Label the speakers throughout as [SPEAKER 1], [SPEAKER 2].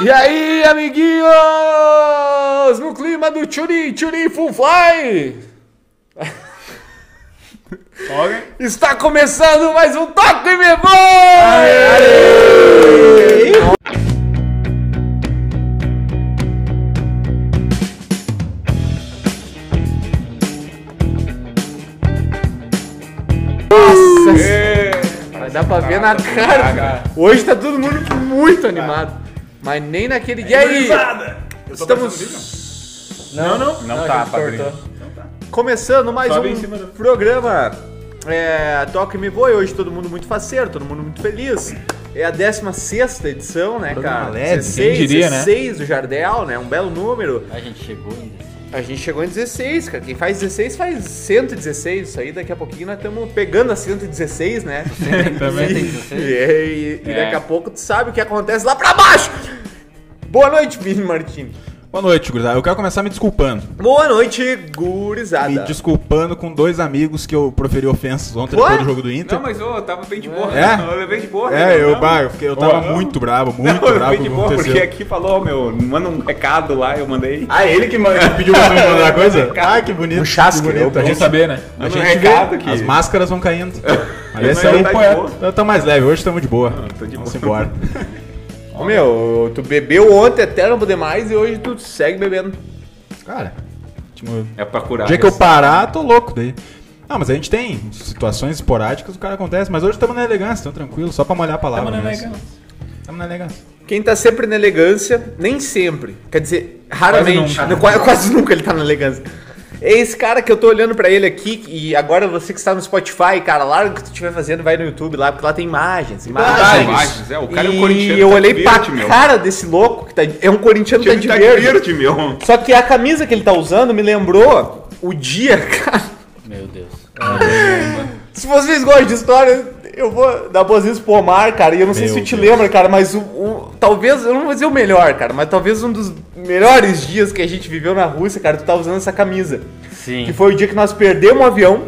[SPEAKER 1] E aí, amiguinhos! No clima do Tchuri, Tchuri Full Fly!
[SPEAKER 2] Olha.
[SPEAKER 1] Está começando mais um Toque Me Boi! Nossa! Mas dá pra ver na cara. Hoje tá todo mundo muito animado. Mas nem naquele. E aí?
[SPEAKER 2] Eu tô
[SPEAKER 1] Estamos
[SPEAKER 2] Não, não. Não,
[SPEAKER 1] a
[SPEAKER 2] tá,
[SPEAKER 1] gente
[SPEAKER 2] padrinho.
[SPEAKER 1] cortou. começando mais
[SPEAKER 2] Sobe em cima
[SPEAKER 1] um
[SPEAKER 2] do-
[SPEAKER 1] programa. É, Toque Me Voe. Hoje todo mundo muito faceiro, todo mundo muito feliz. É a 16 edição, né, cara?
[SPEAKER 3] leve, quem
[SPEAKER 1] 16,
[SPEAKER 2] diria, né?
[SPEAKER 1] 16 do Jardel, né? Um belo número.
[SPEAKER 3] A gente chegou ainda.
[SPEAKER 1] A gente chegou em 16, cara. Quem faz 16 faz 116. Isso aí daqui a pouquinho nós estamos pegando a 116, né?
[SPEAKER 2] Também.
[SPEAKER 1] E, e- e
[SPEAKER 2] É.
[SPEAKER 1] daqui a pouco tu sabe o que acontece lá pra baixo. Boa noite, Vini Martini.
[SPEAKER 4] Boa noite, gurizada. Eu quero começar me desculpando.
[SPEAKER 1] Boa noite,
[SPEAKER 4] Me
[SPEAKER 1] gurizada.
[SPEAKER 4] desculpando com dois amigos que eu proferi ofensas ontem
[SPEAKER 1] What?
[SPEAKER 4] depois do jogo do Inter.
[SPEAKER 2] Não, mas ô, eu tava bem de boa.
[SPEAKER 4] É?
[SPEAKER 2] Eu levei de boa. né?
[SPEAKER 4] é, eu,
[SPEAKER 2] não.
[SPEAKER 4] bah, eu, fiquei- eu tava
[SPEAKER 2] Não.
[SPEAKER 4] muito bravo,
[SPEAKER 2] Não,
[SPEAKER 4] muito
[SPEAKER 2] eu
[SPEAKER 4] bravo
[SPEAKER 2] levei
[SPEAKER 4] com o
[SPEAKER 2] de
[SPEAKER 4] que
[SPEAKER 2] boa, porque é
[SPEAKER 4] aconteceu.
[SPEAKER 2] aqui falou, meu, manda um recado lá, eu mandei.
[SPEAKER 3] Ah, ele que manda.
[SPEAKER 4] Pediu pra me mandar coisa? Ah, que bonito.
[SPEAKER 3] Um chasque,
[SPEAKER 4] que
[SPEAKER 3] né?
[SPEAKER 4] bonito.
[SPEAKER 3] Eu
[SPEAKER 4] A gente,
[SPEAKER 2] saber, né?
[SPEAKER 4] a
[SPEAKER 2] Manda um
[SPEAKER 4] gente
[SPEAKER 2] recado
[SPEAKER 4] vê,
[SPEAKER 2] aqui.
[SPEAKER 4] as máscaras vão caindo. Mas
[SPEAKER 2] Eu
[SPEAKER 4] esse
[SPEAKER 2] não
[SPEAKER 4] é
[SPEAKER 2] ia
[SPEAKER 4] o
[SPEAKER 2] tá de
[SPEAKER 4] poeta.
[SPEAKER 2] boa.
[SPEAKER 4] Então tá mais leve, hoje estamos de boa.
[SPEAKER 2] tô de
[SPEAKER 4] Vamos
[SPEAKER 2] boa.
[SPEAKER 4] embora.
[SPEAKER 1] Ô, meu, tu bebeu ontem até não poder mais e hoje tu segue bebendo.
[SPEAKER 4] Cara, último
[SPEAKER 2] É pra curar.
[SPEAKER 4] O dia que eu parar, tô louco daí. Não, mas a gente tem situações esporádicas, o cara acontece, mas hoje estamos na elegância, então tranquilo, só pra molhar a palavra.
[SPEAKER 2] Tamo na
[SPEAKER 4] mesmo.
[SPEAKER 2] elegância.
[SPEAKER 4] Tamo na elegância.
[SPEAKER 1] Quem tá sempre na elegância, nem sempre. Quer dizer, raramente.
[SPEAKER 2] nunca. né?
[SPEAKER 1] Não, qua- Quase nunca, ele tá na elegância. É esse cara que eu tô olhando pra ele aqui, e agora você que está no Spotify, cara, larga o que tu estiver fazendo, vai no YouTube lá, porque lá tem imagens, imagens.
[SPEAKER 2] Ah, imagens, é, o cara é um
[SPEAKER 1] E
[SPEAKER 2] corintiano,
[SPEAKER 1] eu
[SPEAKER 2] tá
[SPEAKER 1] olhei
[SPEAKER 2] de
[SPEAKER 1] pra
[SPEAKER 2] verde, meu.
[SPEAKER 1] cara desse louco, que tá, é um corintiano
[SPEAKER 2] Tinha
[SPEAKER 1] tá de
[SPEAKER 2] que tá
[SPEAKER 1] verde.
[SPEAKER 2] verde, meu.
[SPEAKER 1] Só que a camisa que ele tá usando me lembrou o dia, cara.
[SPEAKER 3] Meu Deus.
[SPEAKER 1] Se vocês gostam de história, eu vou dar boas vezes pro Omar, cara. E eu não sei
[SPEAKER 4] Meu
[SPEAKER 1] se tu te
[SPEAKER 4] Deus.
[SPEAKER 1] lembra, cara, mas o, o- talvez, eu não vou dizer o melhor, cara, mas talvez um dos melhores dias que a gente viveu na Rússia, cara, tu tava usando essa camisa.
[SPEAKER 3] Sim.
[SPEAKER 1] Que foi o dia que nós perdemos um avião,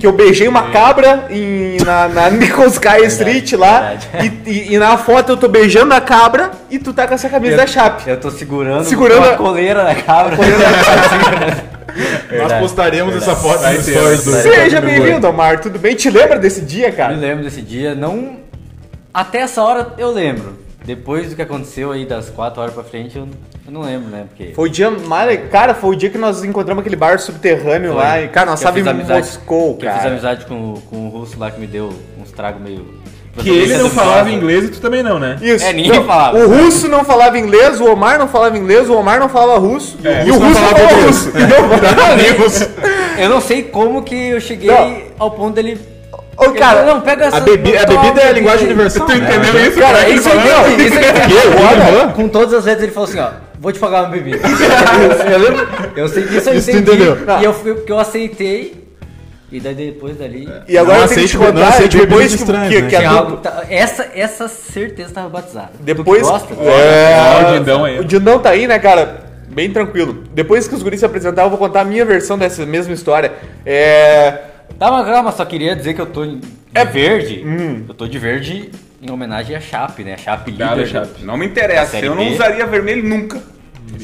[SPEAKER 1] que eu beijei uma cabra em, na, na Nikolskaya Street lá.
[SPEAKER 3] verdade.
[SPEAKER 1] E, e- e na foto eu tô beijando a cabra e tu tá com essa camisa da Chape.
[SPEAKER 3] Eu tô segurando,
[SPEAKER 1] Segurando
[SPEAKER 3] uma
[SPEAKER 1] a-
[SPEAKER 3] coleira da cabra.
[SPEAKER 5] É
[SPEAKER 4] Nós postaremos essa foto
[SPEAKER 2] Vai
[SPEAKER 4] nos
[SPEAKER 2] ter,
[SPEAKER 4] stories do
[SPEAKER 3] vai ter.
[SPEAKER 1] Seja bem-vindo, Omar. Tudo bem? Te lembra desse dia,
[SPEAKER 3] Eu me
[SPEAKER 1] cara?
[SPEAKER 3] lembro desse dia, não. Até essa hora eu lembro. Depois do que aconteceu aí das 4 horas pra frente, eu, eu não lembro, né? Porque.
[SPEAKER 1] Foi o dia mais. Cara, foi o dia que nós encontramos aquele bar subterrâneo
[SPEAKER 3] Foi.
[SPEAKER 1] lá. E, cara, nós
[SPEAKER 3] Que eu
[SPEAKER 1] estávamos
[SPEAKER 3] fiz
[SPEAKER 1] em
[SPEAKER 3] amizade-
[SPEAKER 1] Moscou,
[SPEAKER 3] que Eu fiz
[SPEAKER 1] cara.
[SPEAKER 3] amizade com, o- com o russo lá que me deu uns tragos meio.
[SPEAKER 5] Que ele não falava inglês e tu também não, né?
[SPEAKER 1] Isso.
[SPEAKER 3] É, ninguém
[SPEAKER 1] Não,
[SPEAKER 3] falava.
[SPEAKER 1] O russo não falava inglês, o Omar não falava inglês, o Omar não falava russo. e o russo não falava, russo. E eu falava inglês.
[SPEAKER 3] Eu não sei como que eu cheguei
[SPEAKER 1] Não.
[SPEAKER 3] ao ponto dele.
[SPEAKER 1] Ô, cara,
[SPEAKER 3] não, pega essa.
[SPEAKER 4] A, bebi- a bebida
[SPEAKER 3] toma
[SPEAKER 4] é a
[SPEAKER 3] bebida
[SPEAKER 4] linguagem
[SPEAKER 3] aí.
[SPEAKER 4] universal.
[SPEAKER 2] Tu entendeu isso?
[SPEAKER 1] Cara, isso aí não. Isso aí
[SPEAKER 4] Agora,
[SPEAKER 3] Com todas as letras ele falou assim, ó, vou te pagar uma bebida. eu lembro. Eu sei disso, eu
[SPEAKER 4] Isso tu
[SPEAKER 3] entendi.
[SPEAKER 4] entendeu.
[SPEAKER 3] E eu, fui- que eu aceitei. E daí depois dali.
[SPEAKER 1] E agora
[SPEAKER 4] Não
[SPEAKER 1] eu tenho que
[SPEAKER 4] aceite-
[SPEAKER 1] te
[SPEAKER 4] não
[SPEAKER 1] contar,
[SPEAKER 4] aceite
[SPEAKER 1] depois que,
[SPEAKER 4] bebidas estranhas,
[SPEAKER 1] que,
[SPEAKER 4] né?
[SPEAKER 1] que a
[SPEAKER 3] tinha
[SPEAKER 1] dupla-
[SPEAKER 3] algo que tá- essa, essa certeza tava batizada. Tu que
[SPEAKER 1] Depois.
[SPEAKER 3] gosta,
[SPEAKER 1] É,
[SPEAKER 5] Ó, o Dindão aí.
[SPEAKER 1] O Dindão tá aí, né, cara? Bem tranquilo. Depois que os guris se apresentarem, eu vou contar a minha versão dessa mesma história. É.
[SPEAKER 3] Tá, mas calma, só queria dizer que eu tô em- de é. verde.
[SPEAKER 1] Hum.
[SPEAKER 3] Eu tô de verde em homenagem à Chape, né? Chape
[SPEAKER 2] Nada,
[SPEAKER 3] líder.
[SPEAKER 2] Chape.
[SPEAKER 3] Não,
[SPEAKER 2] Não me
[SPEAKER 3] A
[SPEAKER 2] interessa,
[SPEAKER 3] série
[SPEAKER 2] eu não
[SPEAKER 3] B.
[SPEAKER 2] usaria vermelho nunca.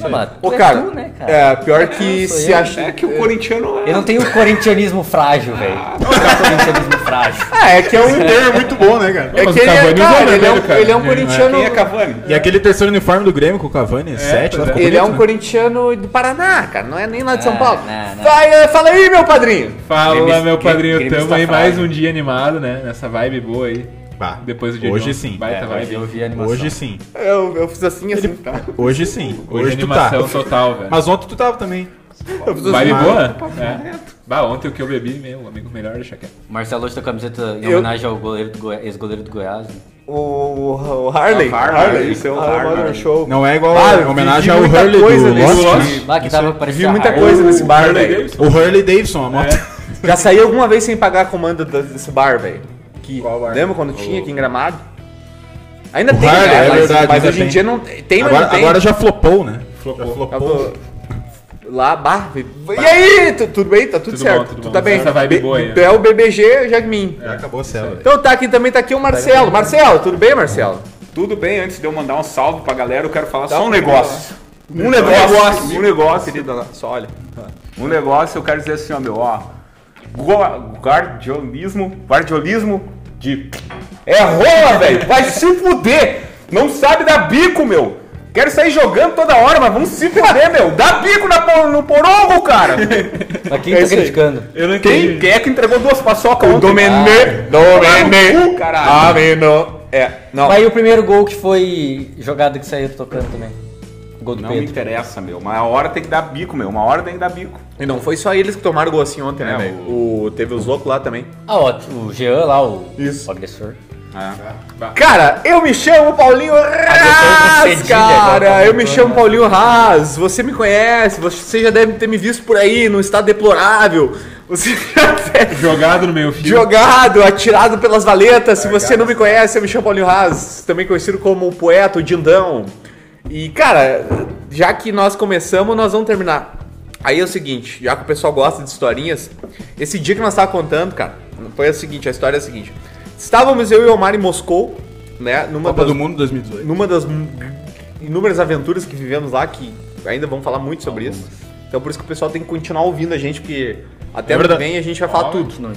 [SPEAKER 3] mas
[SPEAKER 1] Ô,
[SPEAKER 3] tu é
[SPEAKER 1] cara,
[SPEAKER 3] tu, né, cara?
[SPEAKER 1] é, pior que
[SPEAKER 3] Eu sou
[SPEAKER 1] se
[SPEAKER 3] eu. né?
[SPEAKER 1] acha.
[SPEAKER 2] É que o corintiano é.
[SPEAKER 3] Eu não tenho corintianismo frágil, velho. Não tenho corintianismo frágil.
[SPEAKER 1] Ah, é que é um.
[SPEAKER 4] É muito bom, né, cara?
[SPEAKER 1] É
[SPEAKER 5] mas
[SPEAKER 1] que
[SPEAKER 5] o
[SPEAKER 1] ele é,
[SPEAKER 5] Cavani
[SPEAKER 1] cara, ele
[SPEAKER 5] usa
[SPEAKER 1] é um,
[SPEAKER 5] vermelho, cara.
[SPEAKER 1] ele é um
[SPEAKER 5] É.
[SPEAKER 1] corintiano.
[SPEAKER 2] Quem é Cavani?
[SPEAKER 4] E aquele terceiro uniforme do Grêmio com o Cavani, 7, lá
[SPEAKER 5] pois é.
[SPEAKER 4] ficou
[SPEAKER 1] Ele é um
[SPEAKER 4] bonito, né?
[SPEAKER 1] corintiano do Paraná, cara. Não é nem lá de São
[SPEAKER 3] Ah,
[SPEAKER 1] Paulo.
[SPEAKER 3] não, não.
[SPEAKER 1] Vai, eh, fala aí, meu padrinho.
[SPEAKER 5] Fala,
[SPEAKER 3] Grêmio-
[SPEAKER 5] meu padrinho,
[SPEAKER 3] gremista
[SPEAKER 5] tamo aí
[SPEAKER 3] frágil.
[SPEAKER 5] mais um dia animado, né? Nessa vibe boa aí.
[SPEAKER 4] Bah,
[SPEAKER 5] Depois do dia
[SPEAKER 4] hoje
[SPEAKER 5] de ontem.
[SPEAKER 4] sim.
[SPEAKER 5] Baita
[SPEAKER 3] É, hoje
[SPEAKER 5] vibe.
[SPEAKER 3] eu
[SPEAKER 5] Hoje,
[SPEAKER 3] vi a animação.
[SPEAKER 4] Hoje sim.
[SPEAKER 1] Eu, eu fiz assim, assim.
[SPEAKER 4] Hoje sim. Hoje, tu tá.
[SPEAKER 5] animação total, velho.
[SPEAKER 4] Mas ontem tu tava também.
[SPEAKER 1] Eu fiz assim.
[SPEAKER 5] Vibe
[SPEAKER 4] Mas-
[SPEAKER 5] boa? É. Bah, ontem o que eu bebi, meu amigo, melhor deixar quieto.
[SPEAKER 3] Marcelo hoje tá com a camiseta em
[SPEAKER 1] Eu-
[SPEAKER 3] homenagem ao goleiro do Goi- ex-goleiro do Goiás. né?
[SPEAKER 1] O, o Harley.
[SPEAKER 2] Ah, Harley,
[SPEAKER 1] isso é o
[SPEAKER 2] ah, Harley.
[SPEAKER 1] Harley Show.
[SPEAKER 4] Não é igual
[SPEAKER 1] Ah,
[SPEAKER 4] a
[SPEAKER 1] eu vi
[SPEAKER 4] homenagem ao
[SPEAKER 1] muita
[SPEAKER 4] Hurley
[SPEAKER 1] coisa
[SPEAKER 4] do
[SPEAKER 1] nesse
[SPEAKER 4] Lost.
[SPEAKER 1] vídeo.
[SPEAKER 3] Bah, que tava
[SPEAKER 1] Vi
[SPEAKER 3] parecendo
[SPEAKER 1] muita coisa nesse bar, velho.
[SPEAKER 4] O Hurley Davidson, a moto.
[SPEAKER 5] É.
[SPEAKER 1] Já saí alguma vez sem pagar a comanda da- desse bar, velho. Que
[SPEAKER 4] Qual bar?
[SPEAKER 1] lembra quando tinha aqui em Gramado? Ainda
[SPEAKER 4] O
[SPEAKER 1] tem,
[SPEAKER 4] Harley,
[SPEAKER 1] cara,
[SPEAKER 4] é
[SPEAKER 1] mas,
[SPEAKER 4] verdade,
[SPEAKER 1] mas
[SPEAKER 4] ainda
[SPEAKER 1] hoje em
[SPEAKER 4] tem.
[SPEAKER 1] dia não tem, tem, mas
[SPEAKER 4] Agora,
[SPEAKER 1] não tem.
[SPEAKER 4] agora já flopou, né? Já
[SPEAKER 1] Eu
[SPEAKER 4] flopou.
[SPEAKER 1] vou- Lá, barra. E aí, tu- tudo bem? Tá tudo,
[SPEAKER 5] Tudo bom,
[SPEAKER 1] certo.
[SPEAKER 5] tudo
[SPEAKER 1] tu
[SPEAKER 5] bom.
[SPEAKER 1] tá bem?
[SPEAKER 5] Essa vibe
[SPEAKER 1] Be-
[SPEAKER 5] boa aí, né?
[SPEAKER 1] Tu é o BBG Jagmin.
[SPEAKER 4] Já acabou a célula.
[SPEAKER 1] Então tá aqui também, tá aqui o Marcelo. Marcelo, tudo bem, Marcelo?
[SPEAKER 2] Tudo bem, antes de eu mandar um salve pra galera, eu quero falar
[SPEAKER 1] Dá
[SPEAKER 2] só um
[SPEAKER 1] um
[SPEAKER 2] negócio. Um negócio, um negócio,
[SPEAKER 1] Querida, só olha.
[SPEAKER 2] um negócio, eu quero dizer assim, ó, meu, ó. Gua- Guardiolismo, guardiolismo de. É rola, velho! Vai se fuder! Não sabe dar bico, meu! Quero sair jogando toda hora, mas vamos se fuder, meu! Dá bico na, por- no porongo, cara!
[SPEAKER 3] Mas
[SPEAKER 1] É
[SPEAKER 3] quem tá criticando?
[SPEAKER 5] Eu não
[SPEAKER 2] Quem, quem é que entregou duas paçocas ontem?
[SPEAKER 1] Domene,
[SPEAKER 2] Domene, caralho! Ah,
[SPEAKER 1] Ameno. É, não.
[SPEAKER 3] Mas e o primeiro gol que foi jogado que saiu tocando também? Gol do
[SPEAKER 2] Não me
[SPEAKER 3] Pedro.
[SPEAKER 2] interessa, meu. Uma hora tem que dar bico, meu. Uma hora tem que dar bico.
[SPEAKER 1] E não foi só eles que tomaram gol assim ontem, né,
[SPEAKER 2] É,
[SPEAKER 1] velho? O... Teve os loucos lá também.
[SPEAKER 3] Ah, ó, o Jean lá, o,
[SPEAKER 1] Isso.
[SPEAKER 3] o agressor.
[SPEAKER 1] Cara, eu me chamo Paulinho
[SPEAKER 3] cedilha,
[SPEAKER 1] Raz,
[SPEAKER 3] igual
[SPEAKER 1] cara.
[SPEAKER 3] tá
[SPEAKER 1] Eu me
[SPEAKER 3] falando,
[SPEAKER 1] chamo
[SPEAKER 3] né?
[SPEAKER 1] Paulinho Raz. Você me conhece, você já deve ter me visto por aí num estado deplorável. Você já deve
[SPEAKER 5] Jogado no meio fio.
[SPEAKER 1] jogado, atirado pelas valetas.
[SPEAKER 4] Ah,
[SPEAKER 1] Se você não me conhece, eu me chamo Paulinho Haas, também conhecido como o poeta, o Dindão. E, cara, já que nós começamos, nós vamos terminar. Aí é o seguinte, já que o pessoal gosta de historinhas, esse dia que nós tava contando, cara, foi o seguinte, a história é a seguinte. Estávamos eu e o Omar em Moscou, né, numa
[SPEAKER 4] Copa
[SPEAKER 1] das-
[SPEAKER 4] do Mundo 2018.
[SPEAKER 1] numa das m- inúmeras aventuras que vivemos lá, que ainda vamos falar muito sobre isso. Então por isso que o pessoal tem que continuar ouvindo a gente, porque até
[SPEAKER 4] É
[SPEAKER 1] ano que
[SPEAKER 4] verdade.
[SPEAKER 1] vem a gente vai falar tudo.
[SPEAKER 3] Não.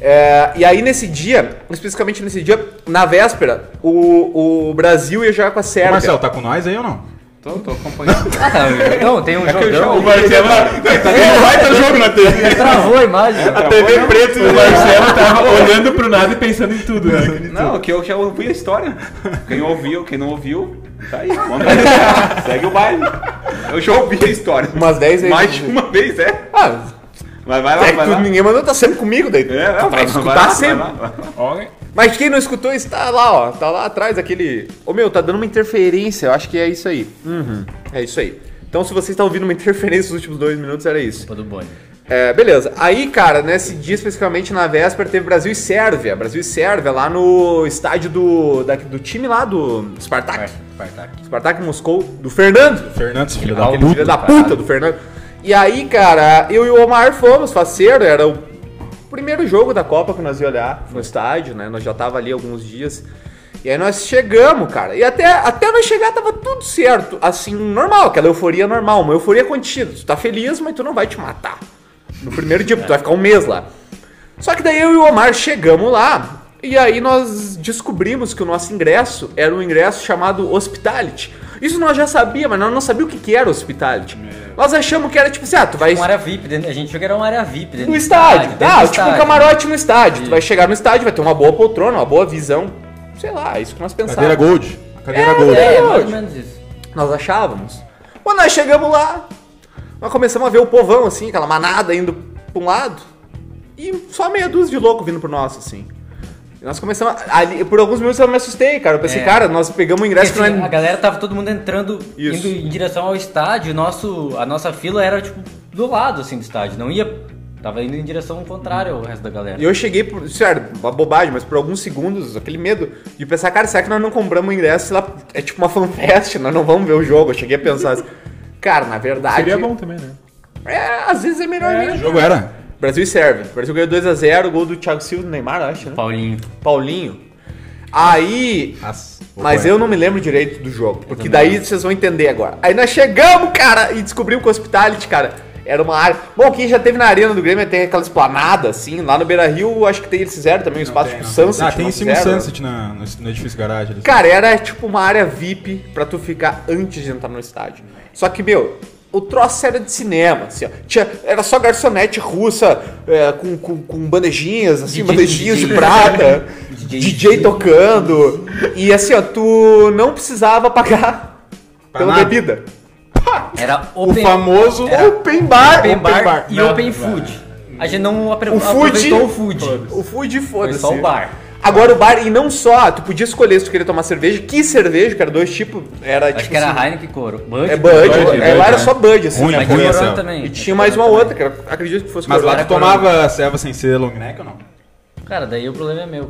[SPEAKER 1] É, e aí nesse dia, especificamente nesse dia, na véspera, o, o Brasil ia jogar com a Sérvia.
[SPEAKER 4] Marcelo, tá com nós aí ou não?
[SPEAKER 2] Tô, tô acompanhando.
[SPEAKER 3] Ah, tá, não, tem um
[SPEAKER 1] É
[SPEAKER 3] jogão.
[SPEAKER 5] Marcelo vai tá jogo na TV.
[SPEAKER 3] Travou a imagem.
[SPEAKER 5] TV preto do Marcelo tava olhando pro nada e pensando em tudo, né?
[SPEAKER 2] Não, que eu já ouvi a história. Quem ouviu, quem não ouviu, tá aí. Vamos lá. Segue o baile. Eu já ouvi a história.
[SPEAKER 1] Umas 10 vezes.
[SPEAKER 2] Mais de uma vez, é.
[SPEAKER 1] Ah,
[SPEAKER 2] Mas vai lá,
[SPEAKER 1] é que
[SPEAKER 2] vai
[SPEAKER 1] tu,
[SPEAKER 2] lá.
[SPEAKER 1] ninguém mandou tá sempre comigo daí.
[SPEAKER 2] É,
[SPEAKER 1] tu
[SPEAKER 2] vai,
[SPEAKER 1] vai
[SPEAKER 2] vai
[SPEAKER 1] escutar
[SPEAKER 2] lá, vai
[SPEAKER 1] sempre.
[SPEAKER 2] lá, vai lá.
[SPEAKER 5] Olha.
[SPEAKER 1] Mas quem não escutou está lá, ó. Tá lá atrás aquele. Ô meu, tá dando uma interferência. Eu acho que é isso aí. Uhum. É isso aí. Então se você está ouvindo uma interferência nos últimos dois minutos, era isso.
[SPEAKER 3] Culpa do Boni.
[SPEAKER 1] É, beleza. Aí, cara, nesse dia especificamente na véspera teve Brasil e Sérvia. Brasil e Sérvia lá no estádio do, da- do time lá do Spartak.
[SPEAKER 3] É,
[SPEAKER 1] Spartak Moscou, do Fernando.
[SPEAKER 4] Fernandes, filho da
[SPEAKER 1] Ah, Aquele
[SPEAKER 4] puta.
[SPEAKER 1] filho da puta do Fernando. E aí, cara, eu e o Omar fomos, faceiro, era o primeiro jogo da Copa que nós ia olhar no estádio, né? Nós já tava ali alguns dias. E aí nós chegamos, cara. E até, até nós chegar tava tudo certo. Assim, normal, aquela euforia normal, uma euforia contida. Tu tá feliz, mas tu não vai te matar. No primeiro dia, tu vai ficar um mês lá. Só que daí eu e o Omar chegamos lá e aí nós descobrimos que o nosso ingresso era um ingresso chamado Hospitality. Isso nós já sabia, mas nós não sabíamos o que, que era Hospitality. Nós achamos que era tipo assim, ah, tu vai
[SPEAKER 3] Uma área VIP dentro, a gente jogou era uma área VIP dentro
[SPEAKER 1] no
[SPEAKER 3] do
[SPEAKER 1] estádio,
[SPEAKER 3] um
[SPEAKER 1] tá?
[SPEAKER 3] dentro do
[SPEAKER 1] Tipo um
[SPEAKER 3] estádio.
[SPEAKER 1] camarote no estádio. Tu vai chegar no estádio, vai ter uma boa poltrona, uma boa visão. Sei lá, é isso que nós
[SPEAKER 4] Cadeira
[SPEAKER 1] pensávamos.
[SPEAKER 4] Gold. Cadeira
[SPEAKER 1] É,
[SPEAKER 4] Gold.
[SPEAKER 3] É, mais ou menos isso.
[SPEAKER 1] Nós achávamos. Quando nós chegamos lá, nós começamos a ver o povão, assim, aquela manada indo pra um lado. E só meia dúzia de louco vindo pro nosso, assim. E nós começamos. a- ali- por alguns minutos eu me assustei, cara. Eu pensei,
[SPEAKER 3] É.
[SPEAKER 1] cara, nós pegamos o ingresso
[SPEAKER 3] Porque,
[SPEAKER 1] que
[SPEAKER 3] assim,
[SPEAKER 1] não
[SPEAKER 3] A
[SPEAKER 1] é.
[SPEAKER 3] galera tava todo mundo entrando,
[SPEAKER 1] Isso.
[SPEAKER 3] indo em direção ao estádio. Nosso, a nossa fila era tipo do lado assim do estádio, não ia, tava indo em direção contrária ao resto da galera.
[SPEAKER 1] E eu cheguei, por, sério, uma bobagem, mas por alguns segundos, aquele medo de pensar, cara, será que nós não compramos o ingresso? Sei lá, é tipo uma fanfest, nós não vamos ver o jogo. Eu cheguei a pensar assim, cara, na verdade.
[SPEAKER 5] Seria bom também, né?
[SPEAKER 1] É, às vezes é melhor
[SPEAKER 4] O
[SPEAKER 1] mesmo.
[SPEAKER 4] jogo era.
[SPEAKER 1] Brasil e serve. Brasil ganhou 2x0, gol do Thiago Silva do Neymar, eu acho, né?
[SPEAKER 3] Paulinho.
[SPEAKER 1] Paulinho. Aí. Mas eu não me lembro direito do jogo, porque daí vocês vão entender agora. Aí nós chegamos, cara, e descobrimos que o Hospitality, cara, era uma área. Bom, quem já teve na Arena do Grêmio tem aquela esplanada, assim. Lá no Beira Rio, acho que tem, eles fizeram também um espaço tipo Sunset.
[SPEAKER 4] Ah, tem
[SPEAKER 1] não
[SPEAKER 4] em cima do
[SPEAKER 1] fizeram? né?
[SPEAKER 4] Sunset na, no, no edifício garagem. ali.
[SPEAKER 1] Cara, era tipo uma área VIP pra tu ficar antes de entrar no estádio. Só que, meu, o troço era de cinema, assim, ó. Tinha- era só garçonete russa é, com, com, com bandejinhas, assim,
[SPEAKER 3] DJ,
[SPEAKER 1] bandejinhas de
[SPEAKER 3] DJ.
[SPEAKER 1] prata, DJ,
[SPEAKER 3] DJ.
[SPEAKER 1] tocando. E assim, ó, tu não precisava pagar
[SPEAKER 4] Pra
[SPEAKER 1] pela
[SPEAKER 4] nada.
[SPEAKER 1] bebida.
[SPEAKER 3] Era
[SPEAKER 4] O
[SPEAKER 3] open,
[SPEAKER 4] famoso.
[SPEAKER 1] open bar.
[SPEAKER 3] open bar, e
[SPEAKER 5] Não,
[SPEAKER 3] open food. A gente não apre-
[SPEAKER 1] O food-
[SPEAKER 3] aproveitou o food.
[SPEAKER 1] O food,
[SPEAKER 3] Foi
[SPEAKER 1] foda-se.
[SPEAKER 3] só o bar.
[SPEAKER 1] Agora o bar, e não só, tu podia escolher se tu queria tomar cerveja, que cerveja, cara, dois tipos, era
[SPEAKER 3] Acho
[SPEAKER 1] tipo
[SPEAKER 3] que era
[SPEAKER 1] assim,
[SPEAKER 3] Heineken e Couro. Bud, é
[SPEAKER 1] É Bud,
[SPEAKER 5] Bud,
[SPEAKER 1] é, lá
[SPEAKER 5] Bud,
[SPEAKER 1] era
[SPEAKER 5] né?
[SPEAKER 1] só Bud, assim.
[SPEAKER 4] Ruim,
[SPEAKER 1] né?
[SPEAKER 4] ruim.
[SPEAKER 3] Mas tinha
[SPEAKER 4] Conheceu.
[SPEAKER 3] Corona também.
[SPEAKER 1] E tinha mais uma
[SPEAKER 3] Corona
[SPEAKER 1] outra, cara. Acredito que fosse né?
[SPEAKER 4] Mas lá
[SPEAKER 1] Corona.
[SPEAKER 4] tu tomava serva sem ser long neck ou não?
[SPEAKER 3] também. Cara, daí o problema é meu,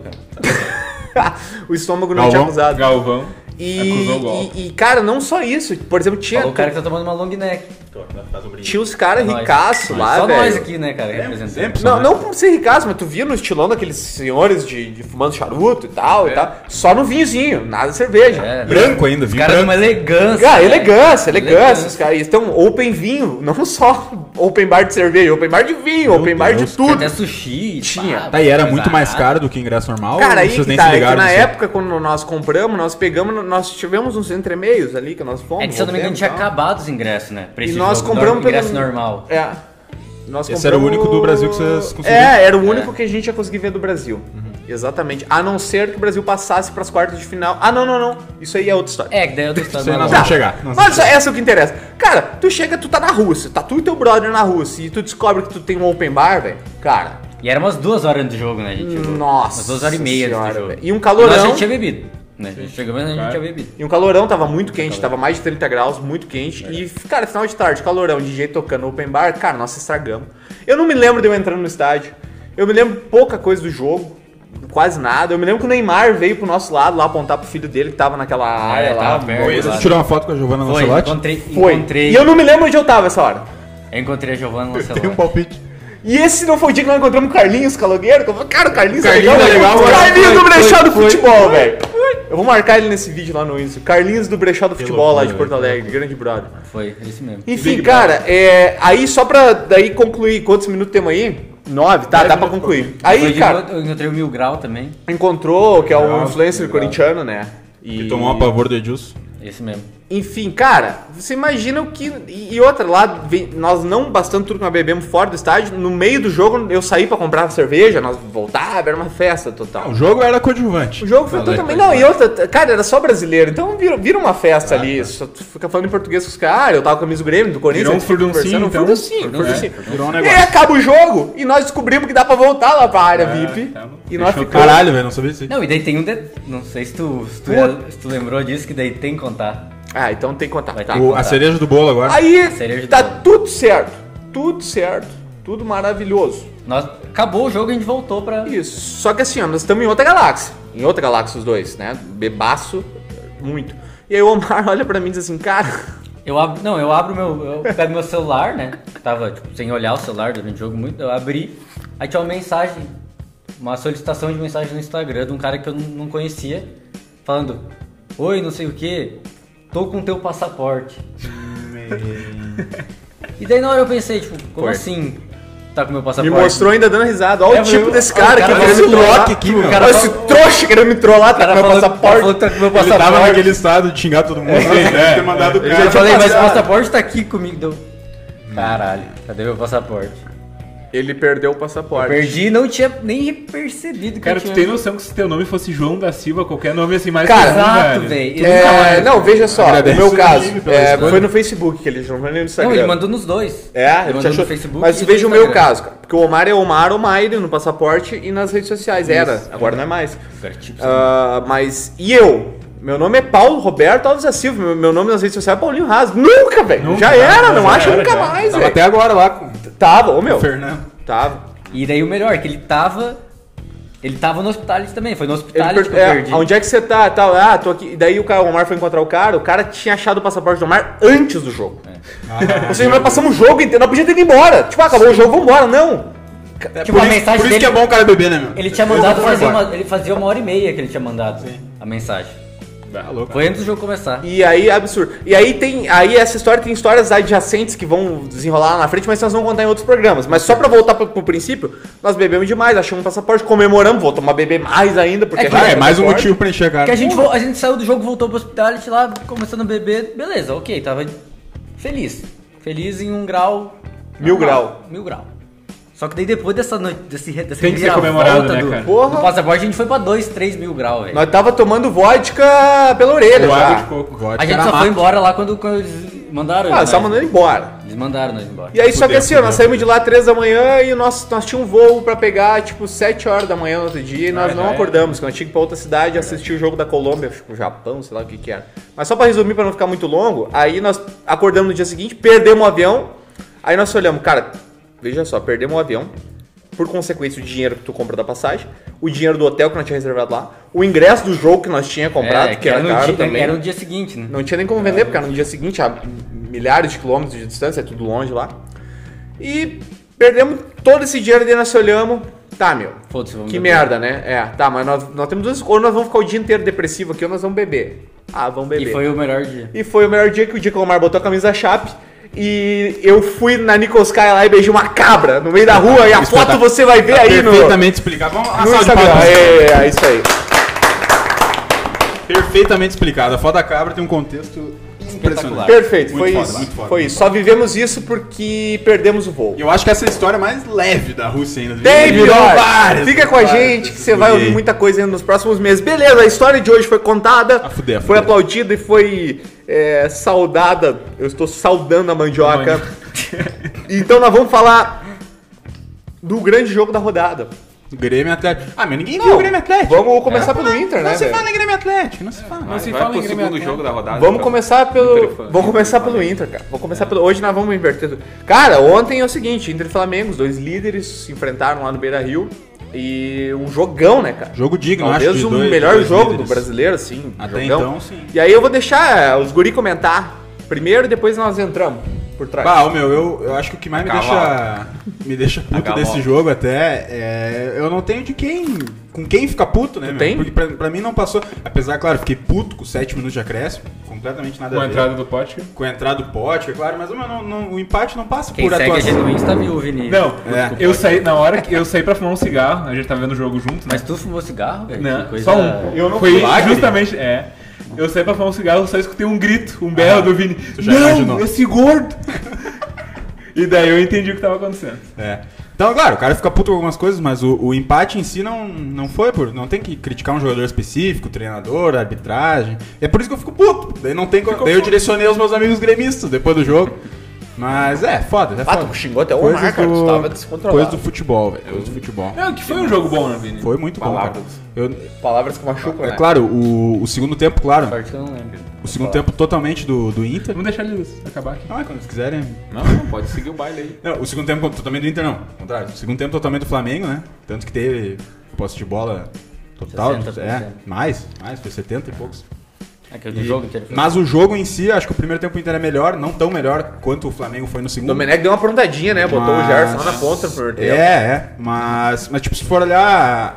[SPEAKER 3] cara.
[SPEAKER 1] o estômago não tinha
[SPEAKER 4] Galvão.
[SPEAKER 1] abusado.
[SPEAKER 5] Galvão.
[SPEAKER 1] E,
[SPEAKER 5] acusou o golpe.
[SPEAKER 1] e, e, cara, não só isso. Por exemplo, tinha.
[SPEAKER 3] Falou o cara que tá tomando uma long neck.
[SPEAKER 5] torna, faz um brilho.
[SPEAKER 1] Tinha os caras
[SPEAKER 3] Nós.
[SPEAKER 1] ricaço
[SPEAKER 3] Nós.
[SPEAKER 1] lá,
[SPEAKER 3] Só
[SPEAKER 1] velho.
[SPEAKER 3] nós aqui, né, cara,
[SPEAKER 4] sempre.
[SPEAKER 3] representando.
[SPEAKER 1] Não, não por ser ricaço, mas tu via no estilão daqueles senhores de, de fumando charuto e tal, e tal. Só no vinhozinho, nada de cerveja.
[SPEAKER 3] É,
[SPEAKER 4] Branco ainda,
[SPEAKER 3] Os
[SPEAKER 4] vinho
[SPEAKER 3] caras
[SPEAKER 4] branco.
[SPEAKER 3] uma elegância. né?
[SPEAKER 1] Ah, elegância, elegância,
[SPEAKER 3] Elegância.
[SPEAKER 1] Os caras estão open vinho, não só open bar de cerveja, open bar de vinho, open bar
[SPEAKER 4] Deus,
[SPEAKER 1] de tudo.
[SPEAKER 3] Até sushi.
[SPEAKER 1] Tinha.
[SPEAKER 3] pá,
[SPEAKER 4] Tá, e era
[SPEAKER 3] coisa
[SPEAKER 4] muito mais
[SPEAKER 3] arada.
[SPEAKER 4] caro do que ingresso normal?
[SPEAKER 1] Cara, aí
[SPEAKER 4] vocês
[SPEAKER 1] que
[SPEAKER 4] nem
[SPEAKER 1] tá,
[SPEAKER 4] se
[SPEAKER 1] é que
[SPEAKER 4] ligaram
[SPEAKER 1] na
[SPEAKER 4] nisso aí?
[SPEAKER 1] época, quando nós compramos, nós pegamos, nós tivemos uns entremeios ali que nós fomos.
[SPEAKER 3] É que se eu não me engano
[SPEAKER 1] voltamos,
[SPEAKER 3] tinha
[SPEAKER 1] tal.
[SPEAKER 3] acabado os ingressos, né? Pra
[SPEAKER 1] então. E
[SPEAKER 3] esse
[SPEAKER 1] nós
[SPEAKER 3] jogo,
[SPEAKER 1] compramos
[SPEAKER 3] do ingresso
[SPEAKER 1] pelo-
[SPEAKER 3] normal.
[SPEAKER 1] É. Nós
[SPEAKER 4] Esse era o único do Brasil que vocês conseguiram?
[SPEAKER 1] É, era o único
[SPEAKER 3] É.
[SPEAKER 1] que a gente ia conseguir ver do Brasil. Exatamente. A não ser que o Brasil passasse pras quartas de final. Ah, não, não, não. Isso aí é outra história.
[SPEAKER 3] É, que daí eu tô
[SPEAKER 4] Isso aí
[SPEAKER 3] estudando.
[SPEAKER 4] nós
[SPEAKER 1] Tá.
[SPEAKER 4] vamos chegar. Nós
[SPEAKER 1] Mas essa é o que interessa. Cara, tu chega, tu tá na Rússia, tá tu e teu brother na Rússia e tu descobre que tu tem um open bar, velho. Cara,
[SPEAKER 3] E era umas duas horas antes do jogo, né,
[SPEAKER 1] Hum.
[SPEAKER 3] gente? Chegou.
[SPEAKER 1] Nossa
[SPEAKER 3] Umas duas horas e meia antes
[SPEAKER 1] Senhora,
[SPEAKER 3] do jogo.
[SPEAKER 1] velho. E um calorão.
[SPEAKER 3] Nós a gente tinha bebido. Né? A gente chegou, mas a gente
[SPEAKER 5] Claro.
[SPEAKER 3] tinha bebido.
[SPEAKER 1] e um calorão tava muito quente, tava mais de 30 graus, muito quente.
[SPEAKER 4] É.
[SPEAKER 1] E, cara, final de tarde, calorão, DJ tocando open bar, cara, nós estragamos. Eu não me lembro de eu entrando no estádio. Eu me lembro pouca coisa do jogo. Quase nada. Eu me lembro que o Neymar veio pro nosso lado lá apontar pro filho dele que tava naquela
[SPEAKER 4] Ah, é,
[SPEAKER 1] área lá.
[SPEAKER 3] É, tava perto
[SPEAKER 1] coisa
[SPEAKER 3] lá.
[SPEAKER 1] assim.
[SPEAKER 4] Você tirou uma foto com a Giovanna
[SPEAKER 3] Foi,
[SPEAKER 4] Lancelotti?
[SPEAKER 3] encontrei,
[SPEAKER 1] Foi.
[SPEAKER 3] encontrei.
[SPEAKER 1] E eu não me lembro onde eu tava essa hora.
[SPEAKER 3] eu encontrei a Giovanna Lancelotti.
[SPEAKER 4] Tem um palpite.
[SPEAKER 1] E esse não foi o dia que nós encontramos o Carlinhos Calogueiro? que eu falei, Cara, o Carlinhos,
[SPEAKER 4] Carlinhos
[SPEAKER 1] é
[SPEAKER 4] é
[SPEAKER 1] legal.
[SPEAKER 4] legal,
[SPEAKER 1] velho.
[SPEAKER 4] foi,
[SPEAKER 1] Carlinhos
[SPEAKER 4] foi,
[SPEAKER 1] do Brechó
[SPEAKER 4] foi,
[SPEAKER 1] do
[SPEAKER 4] foi,
[SPEAKER 1] futebol, velho. Eu vou marcar ele nesse vídeo lá no Insta. Carlinhos do Brechó do futebol lá de
[SPEAKER 4] loucura,
[SPEAKER 1] Porto Alegre, grande brother.
[SPEAKER 3] Foi, isso mesmo.
[SPEAKER 1] Enfim, cara, é, aí só pra daí concluir, quantos minutos temos aí? Nove, tá, dá pra concluir.
[SPEAKER 3] Foi
[SPEAKER 1] Aí,
[SPEAKER 3] de
[SPEAKER 1] cara,
[SPEAKER 3] boa, Eu encontrei o Mil Grau também.
[SPEAKER 1] encontrou, que é um
[SPEAKER 4] Legal,
[SPEAKER 1] influencer
[SPEAKER 4] legal.
[SPEAKER 1] corintiano, né? E
[SPEAKER 4] Que tomou a pavor do Edilson.
[SPEAKER 3] Esse mesmo.
[SPEAKER 1] Enfim, cara, você imagina o que. E e outra, lá, vem- nós não bastando tudo que nós bebemos fora do estádio, no meio do jogo eu saí pra comprar cerveja, nós voltava, era uma festa
[SPEAKER 4] Ah,
[SPEAKER 1] total.
[SPEAKER 4] o jogo era coadjuvante.
[SPEAKER 1] O jogo foi
[SPEAKER 4] Falei, Ah, tá.
[SPEAKER 1] totalmente.
[SPEAKER 4] foi.
[SPEAKER 1] Não, e outra, t- cara, era só brasileiro, então vira, vira uma festa ali. Só tu fica falando em português com os caras, "Ah, eu tava com a camisa do Grêmio, do Corinthians,
[SPEAKER 5] Virou um
[SPEAKER 1] a gente fica
[SPEAKER 5] furduncinho,
[SPEAKER 1] conversando,
[SPEAKER 5] então.
[SPEAKER 1] furduncinho,
[SPEAKER 3] Furduncinho,
[SPEAKER 1] furduncinho.
[SPEAKER 4] Virou um
[SPEAKER 1] E
[SPEAKER 4] negócio. É,
[SPEAKER 1] aí acaba o jogo e nós descobrimos que dá pra voltar lá pra área VIP.
[SPEAKER 4] então
[SPEAKER 5] tá.
[SPEAKER 1] e nós
[SPEAKER 5] Fechou
[SPEAKER 1] ficamos.
[SPEAKER 4] Caralho, velho, não sabia disso aí.
[SPEAKER 3] Não, e daí tem um. de- Não sei se tu, se, tu, é,
[SPEAKER 1] Puta.
[SPEAKER 3] se tu lembrou disso, que daí tem que contar.
[SPEAKER 1] Ah, então tem que contar.
[SPEAKER 3] Vai
[SPEAKER 1] Tá.
[SPEAKER 3] ter que
[SPEAKER 4] O- a cereja do bolo agora.
[SPEAKER 1] Aí
[SPEAKER 3] Cereja
[SPEAKER 1] tá
[SPEAKER 3] do bolo.
[SPEAKER 1] tudo certo, tudo certo, tudo maravilhoso.
[SPEAKER 3] Nós, acabou o jogo e a gente voltou pra.
[SPEAKER 1] Isso. Só que assim, ó, nós estamos em outra galáxia. Em outra galáxia os dois, né? Bebaço, muito. E aí o Omar olha pra mim e diz assim, cara,
[SPEAKER 3] Eu abro, não, eu abro meu, eu pego meu celular, né? Tava tipo, sem olhar o celular durante o jogo muito, eu abri, aí tinha uma mensagem, uma solicitação de mensagem no Instagram de um cara que eu não não conhecia, falando: "Oi, não sei o que, tô com teu passaporte". E daí na hora eu pensei, tipo, como
[SPEAKER 1] Foi.
[SPEAKER 3] assim? Tá com meu
[SPEAKER 1] me
[SPEAKER 3] passaporte?
[SPEAKER 1] mostrou ainda dando risada. Olha
[SPEAKER 3] É,
[SPEAKER 1] o tipo
[SPEAKER 3] eu-
[SPEAKER 1] desse
[SPEAKER 3] o
[SPEAKER 1] cara,
[SPEAKER 3] cara
[SPEAKER 1] que querendo
[SPEAKER 3] fez
[SPEAKER 1] me
[SPEAKER 3] um
[SPEAKER 1] trollar.
[SPEAKER 4] lock aqui, meu.
[SPEAKER 1] Olha
[SPEAKER 3] O cara
[SPEAKER 1] esse
[SPEAKER 3] falou-
[SPEAKER 1] trouxa querendo me trollar, tá
[SPEAKER 3] O cara
[SPEAKER 1] com meu
[SPEAKER 3] falou, falou
[SPEAKER 1] passaporte.
[SPEAKER 3] que tá com meu
[SPEAKER 4] Ele
[SPEAKER 3] passaporte.
[SPEAKER 4] tava naquele estado de xingar todo mundo. assim, né?
[SPEAKER 5] é,
[SPEAKER 4] ter mandado o
[SPEAKER 5] é.
[SPEAKER 4] cara.
[SPEAKER 3] Eu falei, mas o
[SPEAKER 1] passado.
[SPEAKER 3] passaporte tá aqui comigo. Deu... Caralho, cadê meu passaporte?
[SPEAKER 1] Ele perdeu o passaporte.
[SPEAKER 3] Perdi e não tinha nem percebido que
[SPEAKER 5] Cara,
[SPEAKER 3] eu
[SPEAKER 5] tu
[SPEAKER 3] tinha...
[SPEAKER 5] tem noção que se teu nome fosse João da Silva, qualquer nome assim mais
[SPEAKER 1] Cara,
[SPEAKER 5] comum,
[SPEAKER 3] Exato, velho.
[SPEAKER 1] É, não, veja só,
[SPEAKER 4] Agradeço
[SPEAKER 1] no meu
[SPEAKER 4] o
[SPEAKER 1] caso,
[SPEAKER 4] Felipe pela
[SPEAKER 1] é,
[SPEAKER 4] escolha.
[SPEAKER 1] foi no Facebook que ele não foi nem no Instagram.
[SPEAKER 3] Não, ele mandou nos dois.
[SPEAKER 1] É,
[SPEAKER 3] ele
[SPEAKER 1] ele te
[SPEAKER 3] mandou
[SPEAKER 1] achou.
[SPEAKER 3] no Facebook.
[SPEAKER 1] Mas
[SPEAKER 3] e
[SPEAKER 1] veja o
[SPEAKER 3] no
[SPEAKER 1] meu
[SPEAKER 3] Instagram.
[SPEAKER 1] caso, cara. Porque o Omar é Omar Omaire no passaporte e nas redes sociais. Era, agora não é mais. Ah, mas. E eu? Meu nome é Paulo Roberto Alves da Silva. Meu, meu nome nas redes sociais é Paulinho Raso. Nunca, velho. Já era, não
[SPEAKER 5] já
[SPEAKER 1] acha
[SPEAKER 5] era,
[SPEAKER 1] nunca
[SPEAKER 5] já.
[SPEAKER 1] mais,
[SPEAKER 4] Tava
[SPEAKER 1] velho.
[SPEAKER 4] até agora lá com
[SPEAKER 1] Tava, ô meu.
[SPEAKER 4] o Fernando.
[SPEAKER 1] Tava.
[SPEAKER 3] E daí o melhor, que ele tava. Ele tava no hospital também. Foi no
[SPEAKER 1] Ele
[SPEAKER 3] hospital
[SPEAKER 1] per-
[SPEAKER 3] que eu
[SPEAKER 1] é,
[SPEAKER 3] perdi.
[SPEAKER 1] onde é que você tá? e Tal. Ah, tô aqui. E daí o, cara, o Omar foi encontrar o cara, o cara tinha achado o passaporte do Omar antes do jogo. Ou seja, nós passamos o jogo inteiro, nós podíamos ter ido embora. Tipo, ah, acabou o jogo, vambora. Não.
[SPEAKER 3] Tipo, a mensagem
[SPEAKER 4] por isso
[SPEAKER 3] dele.
[SPEAKER 4] que é bom o cara beber, né, meu?
[SPEAKER 3] Ele tinha mandado fazer uma. Ele fazia uma hora e meia que ele tinha mandado a mensagem.
[SPEAKER 4] Tá louco.
[SPEAKER 3] Foi antes do jogo começar.
[SPEAKER 1] E aí, absurdo. E aí tem. Aí essa história tem histórias adjacentes que vão desenrolar lá na frente, mas nós vamos contar em outros programas. Mas só pra voltar pro, pro princípio, nós bebemos demais, achamos um passaporte, comemoramos, voltamos a beber mais ainda, porque
[SPEAKER 3] É que-
[SPEAKER 1] achamos
[SPEAKER 4] Ah, é mais um
[SPEAKER 1] passaporte.
[SPEAKER 4] motivo pra encher a cara.
[SPEAKER 3] Porque a gente, vo- a gente saiu do jogo, voltou pro hospital, lá, começando a beber. Beleza, ok, tava feliz. Feliz em um grau.
[SPEAKER 1] Mil
[SPEAKER 3] normal, Mil grau. Só que daí depois dessa noite, desse, dessa
[SPEAKER 5] Tem que ser
[SPEAKER 3] reviravolta
[SPEAKER 5] comemorado, né,
[SPEAKER 3] do,
[SPEAKER 5] cara?
[SPEAKER 1] Porra.
[SPEAKER 3] do passaporte, a gente foi pra 2, 3 mil grau, velho.
[SPEAKER 1] Nós tava tomando vodka pela orelha,
[SPEAKER 5] O água de
[SPEAKER 1] já.
[SPEAKER 5] coco.
[SPEAKER 4] Vodka
[SPEAKER 3] A gente
[SPEAKER 4] era
[SPEAKER 3] só
[SPEAKER 4] mata.
[SPEAKER 3] foi embora lá quando, quando eles mandaram.
[SPEAKER 1] Ah,
[SPEAKER 3] nós.
[SPEAKER 4] né?
[SPEAKER 1] só mandando embora.
[SPEAKER 3] Eles mandaram nós embora.
[SPEAKER 1] E aí, só que
[SPEAKER 4] Fudeu,
[SPEAKER 1] assim, ó, nós
[SPEAKER 4] fudeu,
[SPEAKER 1] saímos de lá três da manhã e nós, nós tínhamos um voo pra pegar, tipo, 7 horas da manhã no outro dia e nós
[SPEAKER 5] Ah,
[SPEAKER 1] não
[SPEAKER 5] já é.
[SPEAKER 1] acordamos, que nós tínhamos que ir pra outra cidade e assistir o jogo da Colômbia, acho que o Japão, sei lá o que que era. Mas só pra resumir, pra não ficar muito longo, aí nós acordamos no dia seguinte, perdemos o avião, aí nós olhamos, cara, veja só, perdemos o avião, por consequência, o dinheiro que tu compra da passagem, o dinheiro do hotel que nós tinha reservado lá, o ingresso do jogo que nós tinha comprado,
[SPEAKER 3] É,
[SPEAKER 1] que era
[SPEAKER 3] no
[SPEAKER 1] caro
[SPEAKER 3] dia,
[SPEAKER 1] também.
[SPEAKER 3] era no dia seguinte, né?
[SPEAKER 1] Não tinha nem como vender, porque era no dia seguinte, a milhares de quilômetros de distância, é tudo longe lá. E perdemos todo esse dinheiro daí nós olhamos. Tá, meu.
[SPEAKER 3] Foda-se, vamos
[SPEAKER 1] Que
[SPEAKER 3] beber.
[SPEAKER 1] merda, né? É, tá, mas nós, nós temos duas. Ou nós vamos ficar o dia inteiro depressivo aqui, ou nós vamos beber. Ah, vamos beber.
[SPEAKER 3] E foi o melhor dia.
[SPEAKER 1] E foi o melhor dia que o dia que o Omar botou a camisa da chape. E eu fui na Nikolskaya lá e beijei uma cabra no meio da rua. E a foto você vai ver aí no, no
[SPEAKER 4] Perfeitamente explicado. Vamos a salva de
[SPEAKER 1] Instagram.
[SPEAKER 4] palmas.
[SPEAKER 1] É, é, é isso aí.
[SPEAKER 4] Perfeitamente explicado. A foto da cabra tem um contexto impressionante.
[SPEAKER 1] Perfeito,
[SPEAKER 4] Muito
[SPEAKER 1] foi
[SPEAKER 4] foda,
[SPEAKER 1] isso.
[SPEAKER 4] muito foda.
[SPEAKER 1] Foi isso. Só vivemos isso porque perdemos o voo.
[SPEAKER 4] E Eu acho que essa é a história mais leve da Rússia ainda.
[SPEAKER 1] Tem
[SPEAKER 4] Virou
[SPEAKER 1] pior.
[SPEAKER 4] várias,
[SPEAKER 1] Fica com a
[SPEAKER 4] várias
[SPEAKER 1] gente que
[SPEAKER 4] dessas
[SPEAKER 1] você vai
[SPEAKER 4] gurias.
[SPEAKER 1] ouvir muita coisa ainda nos próximos meses. Beleza, a história de hoje foi contada,
[SPEAKER 4] A fuder, a
[SPEAKER 1] foi
[SPEAKER 4] fuder.
[SPEAKER 1] aplaudida e foi é, saudada. Eu estou saudando a mandioca. então nós vamos falar do grande jogo da rodada.
[SPEAKER 4] Grêmio Atlético. Ah, mas ninguém viu o Grêmio Atlético. É.
[SPEAKER 1] Vamos começar pelo Inter,
[SPEAKER 4] não
[SPEAKER 1] né?
[SPEAKER 4] se
[SPEAKER 1] velho?
[SPEAKER 4] fala em Grêmio Atlético. Não se fala. Não
[SPEAKER 2] Vai,
[SPEAKER 4] se
[SPEAKER 2] vai
[SPEAKER 4] fala
[SPEAKER 2] pro
[SPEAKER 4] em Grêmio
[SPEAKER 2] segundo
[SPEAKER 4] Atlético.
[SPEAKER 2] jogo da rodada.
[SPEAKER 1] Vamos
[SPEAKER 2] então.
[SPEAKER 1] começar pelo.
[SPEAKER 2] Interfone.
[SPEAKER 1] Vamos começar pelo Inter, cara. Vou começar pelo. Hoje nós vamos inverter. do- Cara, ontem é o seguinte, Inter e Flamengo, os dois líderes se enfrentaram lá no Beira Rio. E um jogão, né, cara?
[SPEAKER 4] Jogo digno, acho.
[SPEAKER 1] Talvez
[SPEAKER 4] de
[SPEAKER 1] o
[SPEAKER 4] dois-
[SPEAKER 1] melhor
[SPEAKER 4] dois
[SPEAKER 1] jogo
[SPEAKER 4] líderes.
[SPEAKER 1] do brasileiro, assim.
[SPEAKER 4] Até
[SPEAKER 1] jogão.
[SPEAKER 4] então, sim.
[SPEAKER 1] E aí eu vou deixar eh, os guri comentar primeiro e depois nós entramos por trás.
[SPEAKER 4] Bah, ô, meu, eu, eu acho que o que mais me
[SPEAKER 2] Cavalo.
[SPEAKER 4] deixa, me deixa puto
[SPEAKER 2] Cavalo.
[SPEAKER 4] desse jogo até é. Eu não tenho de quem. Com quem ficar puto, né, meu?
[SPEAKER 1] tem?
[SPEAKER 4] Porque pra, pra mim não passou. Apesar, claro, fiquei puto com 7 minutos de acréscimo. Completamente nada
[SPEAKER 5] Com
[SPEAKER 4] a
[SPEAKER 5] a
[SPEAKER 4] ver.
[SPEAKER 5] entrada do pote.
[SPEAKER 4] Com a entrada do pote, é claro, mas ô, meu, não- não- o empate não passa
[SPEAKER 3] Quem
[SPEAKER 4] por
[SPEAKER 3] segue a
[SPEAKER 4] atuação.
[SPEAKER 3] gente no Insta viu o Vini.
[SPEAKER 5] Não,
[SPEAKER 4] É.
[SPEAKER 5] eu saí na hora que eu saí pra fumar um cigarro, a gente tava vendo o jogo junto, né?
[SPEAKER 3] Mas tu fumou cigarro, velho? Que
[SPEAKER 5] Não,
[SPEAKER 3] coisa-
[SPEAKER 5] só um.
[SPEAKER 4] Eu não
[SPEAKER 5] Foi
[SPEAKER 4] fui lá,
[SPEAKER 5] justamente, é. Eu saí pra fumar um cigarro, eu só escutei um grito, um berro do Vini.
[SPEAKER 4] já
[SPEAKER 5] não,
[SPEAKER 4] imaginou."
[SPEAKER 5] esse gordo! e daí eu entendi o que tava acontecendo.
[SPEAKER 4] É. Então, claro, o cara fica puto com algumas coisas, mas o, o empate em si não, não foi por. Não tem que criticar um jogador específico, treinador, arbitragem. É por isso que eu fico puto. Daí não tem co- Daí eu direcionei os meus amigos gremistas depois do jogo. Mas é, foda, é
[SPEAKER 1] Ah,
[SPEAKER 4] foda.
[SPEAKER 1] tu xingou até o
[SPEAKER 4] Coisas
[SPEAKER 1] Omar, cara.
[SPEAKER 4] do-
[SPEAKER 1] Tu tava
[SPEAKER 4] Coisa
[SPEAKER 1] descontrolado. É,
[SPEAKER 4] do futebol, velho. Coisa do futebol.
[SPEAKER 5] Não, que foi um jogo bom, né, Vini?
[SPEAKER 4] Foi muito bom, cara.
[SPEAKER 2] Palavras.
[SPEAKER 4] Eu,
[SPEAKER 1] Palavras que machucam,
[SPEAKER 4] é
[SPEAKER 1] né?
[SPEAKER 4] claro, o, o segundo tempo, claro.
[SPEAKER 3] Sorte que eu não lembro.
[SPEAKER 4] O segundo tempo totalmente do, do Inter.
[SPEAKER 5] Vamos deixar eles acabar aqui.
[SPEAKER 4] Ah, quando eles quiserem,
[SPEAKER 2] Não, não, pode seguir o baile aí.
[SPEAKER 4] Não, o segundo tempo totalmente do Inter, não. Ao contrário. O segundo tempo totalmente do Flamengo, né? Tanto que teve posse de bola total.
[SPEAKER 3] 60%.
[SPEAKER 4] É, mais, mais, foi 70 e poucos.
[SPEAKER 3] Aquele É do
[SPEAKER 4] E-
[SPEAKER 3] jogo inteiro.
[SPEAKER 4] mas o jogo em si, acho que o primeiro tempo do Inter é melhor, não tão melhor quanto o Flamengo foi no
[SPEAKER 1] O
[SPEAKER 4] segundo.
[SPEAKER 1] Domenech deu uma aprontadinha, né? Botou
[SPEAKER 4] Mas-
[SPEAKER 1] o Gerson lá na ponta por
[SPEAKER 4] É,
[SPEAKER 1] tempo.
[SPEAKER 4] é. Mas, mas, tipo, se for olhar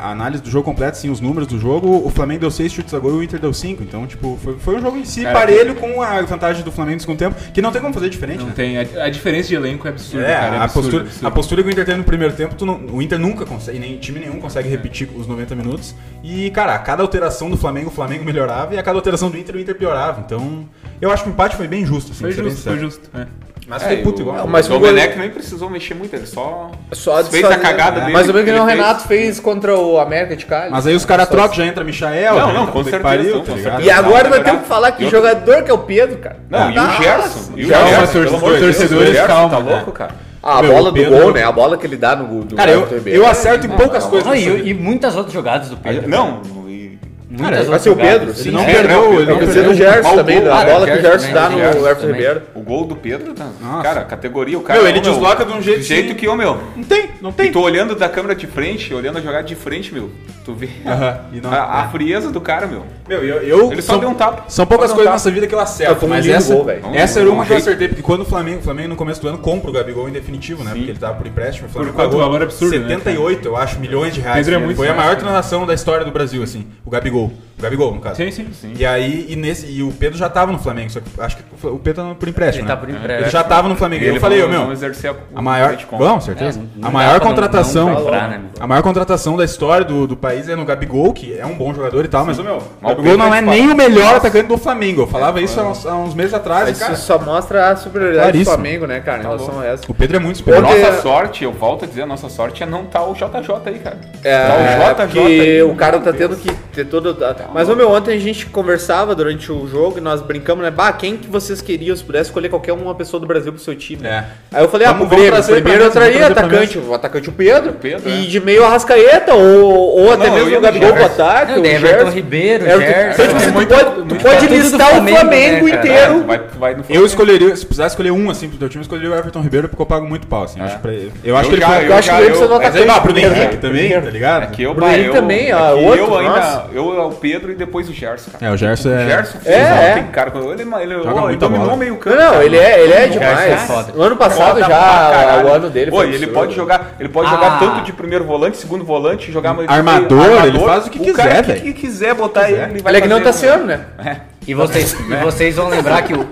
[SPEAKER 4] a a análise do jogo completa, assim, os números do jogo, o Flamengo deu 6 chutes a gol e o Inter deu 5. Então, tipo, foi, foi um jogo em si
[SPEAKER 5] Cara,
[SPEAKER 4] parelho com a vantagem do Flamengo no segundo tempo, que não tem como fazer diferente,
[SPEAKER 5] Não
[SPEAKER 4] né?
[SPEAKER 5] tem. A, a diferença de elenco é absurda,
[SPEAKER 4] É,
[SPEAKER 5] cara. É
[SPEAKER 4] a,
[SPEAKER 5] absurda,
[SPEAKER 4] postura,
[SPEAKER 5] absurda.
[SPEAKER 4] a postura que o Inter teve no primeiro tempo, tu não- o Inter nunca consegue, nem time nenhum consegue repetir os 90 minutos. E, cara, a cada alteração do Flamengo, o Flamengo melhorava, e a cada alteração do Inter, o Inter piorava. Então, eu acho que o empate foi bem justo, assim,
[SPEAKER 5] Foi
[SPEAKER 4] pra ser bem
[SPEAKER 5] justo, foi
[SPEAKER 4] sincero.
[SPEAKER 5] justo. é.
[SPEAKER 4] Mas foi puto igual.
[SPEAKER 1] Não,
[SPEAKER 2] Mas
[SPEAKER 1] mas
[SPEAKER 2] o
[SPEAKER 1] o
[SPEAKER 2] Domenech
[SPEAKER 1] goleiro-
[SPEAKER 2] nem precisou mexer muito, ele só.
[SPEAKER 1] Só né?
[SPEAKER 2] Fez a cagada dele
[SPEAKER 1] Mais ou menos que nem
[SPEAKER 2] que
[SPEAKER 1] o
[SPEAKER 2] ele fez.
[SPEAKER 1] Renato fez contra o América de Cali.
[SPEAKER 4] Mas aí os caras trocam, já entra Michael.
[SPEAKER 2] Não,
[SPEAKER 4] já
[SPEAKER 2] não,
[SPEAKER 4] entra
[SPEAKER 2] com
[SPEAKER 4] o
[SPEAKER 2] certeza,
[SPEAKER 4] Pariu,
[SPEAKER 2] com
[SPEAKER 4] tá
[SPEAKER 2] certeza.
[SPEAKER 4] ligado?
[SPEAKER 1] E agora nós
[SPEAKER 2] Tá,
[SPEAKER 1] temos que falar que
[SPEAKER 2] e outro-
[SPEAKER 1] jogador que é o Pedro, cara.
[SPEAKER 2] Não, e o
[SPEAKER 1] Nossa.
[SPEAKER 2] Gerson?
[SPEAKER 4] É
[SPEAKER 2] E o
[SPEAKER 5] Calma,
[SPEAKER 2] Gerson?
[SPEAKER 5] torce-
[SPEAKER 2] pelo amor de Deus,
[SPEAKER 5] torcedores,
[SPEAKER 2] o Gerson
[SPEAKER 5] calma,
[SPEAKER 2] Tá
[SPEAKER 5] né?
[SPEAKER 2] louco, cara?
[SPEAKER 1] A
[SPEAKER 4] Meu,
[SPEAKER 1] bola
[SPEAKER 4] o
[SPEAKER 1] do
[SPEAKER 4] Pedro- é um
[SPEAKER 1] gol, né? A bola que ele dá no gol do
[SPEAKER 4] Cara, eu,
[SPEAKER 1] Everton Ribeiro.
[SPEAKER 4] eu acerto em poucas coisas.
[SPEAKER 3] Não,
[SPEAKER 4] nessa
[SPEAKER 3] e,
[SPEAKER 4] vida.
[SPEAKER 3] e muitas outras jogadas do Pedro.
[SPEAKER 2] Não, e-
[SPEAKER 3] muitas
[SPEAKER 4] cara,
[SPEAKER 1] Vai
[SPEAKER 3] outras
[SPEAKER 1] ser o
[SPEAKER 3] jogadas.
[SPEAKER 1] Pedro,
[SPEAKER 3] Ele
[SPEAKER 1] sim.
[SPEAKER 4] não
[SPEAKER 3] não-
[SPEAKER 2] É,
[SPEAKER 4] perdeu,
[SPEAKER 2] não,
[SPEAKER 4] ele não
[SPEAKER 1] Eu pensei no
[SPEAKER 4] perdeu.
[SPEAKER 1] Gerson
[SPEAKER 2] Mal
[SPEAKER 1] também,
[SPEAKER 2] gol.
[SPEAKER 1] da
[SPEAKER 2] Ah,
[SPEAKER 1] bola que o
[SPEAKER 3] Gerson
[SPEAKER 1] Gerson né?
[SPEAKER 3] também,
[SPEAKER 1] dá no
[SPEAKER 3] Gerson
[SPEAKER 1] Everton
[SPEAKER 3] também.
[SPEAKER 1] Ribeiro.
[SPEAKER 2] O gol do Pedro, tá?
[SPEAKER 4] Nossa.
[SPEAKER 2] cara, categoria, o cara.
[SPEAKER 4] Meu, ele
[SPEAKER 2] ô, meu,
[SPEAKER 4] desloca de um jeito
[SPEAKER 2] Do jeito
[SPEAKER 4] que-
[SPEAKER 2] que, ô meu.
[SPEAKER 4] Não tem, não
[SPEAKER 2] E
[SPEAKER 4] tem.
[SPEAKER 2] tô olhando da câmera de frente, olhando a jogada de frente, meu. Tu vê
[SPEAKER 4] Aham, e não-
[SPEAKER 2] a, a
[SPEAKER 4] é.
[SPEAKER 2] frieza do cara, meu.
[SPEAKER 4] Meu, eu, eu-
[SPEAKER 2] Ele só deu um tapa.
[SPEAKER 4] São poucas
[SPEAKER 2] Só deu um
[SPEAKER 4] coisas
[SPEAKER 2] tapa.
[SPEAKER 4] nessa vida que eu
[SPEAKER 1] Eu
[SPEAKER 4] acerto,
[SPEAKER 1] fui um
[SPEAKER 4] mas
[SPEAKER 1] lindo
[SPEAKER 4] essa,
[SPEAKER 1] gol, velho.
[SPEAKER 4] essa era uma que eu
[SPEAKER 2] Um
[SPEAKER 4] acertei, porque quando o Flamengo, o Flamengo no começo do ano compra o Gabigol em definitivo, né? Porque ele tava por empréstimo, o Flamengo
[SPEAKER 5] quanto
[SPEAKER 4] pagou
[SPEAKER 5] valor absurdo, né, cara?
[SPEAKER 4] 78, eu acho, milhões de reais.
[SPEAKER 5] Pedro é
[SPEAKER 4] Ele
[SPEAKER 5] muito
[SPEAKER 4] Foi a
[SPEAKER 5] fácil,
[SPEAKER 4] maior
[SPEAKER 5] cara.
[SPEAKER 4] transação da história do Brasil, assim, o Gabigol. O Gabigol, no caso.
[SPEAKER 5] Sim, sim, sim.
[SPEAKER 4] E aí, e, nesse, e o Pedro já tava no Flamengo, só que acho que o Pedro tá por empréstimo,
[SPEAKER 3] Ele
[SPEAKER 4] né?
[SPEAKER 3] tá por empréstimo.
[SPEAKER 4] Ele já tava no Flamengo. E eu falei, ô
[SPEAKER 2] vamos-
[SPEAKER 4] meu,
[SPEAKER 2] vamos exercer a,
[SPEAKER 4] a maior.
[SPEAKER 2] de compra.
[SPEAKER 4] Vamos, certeza.
[SPEAKER 3] É, não- não
[SPEAKER 4] a
[SPEAKER 3] dá
[SPEAKER 4] maior
[SPEAKER 3] pra não-
[SPEAKER 4] contratação.
[SPEAKER 3] não comprar, né, meu?
[SPEAKER 4] a maior contratação da história do, do país é no Gabigol, que é um bom jogador e tal, mas o meu. O
[SPEAKER 2] Mal
[SPEAKER 4] Gabigol não é
[SPEAKER 2] feito,
[SPEAKER 4] nem o melhor atacante do Flamengo. Eu falava isso há uns, há uns meses atrás, e,
[SPEAKER 1] Isso
[SPEAKER 4] cara.
[SPEAKER 1] só mostra a superioridade
[SPEAKER 4] Claríssimo.
[SPEAKER 1] do Flamengo, né, cara, em relação a essa.
[SPEAKER 4] O Pedro é muito superior.
[SPEAKER 1] Ontem-
[SPEAKER 4] Nossa,
[SPEAKER 2] Nossa sorte, eu volto a dizer, a nossa sorte é não tá o JJ aí, cara.
[SPEAKER 1] É,
[SPEAKER 2] tá o JJ
[SPEAKER 1] porque
[SPEAKER 2] aí.
[SPEAKER 1] o cara tá tendo que ter todo. Mas, ô meu, ontem a gente conversava durante o jogo e nós brincamos, né? Bah, quem que vocês queriam se pudesse escolher qualquer uma pessoa do Brasil pro seu time?
[SPEAKER 4] É.
[SPEAKER 1] Aí eu falei, ah,
[SPEAKER 4] Vamos-
[SPEAKER 1] pro
[SPEAKER 4] vamos
[SPEAKER 1] Grêmio,
[SPEAKER 4] trazer pra
[SPEAKER 1] primeiro eu
[SPEAKER 4] mesa, vamos
[SPEAKER 1] traria
[SPEAKER 4] trazer pra
[SPEAKER 1] atacante, o atacante o Pedro,
[SPEAKER 2] Pedro,
[SPEAKER 1] e
[SPEAKER 2] é.
[SPEAKER 1] de meio a Rascaeta, ou, ou até
[SPEAKER 2] Não, eu
[SPEAKER 1] mesmo
[SPEAKER 2] ia
[SPEAKER 1] o
[SPEAKER 2] no
[SPEAKER 1] Gabigol pro
[SPEAKER 2] Gerson.
[SPEAKER 1] ataque,
[SPEAKER 3] Não,
[SPEAKER 1] o
[SPEAKER 3] daí Everton
[SPEAKER 1] Gerson.
[SPEAKER 3] Ribeiro,
[SPEAKER 1] Everton-
[SPEAKER 3] Gerson.
[SPEAKER 1] Então, tipo,
[SPEAKER 5] É
[SPEAKER 1] assim, tu
[SPEAKER 5] muito-
[SPEAKER 1] pode, tu
[SPEAKER 5] muito-
[SPEAKER 1] pode
[SPEAKER 3] é tudo do
[SPEAKER 1] listar o
[SPEAKER 3] Flamengo,
[SPEAKER 1] Flamengo
[SPEAKER 3] né, cara?
[SPEAKER 1] inteiro.
[SPEAKER 2] Vai, vai no
[SPEAKER 4] Eu escolheria, se precisasse escolher um assim pro teu time, eu escolheria o Everton Ribeiro porque eu pago muito pau, assim. Eu acho, pra ele. Eu acho que ele
[SPEAKER 2] já-
[SPEAKER 4] foi.
[SPEAKER 1] Eu acho que o Grêmio precisa do
[SPEAKER 2] mas
[SPEAKER 4] Mas aí,
[SPEAKER 1] atacante.
[SPEAKER 4] bah, Bruno
[SPEAKER 1] primeiro,
[SPEAKER 4] Henrique
[SPEAKER 1] né?
[SPEAKER 4] também, tá ligado?
[SPEAKER 2] É que eu,
[SPEAKER 1] Bruno
[SPEAKER 2] bah,
[SPEAKER 1] Henrique
[SPEAKER 2] eu,
[SPEAKER 1] também,
[SPEAKER 2] é
[SPEAKER 1] ah,
[SPEAKER 2] que
[SPEAKER 1] outro,
[SPEAKER 2] eu ainda,
[SPEAKER 1] nossa.
[SPEAKER 2] eu, é o Pedro e depois o Gerson, cara.
[SPEAKER 4] É, o Gerson é.
[SPEAKER 2] O Gerson
[SPEAKER 1] É, é.
[SPEAKER 2] ontem, cara. quando Ele, ele, oh,
[SPEAKER 4] Joga
[SPEAKER 2] ele
[SPEAKER 4] muita
[SPEAKER 2] dominou
[SPEAKER 4] bola.
[SPEAKER 2] o meio campo.
[SPEAKER 1] Não, ele é, ele é
[SPEAKER 2] Gerson é
[SPEAKER 1] demais.
[SPEAKER 3] foda.
[SPEAKER 1] No ano passado
[SPEAKER 2] Foda pra
[SPEAKER 1] já,
[SPEAKER 2] caralho.
[SPEAKER 1] o ano dele
[SPEAKER 2] Pô,
[SPEAKER 1] foi. um
[SPEAKER 2] e ele
[SPEAKER 1] absurdo.
[SPEAKER 2] pode jogar, ele pode
[SPEAKER 3] Ah.
[SPEAKER 2] jogar tanto de primeiro volante, segundo volante, jogar mais-
[SPEAKER 4] Armador, ele faz o que quiser,
[SPEAKER 2] cara
[SPEAKER 4] velho.
[SPEAKER 2] que quiser botar ele, ele vai
[SPEAKER 1] Olha que não tá
[SPEAKER 2] fazer, né?
[SPEAKER 1] esse ano, né?
[SPEAKER 3] E vocês, e vocês vão lembrar que o,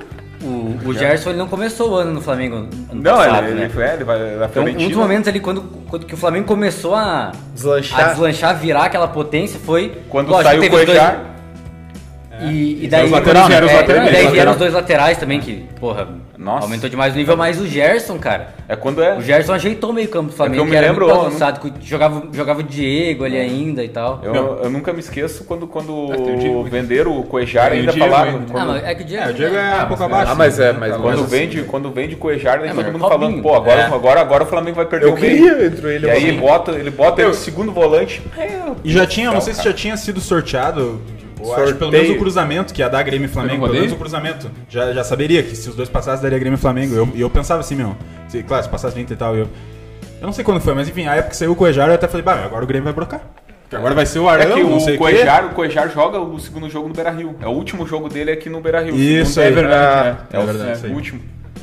[SPEAKER 3] o, o Gerson ele não começou o ano no Flamengo. Ano
[SPEAKER 2] Não,
[SPEAKER 3] passado,
[SPEAKER 2] ele,
[SPEAKER 3] né?
[SPEAKER 2] ele, é, ele vai na
[SPEAKER 3] Então, um
[SPEAKER 2] Fiorentina.
[SPEAKER 3] dos momentos ali quando, quando que o Flamengo começou a
[SPEAKER 1] Deslanchar.
[SPEAKER 3] a deslanchar, virar aquela potência, foi
[SPEAKER 2] Quando
[SPEAKER 3] lógico,
[SPEAKER 2] saiu o
[SPEAKER 3] teve os dois-
[SPEAKER 2] Cuejar,
[SPEAKER 3] E, e daí
[SPEAKER 4] os lateral, né?
[SPEAKER 3] é,
[SPEAKER 4] Os lateral,
[SPEAKER 3] e daí
[SPEAKER 4] os
[SPEAKER 3] vieram
[SPEAKER 4] lateral.
[SPEAKER 3] os dois laterais também que, porra,
[SPEAKER 2] Nossa.
[SPEAKER 3] aumentou demais o nível, mas o Gerson, cara.
[SPEAKER 2] é quando é.
[SPEAKER 3] O Gerson ajeitou o meio-campo do
[SPEAKER 2] É
[SPEAKER 3] Flamengo,
[SPEAKER 2] que eu
[SPEAKER 3] que
[SPEAKER 2] me
[SPEAKER 3] era
[SPEAKER 2] lembro,
[SPEAKER 3] muito
[SPEAKER 2] ó,
[SPEAKER 3] bagunçado, que jogava jogava o Diego ali ainda e tal.
[SPEAKER 2] Eu, eu nunca me esqueço quando, quando
[SPEAKER 5] tem o Diego, mas-
[SPEAKER 2] venderam o Cuejar,
[SPEAKER 5] Tem o
[SPEAKER 2] ainda
[SPEAKER 5] Diego
[SPEAKER 2] falaram.
[SPEAKER 5] ainda.
[SPEAKER 3] Ah,
[SPEAKER 2] Quando,
[SPEAKER 3] mas é que o Diego,
[SPEAKER 4] É, o Diego é um pouco abaixo.
[SPEAKER 1] Ah, mas é,
[SPEAKER 4] né?
[SPEAKER 1] mas
[SPEAKER 2] quando
[SPEAKER 1] menos
[SPEAKER 2] vende, quando vende o Cuejar, daí
[SPEAKER 3] É, mas
[SPEAKER 2] todo
[SPEAKER 3] é
[SPEAKER 2] mundo
[SPEAKER 3] copinho.
[SPEAKER 2] falando, pô, agora,
[SPEAKER 4] É.
[SPEAKER 2] agora, agora o Flamengo vai perder
[SPEAKER 1] Eu
[SPEAKER 2] o meio.
[SPEAKER 1] queria entre ele
[SPEAKER 2] E aí ele bota, ele bota ele
[SPEAKER 4] Eu-
[SPEAKER 2] de segundo volante.
[SPEAKER 4] E já tinha, não sei se já tinha sido sorteado. ou acho que pelo
[SPEAKER 1] Sorteio.
[SPEAKER 4] menos o cruzamento que ia dar Grêmio e
[SPEAKER 5] Eu
[SPEAKER 4] Flamengo.
[SPEAKER 5] não
[SPEAKER 4] Pelo
[SPEAKER 5] rodei?
[SPEAKER 4] menos o cruzamento. Já, já saberia que se os dois passassem, daria Grêmio e Flamengo. Eu- E eu, pensava assim, meu. Se, claro, se passasse 30 e tal, eu. Eu não sei quando foi, mas enfim, a época que saiu o Coejar, eu até falei, bah, agora o Grêmio vai brocar. Porque Agora vai ser o
[SPEAKER 2] É
[SPEAKER 4] Arão,
[SPEAKER 2] que
[SPEAKER 4] não
[SPEAKER 2] o
[SPEAKER 4] sei Então, o quê.
[SPEAKER 2] Cuejar, o Cuejar joga o segundo jogo no Beira Rio. É o último jogo dele aqui no Beira Rio.
[SPEAKER 4] Isso, é
[SPEAKER 2] Segundo
[SPEAKER 4] verdade.
[SPEAKER 2] É, é, o-
[SPEAKER 4] verdade, isso
[SPEAKER 2] é
[SPEAKER 4] aí.
[SPEAKER 2] o último.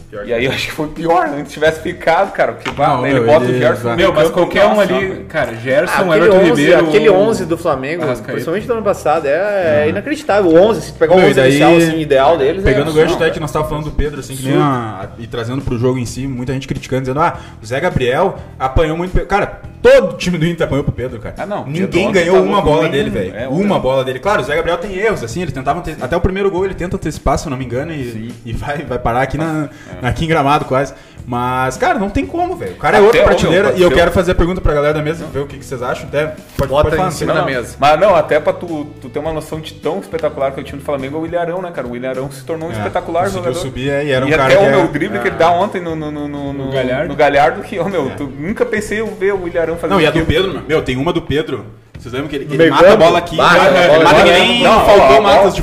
[SPEAKER 4] Pior que
[SPEAKER 2] E aí eu acho que foi pior, né? Se tivesse ficado, cara, porque bah,
[SPEAKER 4] Não,
[SPEAKER 2] daí né? ele
[SPEAKER 4] meu,
[SPEAKER 2] bota
[SPEAKER 4] ele-
[SPEAKER 2] o Gerson. no
[SPEAKER 5] Meu, mas
[SPEAKER 2] meio-campo,
[SPEAKER 5] qualquer um
[SPEAKER 2] nossa, né?
[SPEAKER 5] ali,
[SPEAKER 2] velho.
[SPEAKER 5] cara,
[SPEAKER 4] um
[SPEAKER 5] Gerson,
[SPEAKER 1] Ah, aquele,
[SPEAKER 5] Everton
[SPEAKER 1] 11,
[SPEAKER 5] Ribeiro.
[SPEAKER 1] aquele 11 do Flamengo,
[SPEAKER 4] Ah,
[SPEAKER 5] Arrascaeta.
[SPEAKER 1] principalmente do ano passado, é, é inacreditável. O 11, se tu pegar o
[SPEAKER 4] Não, e
[SPEAKER 1] 11 inicial,
[SPEAKER 4] daí-
[SPEAKER 1] assim, ideal deles,
[SPEAKER 4] Pegando o
[SPEAKER 1] é
[SPEAKER 4] gancho até que nós tava falando do Pedro, assim, que nem a- e trazendo pro jogo em si, muita gente criticando, dizendo, ah, o Zé Gabriel apanhou muito. pe- Cara, todo time do Inter apanhou pro Pedro, cara.
[SPEAKER 2] Ah, não. Pedro
[SPEAKER 4] Ninguém
[SPEAKER 2] ontem
[SPEAKER 4] ganhou
[SPEAKER 2] tava
[SPEAKER 4] uma
[SPEAKER 2] ruim,
[SPEAKER 4] bola dele, velho.
[SPEAKER 2] é, ontem-
[SPEAKER 4] uma bola dele. Claro, o Zé Gabriel tem erros, assim, ele tentava. ante- Até o primeiro gol ele tenta antecipar, se eu não me engano, e, e vai, vai parar aqui, na, aqui em gramado quase. Mas, cara, não tem como, velho. O cara é
[SPEAKER 2] É. Até
[SPEAKER 4] outra
[SPEAKER 2] o meu,
[SPEAKER 4] prateleira e eu
[SPEAKER 2] pareceu-
[SPEAKER 4] quero fazer a pergunta pra galera da mesa, ver o que, que vocês acham. Até pode,
[SPEAKER 1] Bota
[SPEAKER 4] pode
[SPEAKER 1] em
[SPEAKER 4] falar.
[SPEAKER 1] cima
[SPEAKER 4] não,
[SPEAKER 1] da
[SPEAKER 4] não.
[SPEAKER 1] mesa.
[SPEAKER 2] Mas não, até pra tu, tu ter uma noção de tão espetacular que é o time do Flamengo é o Williarão, né, cara? O Williarão se tornou um
[SPEAKER 4] É,
[SPEAKER 2] espetacular
[SPEAKER 4] conseguiu
[SPEAKER 2] jogador.
[SPEAKER 4] subir, é, e era um cara
[SPEAKER 2] até
[SPEAKER 4] que
[SPEAKER 2] o meu
[SPEAKER 4] é-
[SPEAKER 2] drible que ele
[SPEAKER 4] é.
[SPEAKER 2] dá ontem no, no, no, no, no-
[SPEAKER 5] Galhardo.
[SPEAKER 2] no Galhardo, que, oh, meu,
[SPEAKER 4] É.
[SPEAKER 2] tu nunca pensei em ver o Williarão fazer um
[SPEAKER 4] Não, e a do
[SPEAKER 2] aquilo.
[SPEAKER 4] Pedro, meu, meu, tem uma do Pedro. Vocês lembram que ele, ele
[SPEAKER 1] Meio
[SPEAKER 4] mata a
[SPEAKER 1] campo?
[SPEAKER 4] bola aqui,
[SPEAKER 1] Bate,
[SPEAKER 4] mata,
[SPEAKER 1] a bola
[SPEAKER 4] mata que
[SPEAKER 1] vai.
[SPEAKER 4] nem
[SPEAKER 2] Não, ó,
[SPEAKER 4] faltou
[SPEAKER 2] ó,
[SPEAKER 4] matas
[SPEAKER 2] ó.
[SPEAKER 4] de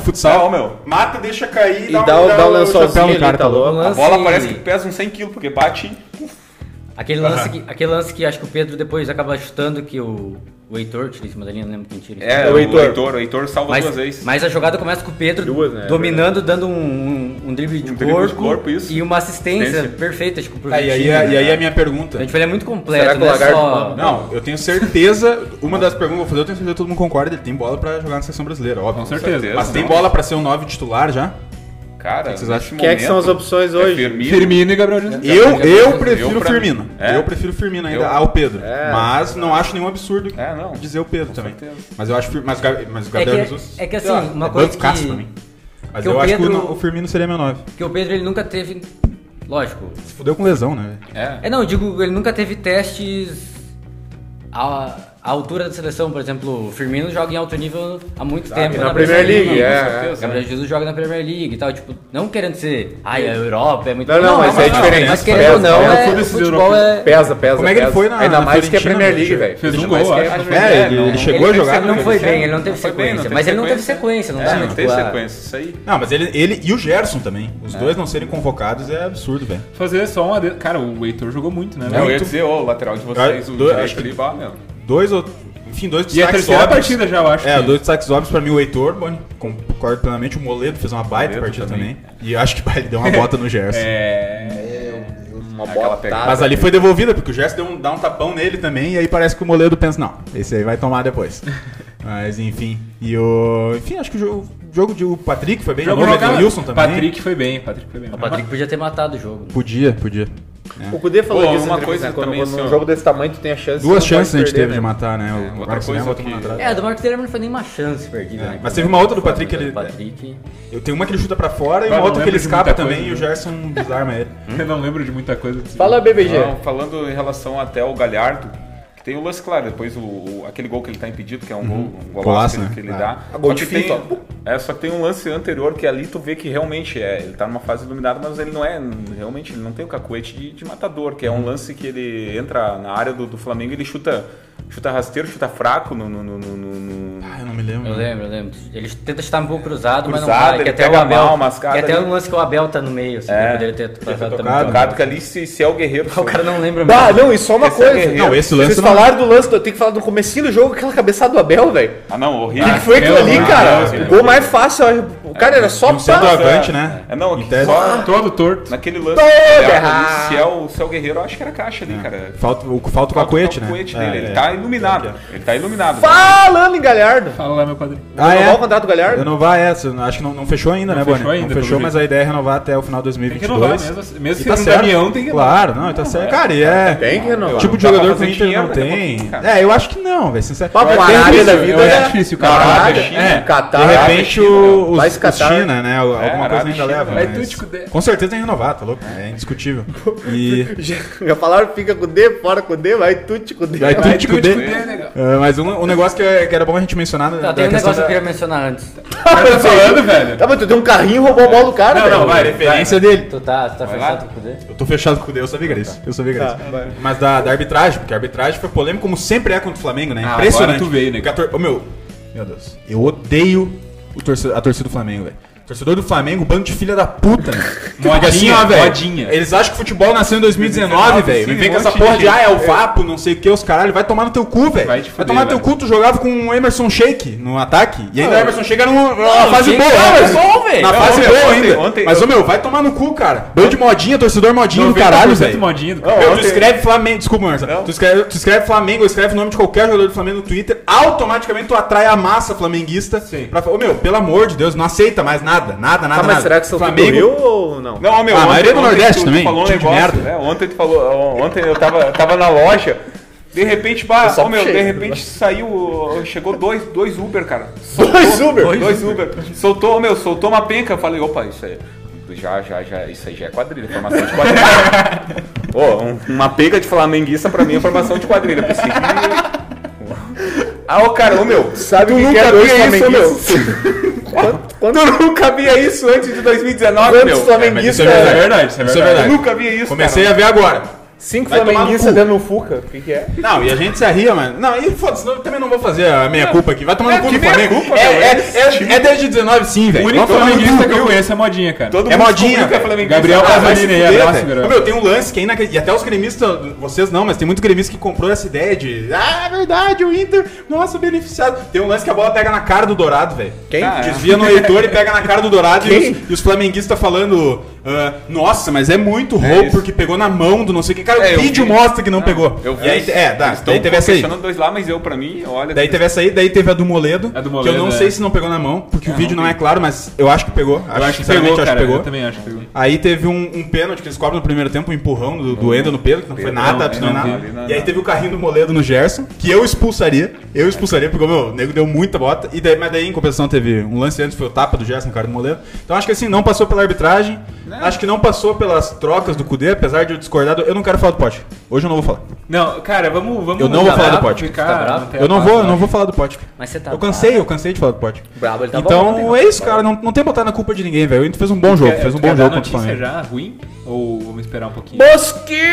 [SPEAKER 2] Não,
[SPEAKER 4] futsal.
[SPEAKER 2] meu.
[SPEAKER 4] Mata, deixa cair um-
[SPEAKER 1] E dá, o- dá o lençolzinho,
[SPEAKER 4] chapéu
[SPEAKER 1] ele
[SPEAKER 4] no cara,
[SPEAKER 1] tá louco.
[SPEAKER 3] louco.
[SPEAKER 2] A bola
[SPEAKER 3] Lance-
[SPEAKER 2] parece que pesa uns 100 kg porque bate.
[SPEAKER 3] Aquele lance, que, aquele lance que acho que o Pedro depois acaba chutando que o, o Heitor tira em cima da linha, não lembro quem tira. em cima.
[SPEAKER 2] É,
[SPEAKER 1] o
[SPEAKER 2] o
[SPEAKER 1] Heitor.
[SPEAKER 2] Heitor. O Heitor, salva duas
[SPEAKER 3] mas,
[SPEAKER 2] vezes.
[SPEAKER 3] mas a jogada começa com o Pedro
[SPEAKER 4] é
[SPEAKER 1] Duas, né?
[SPEAKER 3] dominando, dando um, um, um drible de
[SPEAKER 2] Um drible de
[SPEAKER 3] corpo,
[SPEAKER 2] corpo, isso.
[SPEAKER 3] e uma assistência
[SPEAKER 2] Assistência.
[SPEAKER 3] perfeita, tipo, pro
[SPEAKER 4] Tá, e, aí,
[SPEAKER 3] Vitinho, né?
[SPEAKER 4] e aí a minha pergunta.
[SPEAKER 3] Então, tipo, ele é muito completo,
[SPEAKER 1] Será que o
[SPEAKER 3] não é
[SPEAKER 1] Lagarto
[SPEAKER 3] só...
[SPEAKER 1] manda?
[SPEAKER 4] Não, eu tenho certeza, uma das perguntas que eu vou fazer, eu tenho certeza que todo mundo concorda, ele tem bola pra jogar na seleção brasileira, óbvio.
[SPEAKER 5] Com certeza.
[SPEAKER 2] certeza.
[SPEAKER 4] Mas tem
[SPEAKER 2] Não.
[SPEAKER 4] bola pra ser um 9 titular já?
[SPEAKER 2] Cara,
[SPEAKER 4] vocês acham?
[SPEAKER 2] nesse
[SPEAKER 1] Quem é que são as
[SPEAKER 2] momento,
[SPEAKER 1] opções
[SPEAKER 2] é
[SPEAKER 1] hoje?
[SPEAKER 2] Firmino,
[SPEAKER 5] Firmino e Gabriel Jesus.
[SPEAKER 4] Eu,
[SPEAKER 3] pra-
[SPEAKER 4] eu
[SPEAKER 3] eu
[SPEAKER 4] prefiro o
[SPEAKER 2] pra
[SPEAKER 4] Firmino.
[SPEAKER 2] mim. É.
[SPEAKER 4] Eu prefiro o Firmino ainda
[SPEAKER 2] Eu-
[SPEAKER 4] ao Pedro.
[SPEAKER 1] É.
[SPEAKER 4] Mas não acho nenhum absurdo
[SPEAKER 2] É, não.
[SPEAKER 4] dizer o Pedro também.
[SPEAKER 2] certeza.
[SPEAKER 4] Mas eu acho Fir- mas, o Gab- mas o
[SPEAKER 3] É
[SPEAKER 4] Gabriel
[SPEAKER 3] que,
[SPEAKER 4] Jesus.
[SPEAKER 3] é que assim,
[SPEAKER 4] sei lá,
[SPEAKER 3] uma
[SPEAKER 4] é
[SPEAKER 3] coisa
[SPEAKER 4] bancaço
[SPEAKER 3] que,
[SPEAKER 4] pra mim. Mas
[SPEAKER 3] que
[SPEAKER 4] eu
[SPEAKER 3] o
[SPEAKER 4] acho que o
[SPEAKER 3] Pedro-
[SPEAKER 4] no- o Firmino seria meu 9.
[SPEAKER 3] que o Pedro ele nunca teve... Lógico.
[SPEAKER 4] Se fudeu com lesão, né?
[SPEAKER 3] É, não, eu digo, ele nunca teve testes à, à altura da seleção. Por exemplo, o Firmino joga em alto nível há muito tempo.
[SPEAKER 1] E na Premier League, é. é.
[SPEAKER 3] O Gabriel Jesus joga na Premier League e tal, tipo, não querendo ser, ai, a Europa é muito...
[SPEAKER 1] Não, não, mas é diferente.
[SPEAKER 3] Mas querendo ou não,
[SPEAKER 1] Pesa,
[SPEAKER 3] é,
[SPEAKER 5] pesa.
[SPEAKER 3] o futebol é...
[SPEAKER 1] Pesa, pesa.
[SPEAKER 4] Como é que ele
[SPEAKER 1] pesa.
[SPEAKER 4] foi na-
[SPEAKER 1] Ainda
[SPEAKER 4] na
[SPEAKER 1] mais que é
[SPEAKER 4] Fiorentina,
[SPEAKER 1] Premier
[SPEAKER 4] né?
[SPEAKER 1] League, velho.
[SPEAKER 5] Fez
[SPEAKER 1] Ainda
[SPEAKER 5] um
[SPEAKER 1] mais
[SPEAKER 5] gol,
[SPEAKER 1] que é-
[SPEAKER 5] acho.
[SPEAKER 4] É, ele-
[SPEAKER 2] não-
[SPEAKER 4] ele chegou
[SPEAKER 2] não
[SPEAKER 4] a
[SPEAKER 2] teve
[SPEAKER 4] jogar,
[SPEAKER 2] sequência,
[SPEAKER 3] Não foi bem, ele não
[SPEAKER 2] Não
[SPEAKER 3] teve
[SPEAKER 2] foi bem,
[SPEAKER 3] sequência.
[SPEAKER 2] não teve
[SPEAKER 3] Mas ele não teve
[SPEAKER 2] sequência.
[SPEAKER 3] sequência, não
[SPEAKER 2] É,
[SPEAKER 3] dá,
[SPEAKER 2] não
[SPEAKER 3] tipo,
[SPEAKER 2] tem
[SPEAKER 3] ah,
[SPEAKER 2] sequência, isso aí.
[SPEAKER 4] Não, mas ele, ele e o Gerson também. Os dois não serem convocados é absurdo, velho.
[SPEAKER 5] Fazer só uma. De... Cara, o Heitor jogou muito, né?
[SPEAKER 1] É
[SPEAKER 2] Não, eu ia
[SPEAKER 4] Muito.
[SPEAKER 2] dizer, ó, o lateral de vocês,
[SPEAKER 1] Ah,
[SPEAKER 2] o
[SPEAKER 4] Dois- acho
[SPEAKER 2] direito
[SPEAKER 4] que-
[SPEAKER 2] ali, bah, meu.
[SPEAKER 4] Dois ou. Enfim, dois
[SPEAKER 5] E é a
[SPEAKER 4] destaques
[SPEAKER 5] terceira partida já, eu acho.
[SPEAKER 4] É,
[SPEAKER 5] que-
[SPEAKER 4] dois destaques óbvios pra mim, o Heitor, Boni, concordo plenamente, o Moledo fez uma baita
[SPEAKER 2] Moledo
[SPEAKER 4] partida também.
[SPEAKER 2] também.
[SPEAKER 4] E acho que bah, ele deu uma bota no Gerson.
[SPEAKER 5] É.
[SPEAKER 1] Uma
[SPEAKER 2] Aquela
[SPEAKER 1] botada.
[SPEAKER 2] pegada.
[SPEAKER 4] Mas ali foi devolvida, porque o Gerson deu um, dá um tapão nele também, e aí parece que o Moledo pensa, não, esse aí vai tomar depois. Mas enfim. E o. Enfim, acho que o jogo, o jogo de o Patrick foi bem
[SPEAKER 5] Jogou
[SPEAKER 4] jogou, o
[SPEAKER 5] jogado.
[SPEAKER 4] Edenilson também.
[SPEAKER 5] Patrick foi bem, Patrick foi bem.
[SPEAKER 3] O Patrick podia ter matado o jogo.
[SPEAKER 4] Podia, podia. É.
[SPEAKER 1] O Kudê falou
[SPEAKER 2] Pô,
[SPEAKER 1] disso
[SPEAKER 2] uma
[SPEAKER 1] na entrevista,
[SPEAKER 2] coisa
[SPEAKER 1] né? quando,
[SPEAKER 2] também,
[SPEAKER 1] quando
[SPEAKER 2] assim,
[SPEAKER 1] um
[SPEAKER 2] ó.
[SPEAKER 1] jogo desse tamanho tu tem a chance.
[SPEAKER 4] Duas
[SPEAKER 1] tu não pode
[SPEAKER 4] chances a gente
[SPEAKER 1] perder,
[SPEAKER 4] teve
[SPEAKER 1] né?
[SPEAKER 4] de matar, né? o
[SPEAKER 2] outra
[SPEAKER 4] Marcos Melo
[SPEAKER 2] coisa
[SPEAKER 4] tomou
[SPEAKER 2] que-
[SPEAKER 4] atrás.
[SPEAKER 3] É, a do Marco Telemano foi nem uma chance perdida,
[SPEAKER 4] É,
[SPEAKER 3] né?
[SPEAKER 4] mas teve uma outra do Patrick que ele-
[SPEAKER 3] O Patrick...
[SPEAKER 4] Eu tenho uma que ele chuta pra fora e
[SPEAKER 5] Ah,
[SPEAKER 4] uma
[SPEAKER 5] não
[SPEAKER 4] outra que ele
[SPEAKER 5] lembro de muita
[SPEAKER 4] escapa também
[SPEAKER 5] coisa,
[SPEAKER 4] e o Gerson é um desarma ele.
[SPEAKER 5] Eu não lembro de muita coisa. desse
[SPEAKER 1] Fala, BBG.
[SPEAKER 2] Então, falando em relação até ao Galhardo, que tem o lance, claro, depois o, o- aquele gol que ele tá impedido, que é um gol, um golaço
[SPEAKER 4] Golaço,
[SPEAKER 2] que,
[SPEAKER 4] né?
[SPEAKER 2] que ele
[SPEAKER 4] Ah.
[SPEAKER 2] dá.
[SPEAKER 1] Ah, gol
[SPEAKER 2] Só
[SPEAKER 1] de
[SPEAKER 2] que tem-
[SPEAKER 1] fim,
[SPEAKER 2] É, só que tem um lance anterior que ali tu vê que realmente é, ele tá numa fase iluminada, mas ele não é, realmente, ele não tem o cacuete de, de matador, que é um lance que ele entra na área do, do Flamengo e ele chuta Chuta rasteiro, chuta fraco no. no, no, no- no- no-
[SPEAKER 4] Ah, eu não me lembro.
[SPEAKER 3] Eu lembro, eu lembro. Ele tenta chutar um pouco cruzado, mas não
[SPEAKER 2] Cruzado,
[SPEAKER 3] vai. Que
[SPEAKER 2] ele
[SPEAKER 3] até o
[SPEAKER 2] pega
[SPEAKER 3] Abel.
[SPEAKER 2] mal, mas cara
[SPEAKER 3] que até
[SPEAKER 2] ali-
[SPEAKER 3] o lance que o Abel tá no meio, assim,
[SPEAKER 2] É.
[SPEAKER 3] ele poderia ter tocado
[SPEAKER 4] tocado.
[SPEAKER 3] também.
[SPEAKER 2] Tocado que ali se, se é o guerreiro.
[SPEAKER 3] O cara não lembra
[SPEAKER 4] Ah,
[SPEAKER 1] Bah,
[SPEAKER 3] mesmo.
[SPEAKER 1] não, e só uma
[SPEAKER 2] Esse é
[SPEAKER 1] coisa.
[SPEAKER 2] guerreiro.
[SPEAKER 4] Não, esse lance
[SPEAKER 1] Vocês
[SPEAKER 4] não-
[SPEAKER 1] falaram do lance, eu tenho que falar do comecinho do jogo, aquela cabeçada do Abel, velho.
[SPEAKER 2] Ah, não, horrível.
[SPEAKER 1] O que foi aquilo
[SPEAKER 5] aquela
[SPEAKER 1] ali,
[SPEAKER 5] lá,
[SPEAKER 1] cara?
[SPEAKER 5] nossa,
[SPEAKER 1] O gol mais fácil, eu acho. o cara era só
[SPEAKER 4] E um
[SPEAKER 1] passa.
[SPEAKER 4] centroavante, né?
[SPEAKER 2] É, não,
[SPEAKER 4] Em
[SPEAKER 2] que
[SPEAKER 4] tese.
[SPEAKER 2] só
[SPEAKER 5] Todo torto.
[SPEAKER 2] naquele lance.
[SPEAKER 1] Todo
[SPEAKER 2] do Abel
[SPEAKER 1] errado.
[SPEAKER 2] ali, se, é o, se é o guerreiro, eu acho que era caixa ali, cara.
[SPEAKER 4] Falta, o, falta o cacuete, né?
[SPEAKER 2] O coete dele,
[SPEAKER 4] É,
[SPEAKER 2] ele
[SPEAKER 4] é.
[SPEAKER 2] tá iluminado. Ele tá iluminado.
[SPEAKER 1] Falando em Galhardo.
[SPEAKER 5] Fala lá, meu padrinho.
[SPEAKER 4] Ah,
[SPEAKER 1] Renovar o
[SPEAKER 4] é?
[SPEAKER 1] contrato do Galhardo?
[SPEAKER 4] Renovar essa, acho que é, não, não fechou ainda, né,
[SPEAKER 5] fechou
[SPEAKER 4] Bonner?
[SPEAKER 5] ainda,
[SPEAKER 4] Não fechou,
[SPEAKER 5] pelo
[SPEAKER 4] mas
[SPEAKER 5] jeito.
[SPEAKER 4] a ideia é renovar até o final de
[SPEAKER 5] Tem
[SPEAKER 4] 2022.
[SPEAKER 5] que renovar mesmo. Mesmo
[SPEAKER 4] E
[SPEAKER 5] se
[SPEAKER 4] tá
[SPEAKER 5] tá um
[SPEAKER 4] certo.
[SPEAKER 5] caminhão, tem que
[SPEAKER 4] Claro, não, tá certo. Cara, e é.
[SPEAKER 1] Tem que renovar.
[SPEAKER 4] Tipo de
[SPEAKER 2] Dá pra
[SPEAKER 4] jogador que o
[SPEAKER 2] fazer
[SPEAKER 4] Inter
[SPEAKER 2] dinheiro
[SPEAKER 4] não
[SPEAKER 2] daqui a
[SPEAKER 4] tem.
[SPEAKER 2] pouquinho, cara.
[SPEAKER 4] É, eu acho que não, velho. Sincero.
[SPEAKER 1] Mas pro
[SPEAKER 4] Tem
[SPEAKER 1] Arábia
[SPEAKER 4] isso,
[SPEAKER 1] da vida,
[SPEAKER 5] eu
[SPEAKER 1] né?
[SPEAKER 5] acho difícil,
[SPEAKER 1] Na
[SPEAKER 5] cara.
[SPEAKER 1] Arábia,
[SPEAKER 2] China, é.
[SPEAKER 1] Catar.
[SPEAKER 4] De
[SPEAKER 2] Arábia,
[SPEAKER 4] repente
[SPEAKER 2] China,
[SPEAKER 4] o,
[SPEAKER 1] vai
[SPEAKER 4] os,
[SPEAKER 1] escatar.
[SPEAKER 4] os China, né?
[SPEAKER 2] É,
[SPEAKER 4] o- Alguma coisa
[SPEAKER 2] Arábia,
[SPEAKER 4] ainda
[SPEAKER 2] China,
[SPEAKER 4] leva.
[SPEAKER 5] vai
[SPEAKER 4] mas
[SPEAKER 5] tudo te cuder.
[SPEAKER 4] Com certeza tem que renovar, tá louco? É indiscutível. E.
[SPEAKER 1] Já, já falaram, fica com o D, fora com o D, vai tudo com o D.
[SPEAKER 4] Vai tudo te
[SPEAKER 5] tudo te
[SPEAKER 4] cuder.
[SPEAKER 5] cuder, negão.
[SPEAKER 4] Ah, Mas um, um negócio que, é- que era bom a gente mencionar.
[SPEAKER 3] Tá,
[SPEAKER 4] da
[SPEAKER 3] tem um
[SPEAKER 4] questão
[SPEAKER 3] negócio que eu
[SPEAKER 4] da-
[SPEAKER 3] queria mencionar antes.
[SPEAKER 5] Tá falando, velho.
[SPEAKER 1] Tá, mas tu deu um carrinho e roubou a bola do cara, velho.
[SPEAKER 4] referência dele.
[SPEAKER 3] Tu tá, tu tá
[SPEAKER 2] lá.
[SPEAKER 3] fechado com o poder?
[SPEAKER 4] Eu tô fechado com o Deus, eu sabia disso. Eu sabia disso.
[SPEAKER 1] Tá, vai.
[SPEAKER 4] Mas da, da arbitragem, porque a arbitragem foi polêmica, como sempre é contra o Flamengo, né?
[SPEAKER 5] Ah,
[SPEAKER 4] Impressionante.
[SPEAKER 5] agora tu veio, né?
[SPEAKER 4] 14 Ô, meu. Meu Deus. Eu odeio o torce- a torcida do Flamengo, velho. Torcedor do Flamengo, um bando de filha da puta, né? Fica
[SPEAKER 5] Modinha,
[SPEAKER 4] ó, velho.
[SPEAKER 5] modinha.
[SPEAKER 4] Eles acham que o futebol nasceu em 2019,
[SPEAKER 5] 2019,
[SPEAKER 4] velho.
[SPEAKER 5] sim,
[SPEAKER 4] Vem com
[SPEAKER 5] um
[SPEAKER 4] essa
[SPEAKER 5] monte
[SPEAKER 4] porra
[SPEAKER 5] de
[SPEAKER 4] de, ah,
[SPEAKER 5] gente.
[SPEAKER 4] é o Vapo, não sei o que, os caralho. Vai tomar no teu cu, velho.
[SPEAKER 5] Vai te fuder,
[SPEAKER 4] tomar no teu
[SPEAKER 5] velho.
[SPEAKER 4] cu, tu jogava com o Emerson Shake no ataque. E ainda o Emerson Shake era numa numa fase
[SPEAKER 3] Shake
[SPEAKER 4] boa.
[SPEAKER 3] era
[SPEAKER 4] né?
[SPEAKER 3] bom, velho.
[SPEAKER 4] Na fase
[SPEAKER 2] ontem-
[SPEAKER 4] boa
[SPEAKER 2] ontem-
[SPEAKER 4] ainda.
[SPEAKER 2] ontem-
[SPEAKER 4] Mas, ô, meu, vai tomar no cu, cara. Bando de modinha, torcedor modinho do caralho,
[SPEAKER 5] 90%
[SPEAKER 4] velho.
[SPEAKER 5] modinho do
[SPEAKER 4] Meu,
[SPEAKER 5] cara.
[SPEAKER 4] tu escreve Flamengo, desculpa, Marcelo. Tu escreve, tu escreve Flamengo, escreve o nome de qualquer jogador do Flamengo no Twitter, automaticamente tu atrai a massa flamenguista.
[SPEAKER 5] Sim.
[SPEAKER 4] Pra, ô, meu, pelo amor de Deus, não aceita mais nada, nada, nada.
[SPEAKER 1] Tá, mas
[SPEAKER 4] nada.
[SPEAKER 1] será que são tudo do Rio ou não?
[SPEAKER 2] Não, meu,
[SPEAKER 4] Ah, a maioria do
[SPEAKER 2] ontem
[SPEAKER 4] Nordeste
[SPEAKER 2] tu- tu
[SPEAKER 4] também,
[SPEAKER 2] Falou um
[SPEAKER 4] time de
[SPEAKER 2] negócio,
[SPEAKER 4] merda.
[SPEAKER 2] né? Ontem tu falou, ontem eu tava, eu tava na loja, de repente, bah,
[SPEAKER 1] Pessoal
[SPEAKER 2] ô, meu, de
[SPEAKER 1] cheio.
[SPEAKER 2] repente saiu, chegou dois, dois Uber, cara.
[SPEAKER 1] Dois Uber.
[SPEAKER 2] Dois, Uber. Soltou, ô, meu, soltou uma penca. Eu falei, opa, isso aí. Já, já, já, isso aí já é quadrilha, formação de quadrilha. Ô, um- uma penca de flamenguista pra mim é formação de quadrilha. eu Pensei que. Ah, ô, cara, ô, meu,
[SPEAKER 1] Sabe
[SPEAKER 2] tu
[SPEAKER 1] o que que
[SPEAKER 2] nunca
[SPEAKER 1] é dois
[SPEAKER 2] via isso, ô, meu.
[SPEAKER 1] flamenguistas? Quanto- quanto-
[SPEAKER 2] Tu nunca via isso antes de 2019,
[SPEAKER 1] Quantos
[SPEAKER 2] meu.
[SPEAKER 4] Mas isso
[SPEAKER 1] flamenguistas?
[SPEAKER 4] Ah, é verdade,
[SPEAKER 5] É verdade, isso é
[SPEAKER 4] Isso é
[SPEAKER 2] Eu
[SPEAKER 4] verdade.
[SPEAKER 5] verdade.
[SPEAKER 2] nunca vi isso,
[SPEAKER 4] Comecei
[SPEAKER 2] cara.
[SPEAKER 4] a ver agora.
[SPEAKER 1] Cinco
[SPEAKER 4] Vai tomar no
[SPEAKER 1] flamenguistas
[SPEAKER 4] cu.
[SPEAKER 1] dentro no Fuca. O que, que é?
[SPEAKER 4] Não, e a gente se arria, mano. Não, e foda-se, não, eu também não vou fazer a minha culpa aqui. Vai tomar
[SPEAKER 2] É,
[SPEAKER 4] no cu
[SPEAKER 2] que né?
[SPEAKER 4] do Flamengo.
[SPEAKER 2] meia-culpa,
[SPEAKER 4] é,
[SPEAKER 2] meu,
[SPEAKER 4] é,
[SPEAKER 2] esse time-
[SPEAKER 4] é, é desde 19 sim,
[SPEAKER 5] O
[SPEAKER 4] velho.
[SPEAKER 5] único
[SPEAKER 4] Vamos tomar no
[SPEAKER 5] flamenguista
[SPEAKER 4] cu.
[SPEAKER 5] que eu conheço é modinha, cara.
[SPEAKER 2] Todo
[SPEAKER 4] É
[SPEAKER 2] mundo
[SPEAKER 4] modinha,
[SPEAKER 2] descobriu que é
[SPEAKER 4] velho.
[SPEAKER 2] flamenguista.
[SPEAKER 5] Gabriel
[SPEAKER 2] Ah,
[SPEAKER 5] Casarini.
[SPEAKER 2] mas-
[SPEAKER 5] Casemiro aí,
[SPEAKER 4] Ô,
[SPEAKER 5] abraço,
[SPEAKER 4] meu,
[SPEAKER 5] Gabriel.
[SPEAKER 4] Ô, meu, tem um lance que é inacreditável. E até os gremistas, vocês não, mas tem muito gremista que comprou essa ideia de. Ah, é verdade, o Inter, nossa, beneficiado. Tem um lance que a bola pega na cara do Dourado, velho.
[SPEAKER 1] Quem?
[SPEAKER 2] Ah, é.
[SPEAKER 4] Desvia no Heitor e pega na cara do Dourado e
[SPEAKER 1] Quem?
[SPEAKER 4] os, e os flamenguistas falando: ah, Nossa, mas é muito roubo
[SPEAKER 2] isso.
[SPEAKER 4] porque pegou na mão do não sei o que. Cara,
[SPEAKER 2] É,
[SPEAKER 4] o
[SPEAKER 2] eu
[SPEAKER 4] vídeo
[SPEAKER 2] vi.
[SPEAKER 4] mostra que não pegou.
[SPEAKER 2] Eu vi.
[SPEAKER 4] E aí, é, dá.
[SPEAKER 2] Eles tão
[SPEAKER 4] Daí teve essa aí.
[SPEAKER 2] questionando dois lá, mas eu pra mim, olha.
[SPEAKER 4] Daí teve essa aí, daí teve a do Moledo,
[SPEAKER 5] A do
[SPEAKER 4] que eu
[SPEAKER 5] Moledo,
[SPEAKER 4] não
[SPEAKER 5] é.
[SPEAKER 4] sei se não pegou na mão, porque o vídeo
[SPEAKER 2] não
[SPEAKER 4] não é claro, mas eu acho que pegou.
[SPEAKER 5] Eu acho que
[SPEAKER 4] sinceramente,
[SPEAKER 5] pegou,
[SPEAKER 4] eu acho
[SPEAKER 5] cara.
[SPEAKER 4] que pegou.
[SPEAKER 5] Eu também acho que pegou.
[SPEAKER 4] Aí teve um, um pênalti que eles cobram no primeiro tempo, um empurrão do, do Enda no Pedro, que não foi
[SPEAKER 2] Pedro,
[SPEAKER 4] nada,
[SPEAKER 5] não,
[SPEAKER 4] absolutamente
[SPEAKER 5] não,
[SPEAKER 4] nada.
[SPEAKER 2] não, não,
[SPEAKER 4] e aí
[SPEAKER 2] não.
[SPEAKER 4] teve o carrinho do Moledo no Gerson, que eu expulsaria. Eu expulsaria, porque meu, o nego deu muita bota. E daí, mas daí, em compensação, teve um lance antes, foi o tapa do Gerson, no cara do Moledo. Então acho que assim, não passou pela arbitragem,
[SPEAKER 5] Né?
[SPEAKER 4] acho que não passou pelas trocas do Cudê, apesar de eu discordar. do- Eu não quero falar do pote. Hoje eu não vou falar.
[SPEAKER 5] Não, cara, vamos. vamos
[SPEAKER 4] Eu não vou
[SPEAKER 5] mudar
[SPEAKER 4] falar do
[SPEAKER 5] pra
[SPEAKER 4] pote.
[SPEAKER 5] ficar-
[SPEAKER 3] Tá bravo?
[SPEAKER 5] tem a
[SPEAKER 4] Eu não
[SPEAKER 5] paz,
[SPEAKER 4] vou, eu
[SPEAKER 5] né?
[SPEAKER 4] não vou falar do pote.
[SPEAKER 3] Mas você tá.
[SPEAKER 4] Eu cansei, eu cansei de falar do pote.
[SPEAKER 1] Brabo, ele tá bom,
[SPEAKER 4] Então
[SPEAKER 1] ontem,
[SPEAKER 4] é isso, cara. Não, não tem botar na culpa de ninguém, velho. O Inter fez um bom jogo,
[SPEAKER 5] Quer-
[SPEAKER 4] fez um
[SPEAKER 5] tu
[SPEAKER 4] bom
[SPEAKER 5] quer
[SPEAKER 4] jogo
[SPEAKER 5] dar
[SPEAKER 4] contra o
[SPEAKER 5] notícia
[SPEAKER 4] Flamengo.
[SPEAKER 5] já ruim? Ou vamos esperar um pouquinho?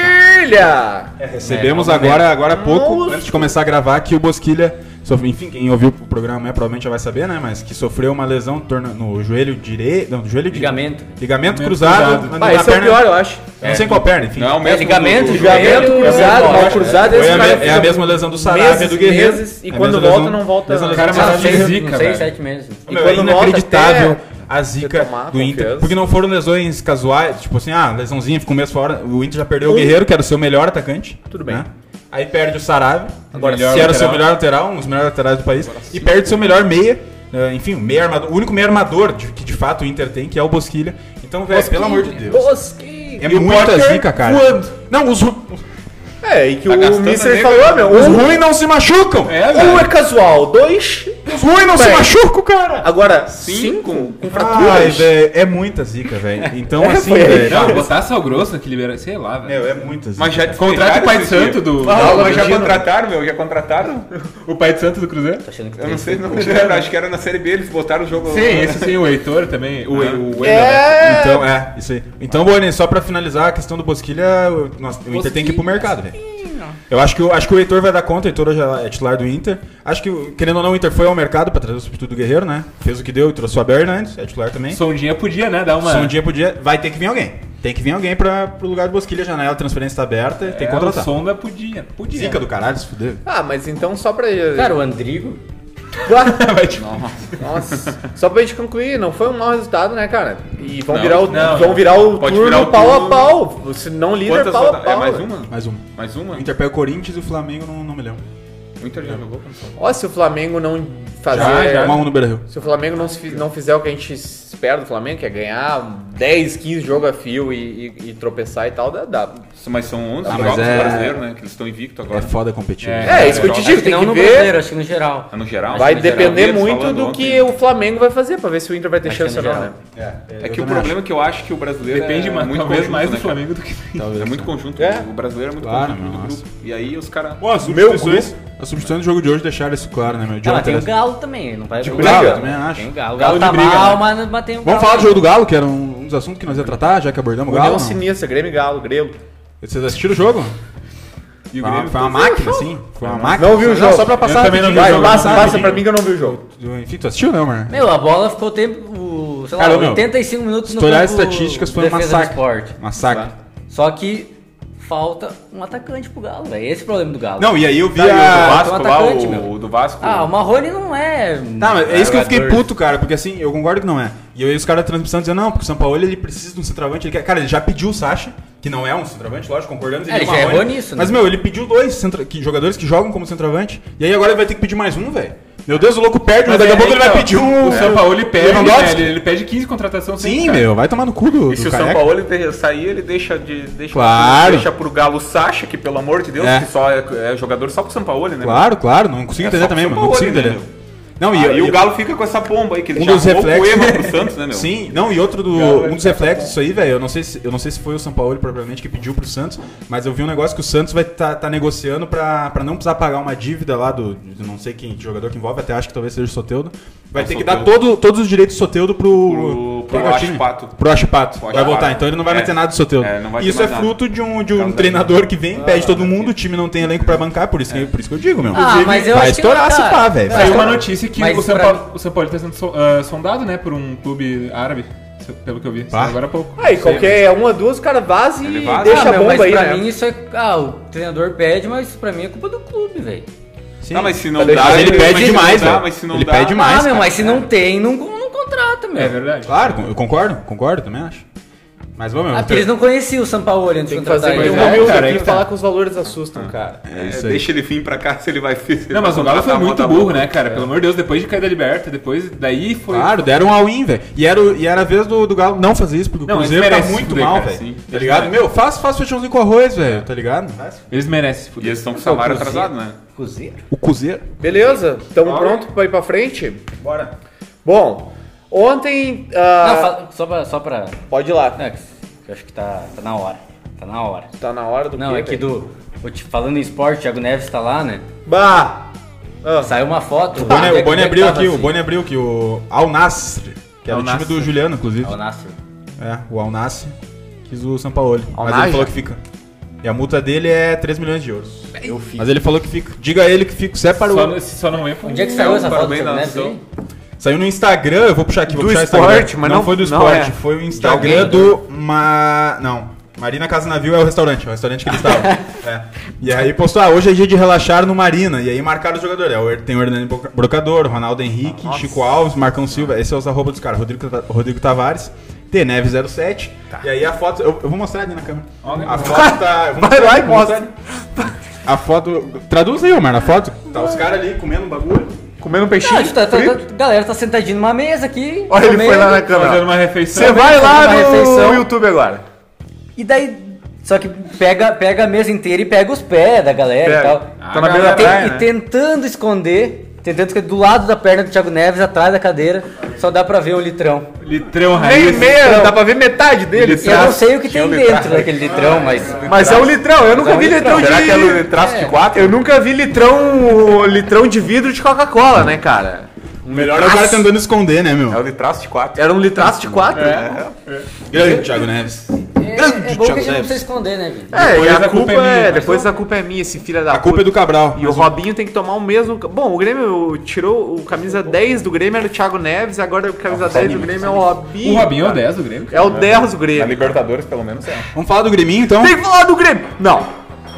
[SPEAKER 1] Bosquilha!
[SPEAKER 4] Recebemos
[SPEAKER 3] É,
[SPEAKER 4] agora, agora há pouco,
[SPEAKER 1] Nossa.
[SPEAKER 4] antes de começar a gravar, que o Bosquilha, sofre- enfim, quem ouviu o programa é, provavelmente já vai saber, né? Mas que sofreu uma lesão no torno- no joelho direito. Não, no joelho direito.
[SPEAKER 3] Ligamento.
[SPEAKER 4] Ligamento
[SPEAKER 5] Ligamento
[SPEAKER 4] cruzado.
[SPEAKER 5] cruzado.
[SPEAKER 4] mas
[SPEAKER 1] Ah,
[SPEAKER 4] na
[SPEAKER 1] esse é o
[SPEAKER 4] perna-
[SPEAKER 1] pior, eu acho.
[SPEAKER 4] Não sei em qual perna, enfim.
[SPEAKER 2] Não, é o
[SPEAKER 3] É,
[SPEAKER 2] mesmo
[SPEAKER 3] ligamento,
[SPEAKER 2] do- do-
[SPEAKER 3] joelho,
[SPEAKER 1] Ligamento
[SPEAKER 4] É
[SPEAKER 1] cruzado,
[SPEAKER 3] joelho,
[SPEAKER 1] mal cruzado,
[SPEAKER 4] Foi
[SPEAKER 1] esse
[SPEAKER 4] a me-
[SPEAKER 1] cara
[SPEAKER 4] é
[SPEAKER 1] fica-
[SPEAKER 4] a mesma lesão do Sarabia
[SPEAKER 1] meses,
[SPEAKER 4] do Guerreiro.
[SPEAKER 1] meses, e
[SPEAKER 4] É a
[SPEAKER 1] quando
[SPEAKER 4] mesma
[SPEAKER 1] volta,
[SPEAKER 4] lesão-
[SPEAKER 1] não volta-
[SPEAKER 4] mesma lesão
[SPEAKER 5] Cara,
[SPEAKER 4] do
[SPEAKER 5] mas
[SPEAKER 4] Sarabia.
[SPEAKER 5] é
[SPEAKER 3] Não, seis,
[SPEAKER 5] zica,
[SPEAKER 3] não, seis
[SPEAKER 5] velho.
[SPEAKER 3] sete meses.
[SPEAKER 4] Meu, é
[SPEAKER 1] quando volta,
[SPEAKER 4] inacreditável
[SPEAKER 1] até
[SPEAKER 4] a zica
[SPEAKER 1] retomar a
[SPEAKER 4] do Inter.
[SPEAKER 1] confiança.
[SPEAKER 4] Porque não foram lesões casuais, tipo assim, ah, lesãozinha, ficou um mês fora. O Inter já perdeu o Guerreiro, que era o seu melhor atacante.
[SPEAKER 1] Um. Tudo bem.
[SPEAKER 4] né? Aí perde o Sarave,
[SPEAKER 5] Agora,
[SPEAKER 4] que
[SPEAKER 5] melhor
[SPEAKER 4] era o seu
[SPEAKER 5] lateral.
[SPEAKER 4] melhor lateral, um dos melhores laterais do país. E perde o seu melhor meia, eh, enfim, o meia armador, o único meia armador de- que de fato o Inter tem, que é o Bosquilha. Então, velho, pelo amor de Deus.
[SPEAKER 1] Bosquilha!
[SPEAKER 4] É
[SPEAKER 5] E o
[SPEAKER 4] muita
[SPEAKER 5] Potter
[SPEAKER 4] zica, cara.
[SPEAKER 5] voando.
[SPEAKER 4] Não, os, ru-
[SPEAKER 1] É, e que
[SPEAKER 2] Tá
[SPEAKER 1] o
[SPEAKER 2] gastando
[SPEAKER 1] Mister
[SPEAKER 2] nele,
[SPEAKER 1] falou, ah, meu,
[SPEAKER 4] os
[SPEAKER 1] um,
[SPEAKER 4] ruins não se machucam. é
[SPEAKER 5] É,
[SPEAKER 1] um
[SPEAKER 5] velho.
[SPEAKER 1] é casual, dois...
[SPEAKER 4] Os ruins não se
[SPEAKER 1] Bem.
[SPEAKER 4] machucam, cara.
[SPEAKER 1] Agora,
[SPEAKER 2] Cinco?
[SPEAKER 1] cinco? Com
[SPEAKER 4] Ai,
[SPEAKER 1] fraturas?
[SPEAKER 4] velho, é muita zica, velho. Então,
[SPEAKER 1] É,
[SPEAKER 4] assim,
[SPEAKER 1] foi aí.
[SPEAKER 4] velho.
[SPEAKER 5] Não, botar sal grosso naquele beira. Sei lá, velho.
[SPEAKER 4] Meu, é muita zica.
[SPEAKER 2] Mas já
[SPEAKER 5] Contrata
[SPEAKER 2] despejaram
[SPEAKER 5] o pai de
[SPEAKER 2] esse dia.
[SPEAKER 5] santo do.
[SPEAKER 2] Ah,
[SPEAKER 5] do
[SPEAKER 2] mas já
[SPEAKER 5] Argentino.
[SPEAKER 2] contrataram, meu, já contrataram?
[SPEAKER 5] O pai de santo do Cruzeiro?
[SPEAKER 3] Achando que
[SPEAKER 2] Eu não
[SPEAKER 3] tem-
[SPEAKER 2] sei, não fizeram, acho que era na Série B, eles botaram o jogo...
[SPEAKER 5] Sim, esse sim, o Heitor também. O, o, o
[SPEAKER 1] É!
[SPEAKER 4] Então, é, isso aí. Então, Boni, só pra finalizar a questão do Bosquilha, o- nossa, o Inter tem que ir pro mercado, velho. Eu acho que, o- acho que o Heitor vai dar conta, o Heitor hoje é titular do Inter. Acho que, o- querendo ou não, o Inter foi ao mercado pra trazer o substituto do Guerreiro, né? Fez o que deu e trouxe o Abel Hernandes, é titular também.
[SPEAKER 5] Sondinha podia, né? Dar uma.
[SPEAKER 4] Só um dia podia. Vai ter que vir alguém. Tem que vir alguém pra, pro lugar do Bosquilha, a janela de transferência tá aberta, tem
[SPEAKER 5] É,
[SPEAKER 4] que
[SPEAKER 5] o
[SPEAKER 4] contratar.
[SPEAKER 5] Sonda podia. Podia.
[SPEAKER 4] Zica do caralho, se fudeu.
[SPEAKER 1] Ah, mas então só pra.
[SPEAKER 3] Cara, o Andrigo.
[SPEAKER 5] Vai, tipo,
[SPEAKER 1] Nossa. Só pra gente concluir, não foi um mau resultado, né, cara? E vão
[SPEAKER 2] Não,
[SPEAKER 1] virar o,
[SPEAKER 5] não,
[SPEAKER 1] vão
[SPEAKER 5] não.
[SPEAKER 1] virar o
[SPEAKER 2] Pode
[SPEAKER 1] turno
[SPEAKER 2] virar o
[SPEAKER 1] pau
[SPEAKER 2] turno.
[SPEAKER 1] a pau. Se não líder,
[SPEAKER 2] Quantas
[SPEAKER 1] pau a
[SPEAKER 2] rodadas?
[SPEAKER 1] pau.
[SPEAKER 2] É mais
[SPEAKER 1] né?
[SPEAKER 2] uma?
[SPEAKER 4] Mais um.
[SPEAKER 2] Mais uma?
[SPEAKER 4] O Inter pega o Corinthians e o Flamengo não, não me lembro.
[SPEAKER 2] O Inter já jogou contra o São Paulo.
[SPEAKER 1] Ó, se o Flamengo não fazer.
[SPEAKER 5] já.
[SPEAKER 4] Um a um no Beira-Rio.
[SPEAKER 1] Se o Flamengo não, se fi- não fizer o que a gente espera do Flamengo, que é ganhar 10, 15 jogos a fio e, e- e tropeçar e tal, dá. dá.
[SPEAKER 2] Mas são 11
[SPEAKER 4] Ah, mas
[SPEAKER 2] jogos
[SPEAKER 4] é-
[SPEAKER 2] do brasileiro, né? Que eles estão invicto
[SPEAKER 4] É
[SPEAKER 2] agora.
[SPEAKER 4] foda competir.
[SPEAKER 2] É.
[SPEAKER 1] É, isso que eu te
[SPEAKER 2] Acho
[SPEAKER 1] digo,
[SPEAKER 3] Acho que
[SPEAKER 1] tem
[SPEAKER 3] não
[SPEAKER 1] que
[SPEAKER 3] um no
[SPEAKER 1] ver.
[SPEAKER 3] brasileiro, acho que no geral.
[SPEAKER 2] Ah, No geral.
[SPEAKER 1] Vai
[SPEAKER 2] no geral.
[SPEAKER 1] depender
[SPEAKER 2] Eles
[SPEAKER 1] muito
[SPEAKER 2] falando
[SPEAKER 1] do
[SPEAKER 2] ontem.
[SPEAKER 1] que o Flamengo vai fazer, pra ver se o Inter vai ter
[SPEAKER 3] Acho
[SPEAKER 1] chance
[SPEAKER 3] que
[SPEAKER 1] ou
[SPEAKER 3] é no
[SPEAKER 1] não, né?
[SPEAKER 3] geral.
[SPEAKER 2] É que o problema é que eu acho que o brasileiro
[SPEAKER 5] Depende
[SPEAKER 2] é
[SPEAKER 5] mais,
[SPEAKER 2] muito
[SPEAKER 5] talvez mais do
[SPEAKER 2] né, cara?
[SPEAKER 5] Flamengo do que.
[SPEAKER 4] Talvez.
[SPEAKER 2] É muito conjunto.
[SPEAKER 1] É.
[SPEAKER 2] O brasileiro é muito
[SPEAKER 4] Claro,
[SPEAKER 2] conjunto do
[SPEAKER 4] nossa.
[SPEAKER 2] grupo. E aí os caras.
[SPEAKER 5] Pô, as
[SPEAKER 4] Meu grupo,
[SPEAKER 5] substituições-
[SPEAKER 4] a substituição do jogo de hoje deixaram isso claro, né, meu?
[SPEAKER 3] Ah, mas
[SPEAKER 4] Jonathan-
[SPEAKER 3] tem o Galo também, não vai
[SPEAKER 1] De
[SPEAKER 3] o
[SPEAKER 1] briga,
[SPEAKER 3] Galo.
[SPEAKER 4] também acho.
[SPEAKER 3] Tem o Galo. O Galo
[SPEAKER 5] Galo
[SPEAKER 3] tá
[SPEAKER 5] de briga,
[SPEAKER 3] mal,
[SPEAKER 5] né?
[SPEAKER 3] mas, mas tem o Galo.
[SPEAKER 4] Vamos falar do jogo do Galo, que era um, um dos assuntos que nós ia tratar, já que abordamos o Galo.
[SPEAKER 1] União
[SPEAKER 4] não?
[SPEAKER 1] Sinistra, Grêmio e Galo, Grêmio.
[SPEAKER 4] Vocês assistiram o jogo?
[SPEAKER 5] E
[SPEAKER 4] Foi
[SPEAKER 5] o
[SPEAKER 4] uma,
[SPEAKER 5] Grêmio
[SPEAKER 4] foi uma máquina, assim. Foi uma máquina.
[SPEAKER 1] Não vi o jogo.
[SPEAKER 4] Só pra
[SPEAKER 5] Eu
[SPEAKER 4] passar.
[SPEAKER 5] também não
[SPEAKER 4] rapidinho.
[SPEAKER 5] vi o
[SPEAKER 1] Vai,
[SPEAKER 5] jogo,
[SPEAKER 1] passa,
[SPEAKER 5] não,
[SPEAKER 1] passa
[SPEAKER 5] rapidinho.
[SPEAKER 1] pra mim que eu não vi o jogo.
[SPEAKER 4] Enfim, tu assistiu, né, não, mano?
[SPEAKER 3] Meu, a bola ficou o tempo, sei lá,
[SPEAKER 4] Cara, meu,
[SPEAKER 3] 85 minutos
[SPEAKER 4] Se
[SPEAKER 3] no
[SPEAKER 4] tu olhar as
[SPEAKER 3] campo
[SPEAKER 4] estatísticas, foi um
[SPEAKER 3] defesa do
[SPEAKER 4] massacre.
[SPEAKER 3] esporte.
[SPEAKER 4] Massacre.
[SPEAKER 3] Só que falta um atacante pro Galo, velho. Esse é o problema do Galo.
[SPEAKER 4] Não, e aí eu vi
[SPEAKER 2] Tá, e o
[SPEAKER 4] a...
[SPEAKER 2] do
[SPEAKER 3] tem
[SPEAKER 2] Vasco
[SPEAKER 3] um
[SPEAKER 2] lá,
[SPEAKER 3] atacante,
[SPEAKER 2] o,
[SPEAKER 3] meu.
[SPEAKER 2] o do Vasco.
[SPEAKER 3] Ah, o Marrone não é.
[SPEAKER 4] Tá, mas é isso que eu fiquei
[SPEAKER 3] jogador.
[SPEAKER 4] puto, cara, porque assim, eu concordo que não é. E aí os caras da transmissão dizendo, não, porque o São Paulo ele precisa de um centroavante. Ele quer... Cara, ele já pediu o Sacha, que não é um centroavante, lógico, concordamos.
[SPEAKER 3] É, ele
[SPEAKER 4] deu
[SPEAKER 3] já
[SPEAKER 4] Marrone.
[SPEAKER 3] errou nisso, né?
[SPEAKER 4] Mas, meu, ele pediu dois centra- que- jogadores que jogam como centroavante, e aí agora ele vai ter que pedir mais um, velho. Meu Deus, o louco perde, mas
[SPEAKER 5] Mas
[SPEAKER 4] daqui
[SPEAKER 5] é,
[SPEAKER 4] a pouco ele vai
[SPEAKER 5] então,
[SPEAKER 4] pedir um...
[SPEAKER 5] O São Paulo ele pede,
[SPEAKER 4] Lewandowski.
[SPEAKER 5] né? ele, ele pede 15 contratações.
[SPEAKER 4] Sim, meu, vai tomar no cu do,
[SPEAKER 2] E se
[SPEAKER 4] do
[SPEAKER 2] o São
[SPEAKER 4] careca.
[SPEAKER 2] Paulo ele sair, ele deixa de. Deixa,
[SPEAKER 4] Claro.
[SPEAKER 2] deixa pro Galo Sacha, que pelo amor de Deus,
[SPEAKER 4] É.
[SPEAKER 2] que só é, é jogador só pro São Paulo, né?
[SPEAKER 4] Claro, claro, não consigo
[SPEAKER 2] É
[SPEAKER 4] entender
[SPEAKER 2] só
[SPEAKER 4] também,
[SPEAKER 2] São
[SPEAKER 4] mano, não
[SPEAKER 2] Paulo,
[SPEAKER 4] consigo
[SPEAKER 2] né,
[SPEAKER 4] entender.
[SPEAKER 2] meu?
[SPEAKER 4] Não,
[SPEAKER 2] E, e o Galo fica com essa pomba aí, que ele
[SPEAKER 4] um
[SPEAKER 2] já
[SPEAKER 4] dos
[SPEAKER 2] arrumou
[SPEAKER 4] reflexos.
[SPEAKER 2] o erro pro Santos, né, meu?
[SPEAKER 4] Sim, não, e outro do. Um dos reflexos disso aí, velho. Eu não sei se eu não sei se foi o São Paulo propriamente que pediu pro Santos, mas eu vi um negócio que o Santos vai tá, tá negociando pra, pra não precisar pagar uma dívida lá do, do não sei quem que jogador que envolve, até acho que talvez seja o Soteudo. Vai
[SPEAKER 2] É o
[SPEAKER 4] ter que dar
[SPEAKER 2] Soteldo.
[SPEAKER 4] todo, todos os direitos do Soteudo pro.
[SPEAKER 2] Pro- pro
[SPEAKER 4] qual time?
[SPEAKER 2] Achipato.
[SPEAKER 4] Pro Achipato.
[SPEAKER 2] Pro
[SPEAKER 4] Vai
[SPEAKER 2] Achipato.
[SPEAKER 4] voltar, então ele não vai
[SPEAKER 2] É.
[SPEAKER 4] manter nada do Soteudo.
[SPEAKER 2] É, não vai ter
[SPEAKER 4] isso é
[SPEAKER 2] mais nada.
[SPEAKER 4] fruto de um, de um
[SPEAKER 2] Causa- Ah,
[SPEAKER 4] treinador que vem, pede todo mundo, o time não tem elenco pra bancar, por
[SPEAKER 2] É.
[SPEAKER 4] isso, que, por isso que eu digo, meu.
[SPEAKER 3] Ah, mas eu
[SPEAKER 4] vai
[SPEAKER 3] acho que
[SPEAKER 4] estourar
[SPEAKER 3] não,
[SPEAKER 4] se
[SPEAKER 3] cara.
[SPEAKER 4] pá, velho.
[SPEAKER 5] Saiu uma notícia que
[SPEAKER 3] Mas
[SPEAKER 5] o São,
[SPEAKER 3] pra-
[SPEAKER 5] Paulo, o São Paulo tá sendo so- ah, sondado, né, por um clube árabe, se- pelo que eu vi.
[SPEAKER 4] Pá.
[SPEAKER 5] Agora há pouco.
[SPEAKER 1] Aí, qualquer uma, duas, o cara vaza
[SPEAKER 2] Ele
[SPEAKER 1] e
[SPEAKER 2] vaza.
[SPEAKER 1] deixa
[SPEAKER 3] ah,
[SPEAKER 1] a
[SPEAKER 3] meu,
[SPEAKER 1] bomba
[SPEAKER 3] mas
[SPEAKER 1] aí,
[SPEAKER 3] pra
[SPEAKER 1] né?
[SPEAKER 3] mim isso é. Ah, o treinador pede, mas pra mim é culpa do clube, velho.
[SPEAKER 4] Sim.
[SPEAKER 2] Não, mas se não
[SPEAKER 1] Mas
[SPEAKER 2] dá.
[SPEAKER 4] Mas ele
[SPEAKER 2] mas se
[SPEAKER 4] pede
[SPEAKER 2] não
[SPEAKER 4] demais,
[SPEAKER 2] dá,
[SPEAKER 4] velho.
[SPEAKER 2] Mas se não
[SPEAKER 4] Ele
[SPEAKER 2] dá,
[SPEAKER 4] pede demais.
[SPEAKER 3] ah, meu,
[SPEAKER 4] cara.
[SPEAKER 3] mas se não tem, não, não contrata, meu.
[SPEAKER 5] É verdade.
[SPEAKER 4] Claro, eu concordo, concordo, também acho. Mas vamos,
[SPEAKER 3] Ah, porque eles não conheciam o Sampaoli antes de
[SPEAKER 1] Tem que
[SPEAKER 3] contratar
[SPEAKER 1] fazer um.
[SPEAKER 5] Pois
[SPEAKER 1] mil
[SPEAKER 3] ele.
[SPEAKER 5] é,
[SPEAKER 1] mil
[SPEAKER 5] cara, aí
[SPEAKER 1] aqui
[SPEAKER 5] que tá.
[SPEAKER 1] falar que os valores assustam, cara.
[SPEAKER 2] É,
[SPEAKER 4] isso aí.
[SPEAKER 2] deixa ele vir pra cá se ele vai. se ele
[SPEAKER 5] Não, mas o
[SPEAKER 2] vai
[SPEAKER 5] Galo foi
[SPEAKER 2] contratar,
[SPEAKER 5] muito
[SPEAKER 2] bota a
[SPEAKER 5] burro,
[SPEAKER 2] bola.
[SPEAKER 5] né, cara? Pelo amor de Deus, depois de cair da Liberta, depois daí foi...
[SPEAKER 4] Claro, deram um all-in, velho. E era, o- e era a vez do, do Galo não fazer isso, porque
[SPEAKER 5] Não,
[SPEAKER 4] o
[SPEAKER 5] eles
[SPEAKER 4] Cruzeiro tá
[SPEAKER 5] merecem se
[SPEAKER 4] muito
[SPEAKER 5] fuder,
[SPEAKER 4] mal,
[SPEAKER 5] cara,
[SPEAKER 4] velho.
[SPEAKER 5] sim.
[SPEAKER 4] Tá ligado? Meu, faz, faz feijãozinho com arroz, velho, tá ligado?
[SPEAKER 5] Eles merecem se
[SPEAKER 2] E
[SPEAKER 5] fuder.
[SPEAKER 2] eles estão com o salário
[SPEAKER 3] Cruzeiro.
[SPEAKER 2] atrasado, né?
[SPEAKER 3] Cruzeiro?
[SPEAKER 4] O Cruzeiro.
[SPEAKER 1] Beleza, tamo pronto pra ir pra frente?
[SPEAKER 4] Bora.
[SPEAKER 1] Bom, ontem.
[SPEAKER 3] Não,
[SPEAKER 1] ah,
[SPEAKER 3] fa- só pra. Só pra
[SPEAKER 1] Pode ir lá.
[SPEAKER 3] não, que eu acho que tá, tá na hora. Tá na hora.
[SPEAKER 1] Tá na hora do
[SPEAKER 3] Não,
[SPEAKER 1] quê,
[SPEAKER 3] é que
[SPEAKER 1] velho?
[SPEAKER 3] do. vou te- Falando em esporte, o Thiago Neves tá lá, né?
[SPEAKER 1] Bah! Ah,
[SPEAKER 3] Saiu uma foto.
[SPEAKER 4] O Boni,
[SPEAKER 3] Onde é
[SPEAKER 4] o Boni
[SPEAKER 3] que
[SPEAKER 4] abriu
[SPEAKER 3] tava,
[SPEAKER 4] aqui, o
[SPEAKER 3] assim?
[SPEAKER 4] Boni abriu aqui, o Al Nassr, que era
[SPEAKER 5] Al
[SPEAKER 4] o time do
[SPEAKER 5] Nassr.
[SPEAKER 4] Juliano, inclusive.
[SPEAKER 3] É o Nasser.
[SPEAKER 4] É, o Al Nassr quis o Sampaoli.
[SPEAKER 1] Al
[SPEAKER 4] Mas ele
[SPEAKER 1] Nassr?
[SPEAKER 4] falou que fica. E a multa dele é 3 milhões de euros. Eu fico. Mas ele falou que fica. Diga a ele que fica. Separa
[SPEAKER 5] Só,
[SPEAKER 4] o.
[SPEAKER 5] não- só não vem pra
[SPEAKER 3] Onde é que saiu essa foto do
[SPEAKER 2] parabéns,
[SPEAKER 3] Thiago Neves
[SPEAKER 2] Nassr.
[SPEAKER 3] aí?
[SPEAKER 4] Saiu no Instagram, eu vou puxar aqui, vou
[SPEAKER 1] Do
[SPEAKER 4] puxar o
[SPEAKER 1] esporte,
[SPEAKER 4] Instagram.
[SPEAKER 1] mas não-
[SPEAKER 4] foi do
[SPEAKER 1] não
[SPEAKER 4] esporte,
[SPEAKER 1] é.
[SPEAKER 4] foi o Instagram
[SPEAKER 3] De alguém,
[SPEAKER 4] do Ma... não, Marina Casa Navio é o restaurante, é o restaurante que eles estavam. É. E aí postou, ah, hoje é dia de relaxar no Marina, e aí marcaram os jogadores, É, o- tem o Hernani Boca- Brocador, Ronaldo Henrique, Chico Alves, Marcão Silva, esses são os arroba dos caras, Rodrigo, Ta- Rodrigo Tavares, T Neves 07, e aí a foto, eu, eu vou mostrar ali na câmera, a foto tá... eu vou
[SPEAKER 1] Vai lá e
[SPEAKER 4] eu vou
[SPEAKER 1] mostra.
[SPEAKER 4] mostrar ali. A foto, traduz aí, Omar, a foto, tá os caras ali comendo um bagulho,
[SPEAKER 1] comendo um peixinho.
[SPEAKER 3] Não, a gente tá- tá-
[SPEAKER 1] frito.
[SPEAKER 3] tá- galera tá sentadinha numa mesa aqui.
[SPEAKER 1] Olha, ele
[SPEAKER 3] comendo,
[SPEAKER 1] foi lá na
[SPEAKER 5] Tá Fazendo
[SPEAKER 1] câmera.
[SPEAKER 5] uma refeição.
[SPEAKER 1] Você vai lá
[SPEAKER 3] Uma
[SPEAKER 1] no
[SPEAKER 3] refeição.
[SPEAKER 1] YouTube agora.
[SPEAKER 3] E daí. Só que pega, pega a mesa inteira e pega os pés da galera
[SPEAKER 1] Pega.
[SPEAKER 3] e tal.
[SPEAKER 1] Tá na
[SPEAKER 3] E
[SPEAKER 1] beira da
[SPEAKER 3] tem-
[SPEAKER 1] praia,
[SPEAKER 3] E
[SPEAKER 1] né?
[SPEAKER 3] tentando esconder. Tentando esconder do lado da perna do Thiago Neves, atrás da cadeira, só dá pra ver o litrão.
[SPEAKER 5] Litrão
[SPEAKER 1] Nem
[SPEAKER 5] raiz.
[SPEAKER 1] meia, dá pra ver metade dele.
[SPEAKER 3] E eu não sei o que tem dentro daquele litrão, mas.
[SPEAKER 1] Mas é um litrão, eu nunca
[SPEAKER 3] é um
[SPEAKER 1] vi litrão
[SPEAKER 3] litrão.
[SPEAKER 1] de.
[SPEAKER 2] Será que é no traço de quatro?
[SPEAKER 1] Eu nunca vi litrão, litrão de vidro de Coca-Cola, né, cara?
[SPEAKER 4] o melhor é o cara tentando esconder, né, meu?
[SPEAKER 2] É o de traço de quatro.
[SPEAKER 1] Era um litraço de quatro.
[SPEAKER 4] Grande Thiago Neves.
[SPEAKER 3] É,
[SPEAKER 4] Grande
[SPEAKER 3] é bom que a
[SPEAKER 4] Thiago
[SPEAKER 3] gente não precisa
[SPEAKER 4] Neves.
[SPEAKER 3] esconder, né, Vini?
[SPEAKER 1] É,
[SPEAKER 5] Depois
[SPEAKER 1] e a,
[SPEAKER 5] a
[SPEAKER 1] culpa,
[SPEAKER 5] culpa é
[SPEAKER 1] é,
[SPEAKER 5] minha, mas
[SPEAKER 1] depois a culpa é minha, esse filho da
[SPEAKER 4] A culpa é do Cabral.
[SPEAKER 1] E o Robinho tem que tomar o mesmo. Bom, o Grêmio tirou o camisa 10 do Grêmio, era o Thiago Neves, agora o camisa 10 do Grêmio é o Robinho.
[SPEAKER 5] O Robinho é o 10 do Grêmio.
[SPEAKER 1] É o 10 do
[SPEAKER 2] Na
[SPEAKER 1] Grêmio.
[SPEAKER 2] Libertadores, pelo menos, é.
[SPEAKER 4] Vamos falar do Greminho, então?
[SPEAKER 1] Tem que falar do Grêmio! Não.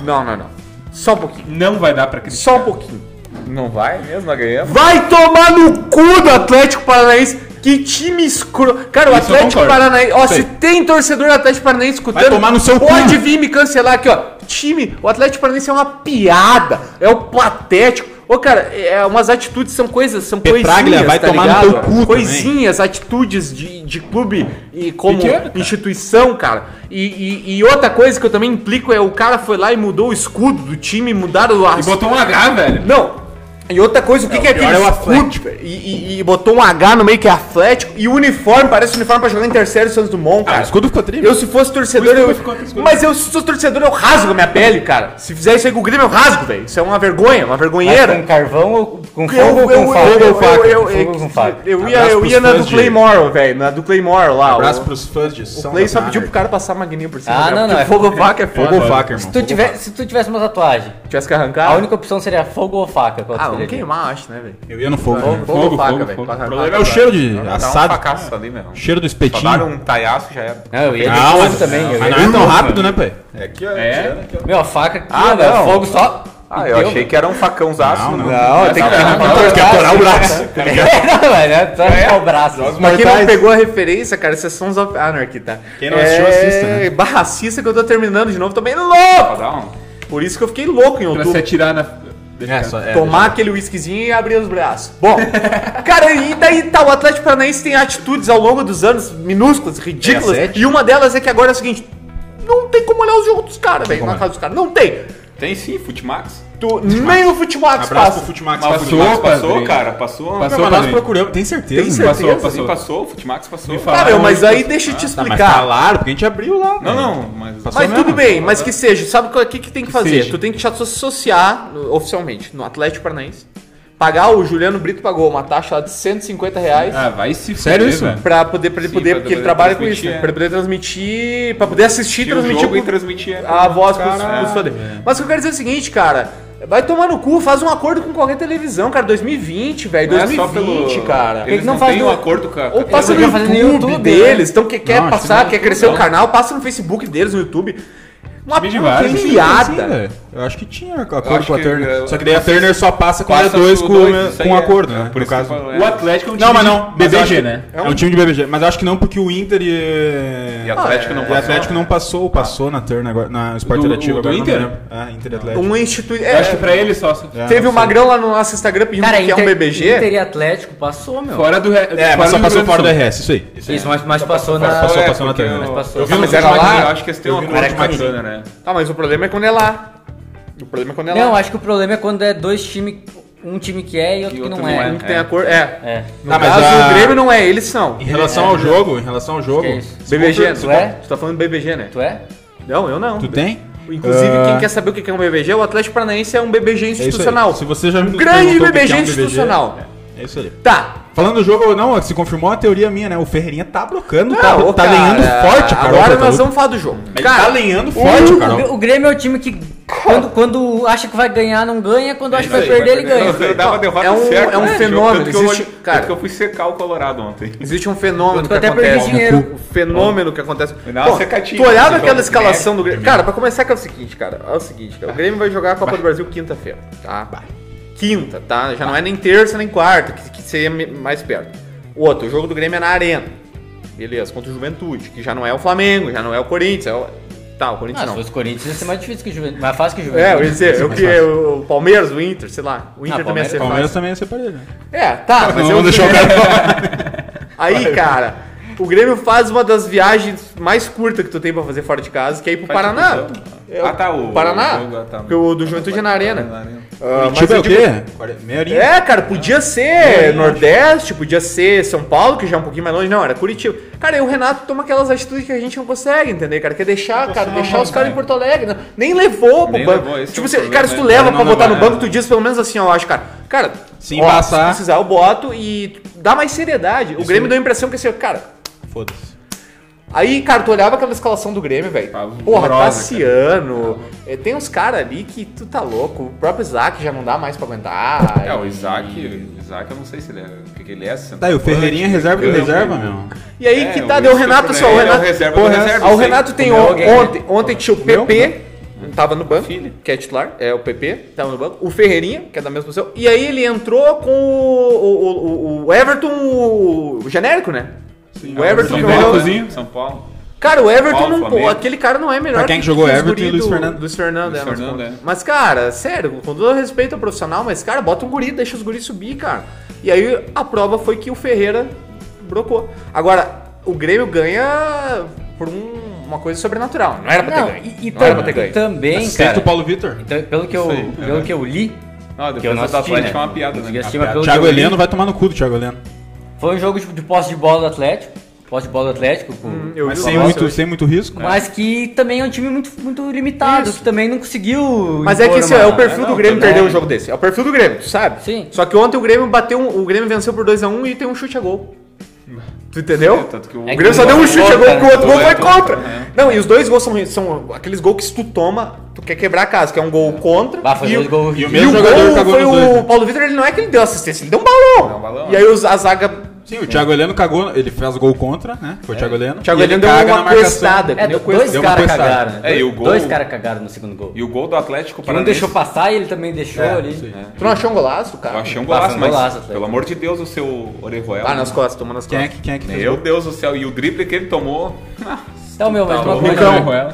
[SPEAKER 1] Não, não, não. Só um pouquinho.
[SPEAKER 5] Não vai dar pra criticar.
[SPEAKER 1] Só um pouquinho.
[SPEAKER 2] Não vai mesmo, nós ganhamos.
[SPEAKER 1] Vai tomar no cu do Atlético Paranaense. Que time escuro. Cara, o
[SPEAKER 5] Isso eu
[SPEAKER 1] Atlético
[SPEAKER 5] concordo.
[SPEAKER 1] Paranaense. Ó,
[SPEAKER 4] Sei.
[SPEAKER 1] se tem torcedor do Atlético Paranaense escutando,
[SPEAKER 4] Vai tomar no seu cu.
[SPEAKER 1] pode vir me cancelar aqui, ó. Time, o Atlético Paranaense é uma piada. É o patético. Ô, cara, é umas atitudes são coisas, são
[SPEAKER 4] Petraglia,
[SPEAKER 1] coisinhas,
[SPEAKER 4] vai
[SPEAKER 1] tá
[SPEAKER 4] tomar no
[SPEAKER 1] ligado?
[SPEAKER 4] teu cu também.
[SPEAKER 1] Coisinhas, atitudes de, de clube e como
[SPEAKER 4] é,
[SPEAKER 5] Pequeno, cara.
[SPEAKER 1] instituição, cara. E, e- e outra coisa que eu também implico é o cara foi lá e mudou o escudo do time, mudaram a
[SPEAKER 5] E botou um H, velho.
[SPEAKER 1] não. E outra coisa, o que, que é
[SPEAKER 4] pior
[SPEAKER 1] aquele
[SPEAKER 4] é o
[SPEAKER 1] escudo? velho? E, e- e botou um H no meio que é Atlético. E o uniforme, parece um uniforme pra jogar em terceiro Santos Dumont,
[SPEAKER 4] Ah, o
[SPEAKER 1] cara.
[SPEAKER 4] escudo ficou triste.
[SPEAKER 1] eu se fosse torcedor,
[SPEAKER 5] O escudo
[SPEAKER 1] eu...
[SPEAKER 5] ficou com o escudo.
[SPEAKER 1] Mas eu se sou torcedor, eu rasgo a minha pele, cara. Se fizer isso aí com o Grêmio, eu rasgo, velho. Isso é uma vergonha, uma
[SPEAKER 3] Mas com
[SPEAKER 1] vergonheira.
[SPEAKER 3] carvão ou com
[SPEAKER 1] Eu,
[SPEAKER 3] fogo ou
[SPEAKER 1] eu-
[SPEAKER 3] com faca?
[SPEAKER 1] eu- eu-
[SPEAKER 3] Fogo
[SPEAKER 1] eu-
[SPEAKER 3] ou
[SPEAKER 1] eu-
[SPEAKER 3] com faca?
[SPEAKER 1] eu ia,
[SPEAKER 4] Abraço
[SPEAKER 1] eu
[SPEAKER 4] pros
[SPEAKER 1] ia na
[SPEAKER 4] fãs
[SPEAKER 1] do
[SPEAKER 4] de-
[SPEAKER 1] Claymore, velho. Na do Claymore lá.
[SPEAKER 4] Abraço
[SPEAKER 1] O,
[SPEAKER 4] pros fãs de
[SPEAKER 1] o
[SPEAKER 4] São
[SPEAKER 1] Clay só
[SPEAKER 4] Bernardo.
[SPEAKER 1] pediu pro cara passar magninho por cima.
[SPEAKER 3] Ah,
[SPEAKER 1] né?
[SPEAKER 3] não,
[SPEAKER 1] Porque
[SPEAKER 3] não, é-
[SPEAKER 1] Fogo vaca é foda.
[SPEAKER 4] Fogo ou faca, irmão.
[SPEAKER 3] Se tu, tiver, se tu tivesse uma tatuagem,
[SPEAKER 1] Tivesse que arrancar.
[SPEAKER 3] a única opção seria fogo ou faca. qual tu
[SPEAKER 1] Ah, vamos
[SPEAKER 3] escolheria?
[SPEAKER 1] queimar, acho, né, velho?
[SPEAKER 4] Eu ia no fogo.
[SPEAKER 1] Fogo,
[SPEAKER 4] né?
[SPEAKER 1] fogo,
[SPEAKER 5] Fogo,
[SPEAKER 1] faca,
[SPEAKER 5] fogo,
[SPEAKER 1] velho.
[SPEAKER 5] fogo.
[SPEAKER 1] Pra arrancar.
[SPEAKER 4] O problema é o cheiro de
[SPEAKER 2] Dá um
[SPEAKER 4] assado.
[SPEAKER 2] facaço ali, meu.
[SPEAKER 4] Cheiro do
[SPEAKER 2] Só
[SPEAKER 4] espetinho.
[SPEAKER 2] daram um taiaço já era.
[SPEAKER 3] Não, eu ia
[SPEAKER 1] Ah,
[SPEAKER 3] de
[SPEAKER 2] tá,
[SPEAKER 4] Não,
[SPEAKER 3] fogo
[SPEAKER 4] mas,
[SPEAKER 3] também. eu
[SPEAKER 4] mas
[SPEAKER 3] ia-
[SPEAKER 4] não é tão rápido, né, pai? É que
[SPEAKER 5] É.
[SPEAKER 3] Meu, a faca aqui,
[SPEAKER 2] Ah,
[SPEAKER 3] ó, velho,
[SPEAKER 2] não.
[SPEAKER 3] fogo só.
[SPEAKER 2] Ah,
[SPEAKER 3] e
[SPEAKER 2] eu
[SPEAKER 3] deu,
[SPEAKER 2] achei
[SPEAKER 3] velho.
[SPEAKER 2] que era um facãozaço.
[SPEAKER 4] Não, não.
[SPEAKER 1] Não, tem que queimar.
[SPEAKER 4] Quer atorar o
[SPEAKER 2] tá,
[SPEAKER 4] braço.
[SPEAKER 3] É, não, velho, é só arrancar o braço.
[SPEAKER 1] Pra quem não
[SPEAKER 4] Mortais.
[SPEAKER 1] pegou a referência, cara, isso é Sons of Anarchy, tá?
[SPEAKER 4] Quem não assistiu, assista, né?
[SPEAKER 1] Barra assista que eu tô terminando de novo, tô bem louco!
[SPEAKER 2] Dá um.
[SPEAKER 1] Por isso que eu fiquei louco em
[SPEAKER 5] Pra
[SPEAKER 1] outubro.
[SPEAKER 5] se atirar na. Deixa
[SPEAKER 4] É,
[SPEAKER 5] eu-
[SPEAKER 4] só- é,
[SPEAKER 1] Tomar aquele whiskyzinho e abrir os braços. Bom, cara, e daí tá, o Atlético Paranaense tem atitudes ao longo dos anos minúsculas, ridículas,
[SPEAKER 4] Tem a sete.
[SPEAKER 1] e uma delas é que agora é o seguinte, não tem como olhar os jogos dos caras, velho,
[SPEAKER 4] como
[SPEAKER 1] na
[SPEAKER 4] é.
[SPEAKER 1] casa dos caras, não tem.
[SPEAKER 2] Tem sim, Futimax.
[SPEAKER 1] Tu, nem no
[SPEAKER 2] tá,
[SPEAKER 1] Futimax
[SPEAKER 4] Abraço pro
[SPEAKER 1] passa.
[SPEAKER 4] Futimax.
[SPEAKER 2] Mas o
[SPEAKER 4] Passou.
[SPEAKER 2] Futimax passou,
[SPEAKER 5] padrinho.
[SPEAKER 2] cara. Passou.
[SPEAKER 4] Não,
[SPEAKER 5] Passou.
[SPEAKER 4] mas nós
[SPEAKER 5] padrinho.
[SPEAKER 2] tá,
[SPEAKER 4] procuramos. Tem certeza?
[SPEAKER 1] Tem
[SPEAKER 4] né?
[SPEAKER 1] certeza?
[SPEAKER 2] Passou, passou,
[SPEAKER 1] Sim,
[SPEAKER 2] passou. O Futimax passou.
[SPEAKER 5] fala.
[SPEAKER 1] Cara, Ah, mas aí
[SPEAKER 5] Não,
[SPEAKER 1] deixa eu te
[SPEAKER 4] Tá, mas
[SPEAKER 1] explicar.
[SPEAKER 4] falaram, porque a gente abriu lá.
[SPEAKER 2] Não,
[SPEAKER 4] né?
[SPEAKER 2] não, mas.
[SPEAKER 4] Passou
[SPEAKER 1] Mas
[SPEAKER 4] mesmo.
[SPEAKER 1] tudo bem, mas que seja. Sabe o que, que tem que, fazer?
[SPEAKER 5] seja.
[SPEAKER 1] Tu tem que te associar no- oficialmente no Atlético Paranaense. Pagar o Juliano Brito pagou uma taxa lá de 150 reais.
[SPEAKER 5] Ah, vai se
[SPEAKER 4] Sério
[SPEAKER 5] fuder,
[SPEAKER 4] isso?
[SPEAKER 5] velho.
[SPEAKER 1] Pra poder, pra ele
[SPEAKER 2] Sim,
[SPEAKER 1] poder,
[SPEAKER 2] pra
[SPEAKER 1] porque ele
[SPEAKER 2] poder
[SPEAKER 1] trabalha com isso,
[SPEAKER 2] transmitir,
[SPEAKER 1] né?
[SPEAKER 2] é.
[SPEAKER 1] Pra poder transmitir, pra poder assistir e
[SPEAKER 2] Tinha o
[SPEAKER 1] transmitir
[SPEAKER 2] jogo
[SPEAKER 1] pro-
[SPEAKER 2] e transmitia.
[SPEAKER 1] a voz pros,
[SPEAKER 2] Caralho.
[SPEAKER 1] pros fãs dele. Mas o que eu quero dizer é o seguinte, cara. Vai tomar no cu, faz um acordo com qualquer televisão, cara. 2020, velho.
[SPEAKER 2] Não é só
[SPEAKER 1] 2020,
[SPEAKER 2] pelo-
[SPEAKER 1] cara.
[SPEAKER 2] Eles
[SPEAKER 3] que não
[SPEAKER 2] não
[SPEAKER 3] faz
[SPEAKER 2] têm
[SPEAKER 3] no-
[SPEAKER 2] um acordo com a.
[SPEAKER 1] Ou passa no
[SPEAKER 3] Eles não
[SPEAKER 1] YouTube,
[SPEAKER 3] querem fazer no YouTube, né?
[SPEAKER 1] deles, então que quer
[SPEAKER 4] Não, acho que
[SPEAKER 1] passar,
[SPEAKER 4] não.
[SPEAKER 1] quer crescer o canal, passa no Facebook deles, no YouTube. Uma
[SPEAKER 5] Vídeo vários,
[SPEAKER 4] Sim, sim, sim,
[SPEAKER 1] piada.
[SPEAKER 4] é assim, velho. Eu acho que tinha acordo
[SPEAKER 2] acho
[SPEAKER 4] com a
[SPEAKER 2] que,
[SPEAKER 4] Turner.
[SPEAKER 2] eh,
[SPEAKER 4] Só que daí a Turner só passa quando é
[SPEAKER 2] Passa
[SPEAKER 4] dois
[SPEAKER 2] o
[SPEAKER 4] com,
[SPEAKER 2] dois, isso
[SPEAKER 4] com
[SPEAKER 2] aí
[SPEAKER 4] um
[SPEAKER 2] é-
[SPEAKER 4] acordo, né?
[SPEAKER 2] por
[SPEAKER 4] No
[SPEAKER 2] isso que
[SPEAKER 4] caso.
[SPEAKER 2] eu falo, é.
[SPEAKER 5] O Atlético é um time.
[SPEAKER 4] Não, mas
[SPEAKER 5] de-
[SPEAKER 4] não.
[SPEAKER 5] mas eu acho
[SPEAKER 4] BBG,
[SPEAKER 5] que-
[SPEAKER 4] né? É um time de BBG. Mas eu acho que não, porque o Inter e.
[SPEAKER 2] E Atlético não
[SPEAKER 4] E
[SPEAKER 2] passou.
[SPEAKER 4] Atlético não passou, passou na Turner agora, na Sport
[SPEAKER 5] Do-
[SPEAKER 4] Interativo
[SPEAKER 5] do
[SPEAKER 4] agora. não
[SPEAKER 5] Inter?
[SPEAKER 4] lembro. É, Inter e Atlético.
[SPEAKER 1] Uma instituição.
[SPEAKER 5] Eu acho que pra ele só.
[SPEAKER 1] Um é, teve o Magrão lá no nosso Instagram pedindo
[SPEAKER 3] Cara,
[SPEAKER 1] que é um
[SPEAKER 3] Inter-
[SPEAKER 1] BBG.
[SPEAKER 3] Inter e Atlético passou, meu.
[SPEAKER 5] Fora do.
[SPEAKER 4] É, mas só passou fora do RS, isso aí.
[SPEAKER 3] Isso, mas, mas passou na.
[SPEAKER 4] Passou,
[SPEAKER 2] É,
[SPEAKER 4] passou na
[SPEAKER 2] porque
[SPEAKER 4] Turner. né?
[SPEAKER 2] eu-
[SPEAKER 3] Passou.
[SPEAKER 2] Eu vi
[SPEAKER 3] Ah,
[SPEAKER 2] no
[SPEAKER 1] mas era lá?
[SPEAKER 2] Eu acho que eles têm um
[SPEAKER 4] vi no
[SPEAKER 2] acordo com a
[SPEAKER 4] Max.
[SPEAKER 2] Turner, né?
[SPEAKER 1] Tá, mas o problema é quando é lá. O problema é quando é lá.
[SPEAKER 3] Não, acho que o problema é quando é dois times. Um time que é e outro, que não é.
[SPEAKER 1] Um que tem a cor. É.
[SPEAKER 3] É.
[SPEAKER 1] No
[SPEAKER 4] Tá, mas
[SPEAKER 1] caso,
[SPEAKER 4] a-
[SPEAKER 1] o Grêmio não é, eles são.
[SPEAKER 4] Em relação ao jogo, em relação ao jogo.
[SPEAKER 3] Que é isso?
[SPEAKER 1] BBG,
[SPEAKER 3] tu
[SPEAKER 1] tu
[SPEAKER 3] é?
[SPEAKER 1] Tu tá falando BBG, né?
[SPEAKER 3] Tu é?
[SPEAKER 1] Não, eu não.
[SPEAKER 4] Tu tem?
[SPEAKER 1] Inclusive,
[SPEAKER 4] Ah,
[SPEAKER 1] quem quer saber o que é um BBG, o Atlético Paranaense é um BBG
[SPEAKER 4] é isso aí.
[SPEAKER 1] institucional.
[SPEAKER 4] Se você já
[SPEAKER 1] Um
[SPEAKER 4] me
[SPEAKER 1] grande
[SPEAKER 4] perguntou o que
[SPEAKER 1] BBG
[SPEAKER 4] é um
[SPEAKER 1] institucional.
[SPEAKER 4] É é isso aí.
[SPEAKER 1] Tá,
[SPEAKER 4] Falando do jogo, não, se confirmou a teoria minha, né? O Ferreirinha tá blocando, tá,
[SPEAKER 1] Não, ô,
[SPEAKER 4] tá
[SPEAKER 1] cara,
[SPEAKER 4] lenhando forte, cara.
[SPEAKER 1] Agora
[SPEAKER 4] Ô,
[SPEAKER 1] nós
[SPEAKER 4] Catalu.
[SPEAKER 1] vamos falar do jogo.
[SPEAKER 4] Ele
[SPEAKER 1] Cara,
[SPEAKER 4] tá lenhando forte, cara.
[SPEAKER 3] O, o Grêmio é o time que quando, quando acha que vai ganhar, não ganha, quando acha que vai
[SPEAKER 2] Isso aí,
[SPEAKER 3] perder, ele ganha.
[SPEAKER 2] Não, eu dava a derrota
[SPEAKER 1] É um-
[SPEAKER 2] certa
[SPEAKER 1] é um
[SPEAKER 2] nesse
[SPEAKER 1] fenômeno,
[SPEAKER 2] jogo, Tanto que, eu,
[SPEAKER 1] existe-
[SPEAKER 2] olhei-
[SPEAKER 1] cara.
[SPEAKER 2] tanto que eu fui secar o Colorado ontem.
[SPEAKER 1] Existe um fenômeno
[SPEAKER 3] Eu
[SPEAKER 1] que
[SPEAKER 3] até perdi
[SPEAKER 1] acontece.
[SPEAKER 3] dinheiro.
[SPEAKER 1] O fenômeno que acontece.
[SPEAKER 2] Me dá uma
[SPEAKER 1] Bom,
[SPEAKER 2] secadinha,
[SPEAKER 1] tu olhava
[SPEAKER 2] né?
[SPEAKER 1] aquela
[SPEAKER 2] Jogo
[SPEAKER 1] escalação
[SPEAKER 2] de
[SPEAKER 1] do Grêmio. Cara, pra começar que é o seguinte, cara. É o seguinte, cara. O Grêmio vai jogar a Copa do Brasil quinta-feira, tá? Quinta, tá? Já não é nem terça nem quarta, que, que seria me- mais perto. O outro, o jogo do Grêmio é na arena. Beleza, contra o Juventude, que já não é o Flamengo, já não é o Corinthians, é o. Tá, o
[SPEAKER 3] Ah,
[SPEAKER 1] Corinthians
[SPEAKER 3] se
[SPEAKER 1] não.
[SPEAKER 3] fosse o Corinthians, ia ser mais difícil que o Juventude. Mais fácil que o Juventude.
[SPEAKER 1] É, eu ia dizer, eu que, o Palmeiras, o Inter, sei lá. O Inter
[SPEAKER 3] Ah,
[SPEAKER 1] também ia
[SPEAKER 3] Palmeiras-
[SPEAKER 1] ser fácil.
[SPEAKER 4] Palmeiras também é separado, né?
[SPEAKER 1] É, tá, mas eu.
[SPEAKER 4] vamos deixar o cara
[SPEAKER 1] Aí, cara, o Grêmio faz uma das viagens mais curtas que tu tem pra fazer fora de casa, que é ir pro
[SPEAKER 2] Faz
[SPEAKER 1] Paraná.
[SPEAKER 2] confusão.
[SPEAKER 1] É,
[SPEAKER 2] Ah, tá, o-
[SPEAKER 1] Paraná.
[SPEAKER 2] o jogo, ah, tá.
[SPEAKER 1] Porque o do Juventude é na
[SPEAKER 2] Na
[SPEAKER 1] Arena.
[SPEAKER 2] arena.
[SPEAKER 1] Ah, mas
[SPEAKER 4] Curitiba é
[SPEAKER 1] eu
[SPEAKER 4] o
[SPEAKER 1] digo-
[SPEAKER 4] quê? Quare- Meia horinha?
[SPEAKER 1] É, cara,
[SPEAKER 2] Ah.
[SPEAKER 1] podia ser Nordeste, podia ser São Paulo, que já é um pouquinho mais longe, não, era Curitiba. Cara, e o Renato toma aquelas atitudes que a gente não consegue entender, cara. Quer deixar, cara, deixar os caras em Porto Alegre. né? Nem levou pro
[SPEAKER 2] Nem
[SPEAKER 1] banco.
[SPEAKER 2] levou, esse
[SPEAKER 1] tipo,
[SPEAKER 2] é o
[SPEAKER 1] você-
[SPEAKER 2] problema,
[SPEAKER 1] cara, se tu
[SPEAKER 2] né?
[SPEAKER 1] leva
[SPEAKER 4] Não,
[SPEAKER 1] pra
[SPEAKER 4] não
[SPEAKER 1] botar no
[SPEAKER 4] leva,
[SPEAKER 1] banco, tu diz pelo menos assim, ó, eu acho, cara. Cara,
[SPEAKER 4] Se
[SPEAKER 1] ó,
[SPEAKER 4] embaçar-
[SPEAKER 1] se precisar,
[SPEAKER 2] é
[SPEAKER 1] eu boto e dá mais seriedade. O Grêmio deu a impressão que assim, cara,
[SPEAKER 4] Foda-se.
[SPEAKER 1] Aí, cara, tu olhava aquela escalação do Grêmio, velho.
[SPEAKER 2] Pavorosa,
[SPEAKER 1] Porra,
[SPEAKER 2] cara.
[SPEAKER 1] Tassiano. eh, Tem uns caras ali que tu tá louco. O próprio Isaac já não dá mais pra aguentar.
[SPEAKER 2] É, o
[SPEAKER 1] E-
[SPEAKER 2] Isaac, o Isaac eu não sei se ele é. O que, que ele é? centroavante,
[SPEAKER 4] Tá, e o Ferreirinha é reserva do
[SPEAKER 2] meio
[SPEAKER 4] reserva,
[SPEAKER 2] campo.
[SPEAKER 4] meu.
[SPEAKER 1] E aí
[SPEAKER 2] É,
[SPEAKER 1] que tá,
[SPEAKER 2] o-
[SPEAKER 1] deu o
[SPEAKER 2] esse
[SPEAKER 1] Renato
[SPEAKER 2] é o
[SPEAKER 1] só. O
[SPEAKER 2] problema,
[SPEAKER 1] Renato,
[SPEAKER 2] ele é o reserva do
[SPEAKER 1] Porra,
[SPEAKER 2] reserva,
[SPEAKER 1] ah, o
[SPEAKER 2] isso aí.
[SPEAKER 1] Renato tem
[SPEAKER 2] O meu
[SPEAKER 1] on-
[SPEAKER 2] alguém, né?
[SPEAKER 1] ontem, ontem tinha o PP, tava no banco, que é titular, é o PP, tava no banco. O Ferreirinha, que é da mesma posição. E aí ele entrou com o, o- o- o Everton, o, o genérico, né? o Everton
[SPEAKER 2] São
[SPEAKER 1] que
[SPEAKER 2] Paulo,
[SPEAKER 1] jogou-
[SPEAKER 2] né? São Paulo.
[SPEAKER 1] Cara, o Everton
[SPEAKER 2] Paulo,
[SPEAKER 1] não.
[SPEAKER 2] Flamengo.
[SPEAKER 1] pô, Aquele cara não é melhor
[SPEAKER 4] Pra quem que jogou
[SPEAKER 1] os
[SPEAKER 4] Everton
[SPEAKER 1] guri
[SPEAKER 4] e Luiz
[SPEAKER 1] do-
[SPEAKER 4] Fernando.
[SPEAKER 1] Luiz Fernando,
[SPEAKER 2] Luiz
[SPEAKER 1] é, mas,
[SPEAKER 2] Fernando,
[SPEAKER 1] pô,
[SPEAKER 2] é.
[SPEAKER 1] mas, cara, sério, com todo respeito ao profissional, mas, cara, bota um guri, deixa os guris subir, cara. E aí a prova foi que o Ferreira brocou. Agora, o Grêmio ganha por um- uma coisa sobrenatural. Não era pra
[SPEAKER 3] Não,
[SPEAKER 1] ter ganho.
[SPEAKER 3] e, e,
[SPEAKER 1] não era pra ter
[SPEAKER 3] tam- e
[SPEAKER 1] ganho.
[SPEAKER 3] também,
[SPEAKER 4] Senta
[SPEAKER 3] cara.
[SPEAKER 4] o Paulo Vitor.
[SPEAKER 3] Então, pelo que eu,
[SPEAKER 2] Isso aí,
[SPEAKER 3] pelo que eu li,
[SPEAKER 2] Não,
[SPEAKER 3] que eu
[SPEAKER 2] depois
[SPEAKER 3] não
[SPEAKER 2] do
[SPEAKER 3] assisti,
[SPEAKER 2] Atlético
[SPEAKER 3] né?
[SPEAKER 2] é uma piada,
[SPEAKER 3] Consegui
[SPEAKER 2] né?
[SPEAKER 3] assistir, mas pelo
[SPEAKER 4] Thiago
[SPEAKER 3] que eu li,
[SPEAKER 4] Heleno vai tomar no cu do Thiago Heleno.
[SPEAKER 3] Foi um jogo de, de posse de bola do Atlético. Posse de bola do Atlético. com-
[SPEAKER 2] Uhum.
[SPEAKER 1] Eu
[SPEAKER 4] Mas
[SPEAKER 1] vi
[SPEAKER 4] sem
[SPEAKER 1] o
[SPEAKER 4] muito,
[SPEAKER 1] lance
[SPEAKER 4] sem muito risco.
[SPEAKER 3] Mas que também é um time muito, muito limitado, que também não conseguiu.
[SPEAKER 1] Mas é que
[SPEAKER 3] impor
[SPEAKER 1] esse
[SPEAKER 3] uma-
[SPEAKER 1] é o perfil
[SPEAKER 2] não,
[SPEAKER 1] do Grêmio
[SPEAKER 2] também.
[SPEAKER 1] perder um jogo desse. É o perfil do Grêmio, tu sabe?
[SPEAKER 3] Sim.
[SPEAKER 1] Só que ontem o Grêmio bateu um- o Grêmio venceu por 2x1 e tem um chute a gol. Tu entendeu?
[SPEAKER 2] Tanto que o-
[SPEAKER 1] O Grêmio só
[SPEAKER 3] É que
[SPEAKER 1] deu um
[SPEAKER 3] não
[SPEAKER 1] chute,
[SPEAKER 3] conta,
[SPEAKER 1] a gol que o outro gol
[SPEAKER 2] né?
[SPEAKER 1] foi
[SPEAKER 2] Não é
[SPEAKER 1] contra. Não, e os dois gols são, são aqueles gols que se tu toma, tu quer quebrar a casa, que é um gol contra. Um
[SPEAKER 3] Ah, foi
[SPEAKER 1] e,
[SPEAKER 3] dois
[SPEAKER 1] o-
[SPEAKER 3] gols.
[SPEAKER 4] e o
[SPEAKER 1] e
[SPEAKER 4] mesmo
[SPEAKER 1] o
[SPEAKER 4] jogador
[SPEAKER 1] gol
[SPEAKER 4] cagou
[SPEAKER 1] foi
[SPEAKER 4] nos
[SPEAKER 1] o
[SPEAKER 4] dois, né?
[SPEAKER 1] Paulo Vitor, ele não é que ele deu assistência, ele deu um balão.
[SPEAKER 2] Deu um balão.
[SPEAKER 1] E aí os- a zaga.
[SPEAKER 4] Sim, o Thiago Heleno cagou, ele fez gol contra, né? Foi o Thiago Heleno.
[SPEAKER 1] Thiago
[SPEAKER 4] E ele
[SPEAKER 1] Heleno deu
[SPEAKER 4] caga na
[SPEAKER 1] uma
[SPEAKER 4] marcação.
[SPEAKER 1] coestada. que
[SPEAKER 3] É,
[SPEAKER 1] nem o
[SPEAKER 3] dois
[SPEAKER 1] Cuesta.
[SPEAKER 4] deu uma
[SPEAKER 3] caras
[SPEAKER 4] coitada.
[SPEAKER 3] cagaram. né?
[SPEAKER 2] É, e o gol-
[SPEAKER 3] Dois caras cagaram no segundo gol.
[SPEAKER 2] E o gol do Atlético
[SPEAKER 3] Que um
[SPEAKER 2] Paranaense.
[SPEAKER 3] deixou passar e ele também deixou
[SPEAKER 1] É.
[SPEAKER 3] ali.
[SPEAKER 1] Tu não achou um golaço,
[SPEAKER 2] Eu
[SPEAKER 1] cara?
[SPEAKER 2] achei um golaço,
[SPEAKER 3] Passa um
[SPEAKER 2] mas
[SPEAKER 3] golaço, Atlético.
[SPEAKER 2] pelo amor de Deus, o seu Orejuela.
[SPEAKER 1] Ah, nas costas, toma nas
[SPEAKER 4] Quem é
[SPEAKER 1] costas.
[SPEAKER 4] que, quem é que fez
[SPEAKER 2] Meu
[SPEAKER 4] gol?
[SPEAKER 2] Deus do céu, e o drible que ele tomou.
[SPEAKER 3] Então, meu, mas uma
[SPEAKER 2] louco,
[SPEAKER 3] coisa.
[SPEAKER 2] Micão. Ah,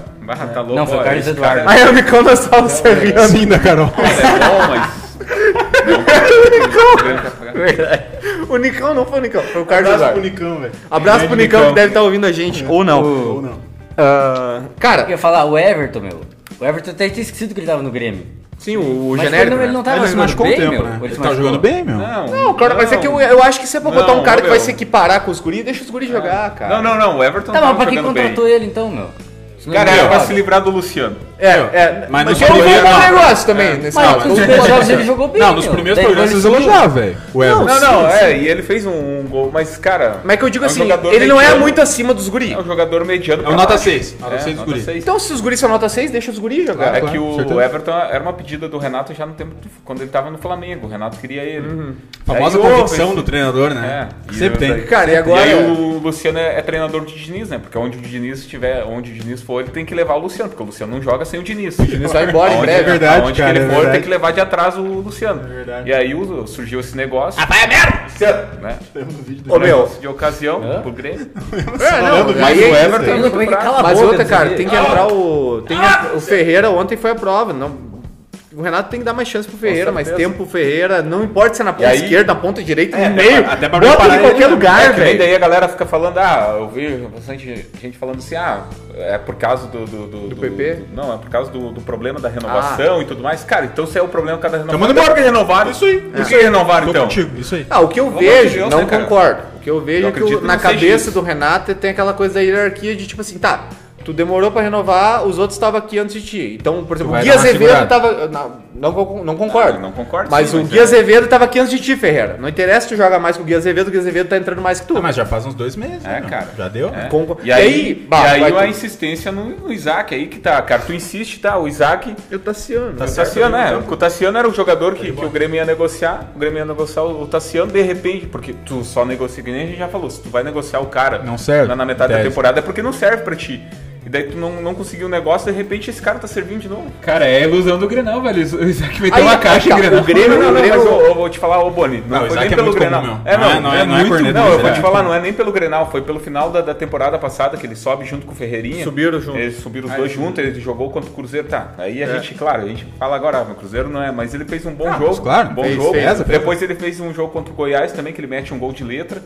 [SPEAKER 2] tá louco.
[SPEAKER 3] É. Não, foi o
[SPEAKER 2] ó,
[SPEAKER 3] Carlos
[SPEAKER 2] esse
[SPEAKER 3] Eduardo.
[SPEAKER 2] cara
[SPEAKER 1] Aí o Micão nós tava se riando.
[SPEAKER 4] Sim, da Carol.
[SPEAKER 2] É bom, mas. Não,
[SPEAKER 1] é O Nicão não foi o Nicão, foi o Carlos Eduardo.
[SPEAKER 4] Unicão, velho.
[SPEAKER 1] Abraço pro Nicão que deve estar ouvindo a gente, ou não.
[SPEAKER 4] Ou não.
[SPEAKER 1] Ah,
[SPEAKER 3] Eu ia
[SPEAKER 1] Cara,
[SPEAKER 3] falar, o Everton, meu. O Everton até tinha esquecido que ele tava no Grêmio.
[SPEAKER 1] sim, o, o
[SPEAKER 3] Mas
[SPEAKER 1] genérico.
[SPEAKER 3] ele não, ele
[SPEAKER 1] né?
[SPEAKER 3] não
[SPEAKER 4] Mas
[SPEAKER 3] tava
[SPEAKER 4] ele se
[SPEAKER 3] jogando
[SPEAKER 4] machucou um
[SPEAKER 3] bem,
[SPEAKER 4] tempo,
[SPEAKER 3] meu.
[SPEAKER 4] né?
[SPEAKER 3] Ou
[SPEAKER 4] Ele
[SPEAKER 3] se
[SPEAKER 4] tava
[SPEAKER 3] machucou?
[SPEAKER 4] jogando bem, meu.
[SPEAKER 1] Não, cara, mas é que eu, eu acho que se é pra botar
[SPEAKER 2] Não,
[SPEAKER 1] um cara que
[SPEAKER 2] meu. É.
[SPEAKER 1] vai se equiparar com os guris, deixa os guris jogar, cara.
[SPEAKER 2] Não, não, não. O Everton
[SPEAKER 3] Tá, mas
[SPEAKER 2] tava
[SPEAKER 3] pra que
[SPEAKER 2] jogando bem.
[SPEAKER 3] contratou ele então, meu? Se não
[SPEAKER 2] Cara, era
[SPEAKER 3] jogava.
[SPEAKER 2] pra se livrar do Luciano.
[SPEAKER 1] É, é.
[SPEAKER 4] Mas
[SPEAKER 1] Mas,
[SPEAKER 4] nos
[SPEAKER 1] eu não
[SPEAKER 4] primeiros-
[SPEAKER 1] vou
[SPEAKER 4] não.
[SPEAKER 1] um negócio também. nesse
[SPEAKER 3] Mas
[SPEAKER 1] caso.
[SPEAKER 3] nos primeiros
[SPEAKER 1] um
[SPEAKER 3] jogos ele jogou bem,
[SPEAKER 4] Não, nos
[SPEAKER 3] meu.
[SPEAKER 4] primeiros
[SPEAKER 3] Daí
[SPEAKER 4] programas
[SPEAKER 3] ele
[SPEAKER 4] eles
[SPEAKER 3] subiu.
[SPEAKER 4] elogiavam, velho. O Everton.
[SPEAKER 2] Não, não, é, e ele fez um, um gol, mas, cara.
[SPEAKER 1] Mas é que eu digo
[SPEAKER 2] É um
[SPEAKER 1] assim,
[SPEAKER 2] jogador
[SPEAKER 1] ele não é
[SPEAKER 2] mediano.
[SPEAKER 1] muito acima dos guris.
[SPEAKER 2] É um jogador mediano.
[SPEAKER 4] É
[SPEAKER 2] pra
[SPEAKER 4] o nota
[SPEAKER 2] baixo.
[SPEAKER 4] 6. Nota
[SPEAKER 2] É,
[SPEAKER 4] 6 do
[SPEAKER 2] nota
[SPEAKER 4] guri.
[SPEAKER 2] 6.
[SPEAKER 1] Então, se os guris são nota 6, deixa os guris jogar.
[SPEAKER 2] É
[SPEAKER 4] claro,
[SPEAKER 2] que o
[SPEAKER 4] certeza.
[SPEAKER 2] Everton era uma pedida do Renato já no tempo do- quando ele tava no Flamengo. O Renato queria ele.
[SPEAKER 4] Famosa
[SPEAKER 2] Aí houve
[SPEAKER 4] convicção
[SPEAKER 2] esse-
[SPEAKER 4] do treinador, né?
[SPEAKER 2] É.
[SPEAKER 4] Sempre
[SPEAKER 2] E
[SPEAKER 4] tem.
[SPEAKER 2] eu-
[SPEAKER 1] Cara, e agora.
[SPEAKER 2] E aí o Luciano é, é treinador de Diniz, né? Porque onde o Diniz estiver, onde o Diniz for, ele tem que levar o Luciano, porque o Luciano não joga sem o Diniz. O
[SPEAKER 1] Diniz vai embora em breve. É
[SPEAKER 4] verdade,
[SPEAKER 2] Onde
[SPEAKER 4] cara,
[SPEAKER 2] que ele
[SPEAKER 4] é
[SPEAKER 2] É for,
[SPEAKER 4] verdade.
[SPEAKER 2] tem que levar de atrás o Luciano.
[SPEAKER 4] verdade.
[SPEAKER 2] E aí o- surgiu esse negócio. Ah, vai a merda! Luciano! Né?
[SPEAKER 1] Ô, meu.
[SPEAKER 2] Negócio De ocasião,
[SPEAKER 3] Hã?
[SPEAKER 2] pro Grêmio.
[SPEAKER 1] É, não,
[SPEAKER 4] Falando
[SPEAKER 1] aí
[SPEAKER 4] mais do
[SPEAKER 2] né?
[SPEAKER 1] é-
[SPEAKER 4] Everton.
[SPEAKER 3] Ele- como é que cala a
[SPEAKER 1] Mas
[SPEAKER 3] boca
[SPEAKER 1] outra,
[SPEAKER 3] disso
[SPEAKER 1] cara,
[SPEAKER 3] aí?
[SPEAKER 1] tem que entrar o. tem
[SPEAKER 2] Ah,
[SPEAKER 1] a- o Ferreira ontem foi a prova. Não, o Renato tem que dar mais chance pro Ferreira, mais
[SPEAKER 2] certeza.
[SPEAKER 1] tempo pro Ferreira. Não importa se é na ponta
[SPEAKER 2] E aí-
[SPEAKER 1] esquerda, na ponta direita, no
[SPEAKER 4] até
[SPEAKER 1] meio.
[SPEAKER 4] pra- até pra
[SPEAKER 1] bota
[SPEAKER 4] preparar
[SPEAKER 1] em
[SPEAKER 4] ele,
[SPEAKER 1] qualquer
[SPEAKER 4] né?
[SPEAKER 1] lugar,
[SPEAKER 2] É que nem
[SPEAKER 1] velho.
[SPEAKER 2] daí a galera fica falando, ah, eu vi bastante gente falando assim, ah, é por causa do... Do, do,
[SPEAKER 1] PP?
[SPEAKER 2] do- não, é por causa do, do problema da renovação e tudo mais. Cara, então se é o problema cada renovação...
[SPEAKER 4] mandando
[SPEAKER 2] então
[SPEAKER 4] embora.
[SPEAKER 2] por que renovaram?
[SPEAKER 4] Isso aí.
[SPEAKER 2] Por que renovaram,
[SPEAKER 4] Tô
[SPEAKER 2] então?
[SPEAKER 4] contigo, isso aí.
[SPEAKER 1] Ah, o que eu
[SPEAKER 2] Pelo amor de
[SPEAKER 1] vejo,
[SPEAKER 2] Deus,
[SPEAKER 1] não
[SPEAKER 2] né, cara?
[SPEAKER 1] concordo. O que eu vejo
[SPEAKER 2] Eu
[SPEAKER 1] é que o-
[SPEAKER 2] acredito
[SPEAKER 1] na
[SPEAKER 2] que não seja
[SPEAKER 1] cabeça
[SPEAKER 2] isso.
[SPEAKER 1] do Renato tem aquela coisa da hierarquia de tipo assim, tá, tu demorou pra renovar, os outros estavam aqui antes de ti. Então, por exemplo, o
[SPEAKER 4] vai
[SPEAKER 1] Gui
[SPEAKER 4] dar uma
[SPEAKER 1] Azevedo
[SPEAKER 4] segurada.
[SPEAKER 1] tava. Não, não, con- não concordo.
[SPEAKER 2] Não, não concordo,
[SPEAKER 1] Mas
[SPEAKER 2] sim,
[SPEAKER 1] o
[SPEAKER 2] mas
[SPEAKER 1] Gui
[SPEAKER 2] é.
[SPEAKER 1] Azevedo tava aqui antes de ti, Ferreira. Não interessa se tu joga mais com o Gui Azevedo, o Gui Azevedo tá entrando mais que tu.
[SPEAKER 4] Ah, mas já faz uns dois meses.
[SPEAKER 2] É,
[SPEAKER 4] né,
[SPEAKER 2] cara.
[SPEAKER 4] Já deu?
[SPEAKER 2] É.
[SPEAKER 1] Conco-
[SPEAKER 2] E aí,
[SPEAKER 1] E aí, bah,
[SPEAKER 2] e
[SPEAKER 1] vai
[SPEAKER 2] aí a
[SPEAKER 1] tu.
[SPEAKER 2] insistência no, no Isaac aí que tá, cara. Tu insiste, tá? O Isaac.
[SPEAKER 1] Eu Tassiano.
[SPEAKER 2] o Tassiano, é. O Tassiano era o jogador que, que o Grêmio ia negociar. O Grêmio ia negociar o Tassiano, de repente, porque tu só negocia, que nem a gente já falou, se tu vai negociar o cara
[SPEAKER 4] Não serve,
[SPEAKER 2] na, na metade da
[SPEAKER 4] tese.
[SPEAKER 2] temporada é porque não serve pra ti. E daí tu não, não conseguiu o negócio, de repente esse cara tá servindo de novo. Cara, é ilusão do Grenal, velho.
[SPEAKER 5] O Isaac é meteu
[SPEAKER 1] Aí,
[SPEAKER 5] uma
[SPEAKER 4] tá,
[SPEAKER 5] caixa em
[SPEAKER 1] cara,
[SPEAKER 5] Grenal.
[SPEAKER 1] o Grêmio-
[SPEAKER 2] não, não,
[SPEAKER 1] o
[SPEAKER 2] mas
[SPEAKER 1] Grêmio-
[SPEAKER 2] eu, eu vou te falar, ô Boni,
[SPEAKER 4] Não,
[SPEAKER 2] não, foi
[SPEAKER 4] Isaac
[SPEAKER 2] nem
[SPEAKER 4] é
[SPEAKER 2] pelo
[SPEAKER 4] muito
[SPEAKER 2] Grenal.
[SPEAKER 4] comum, meu.
[SPEAKER 2] é,
[SPEAKER 4] Não é-
[SPEAKER 2] não,
[SPEAKER 4] não é- não é
[SPEAKER 2] muito-
[SPEAKER 4] corneta,
[SPEAKER 2] Não, eu
[SPEAKER 4] mas
[SPEAKER 2] vou
[SPEAKER 4] é.
[SPEAKER 2] te falar, não é nem pelo Grenal, foi pelo final da, da temporada passada que ele sobe junto com o Ferreirinha.
[SPEAKER 1] Subiram junto. É.
[SPEAKER 2] Eles subiram os dois juntos, ele jogou contra o Cruzeiro, tá. Aí a gente, claro, a gente fala agora, ah, mas o Cruzeiro não é, mas ele fez um bom jogo.
[SPEAKER 4] mas claro,
[SPEAKER 2] um bom
[SPEAKER 4] fez,
[SPEAKER 2] jogo.
[SPEAKER 4] fez, fez.
[SPEAKER 2] Depois ele fez um jogo contra o Goiás também, que ele mete um gol de letra.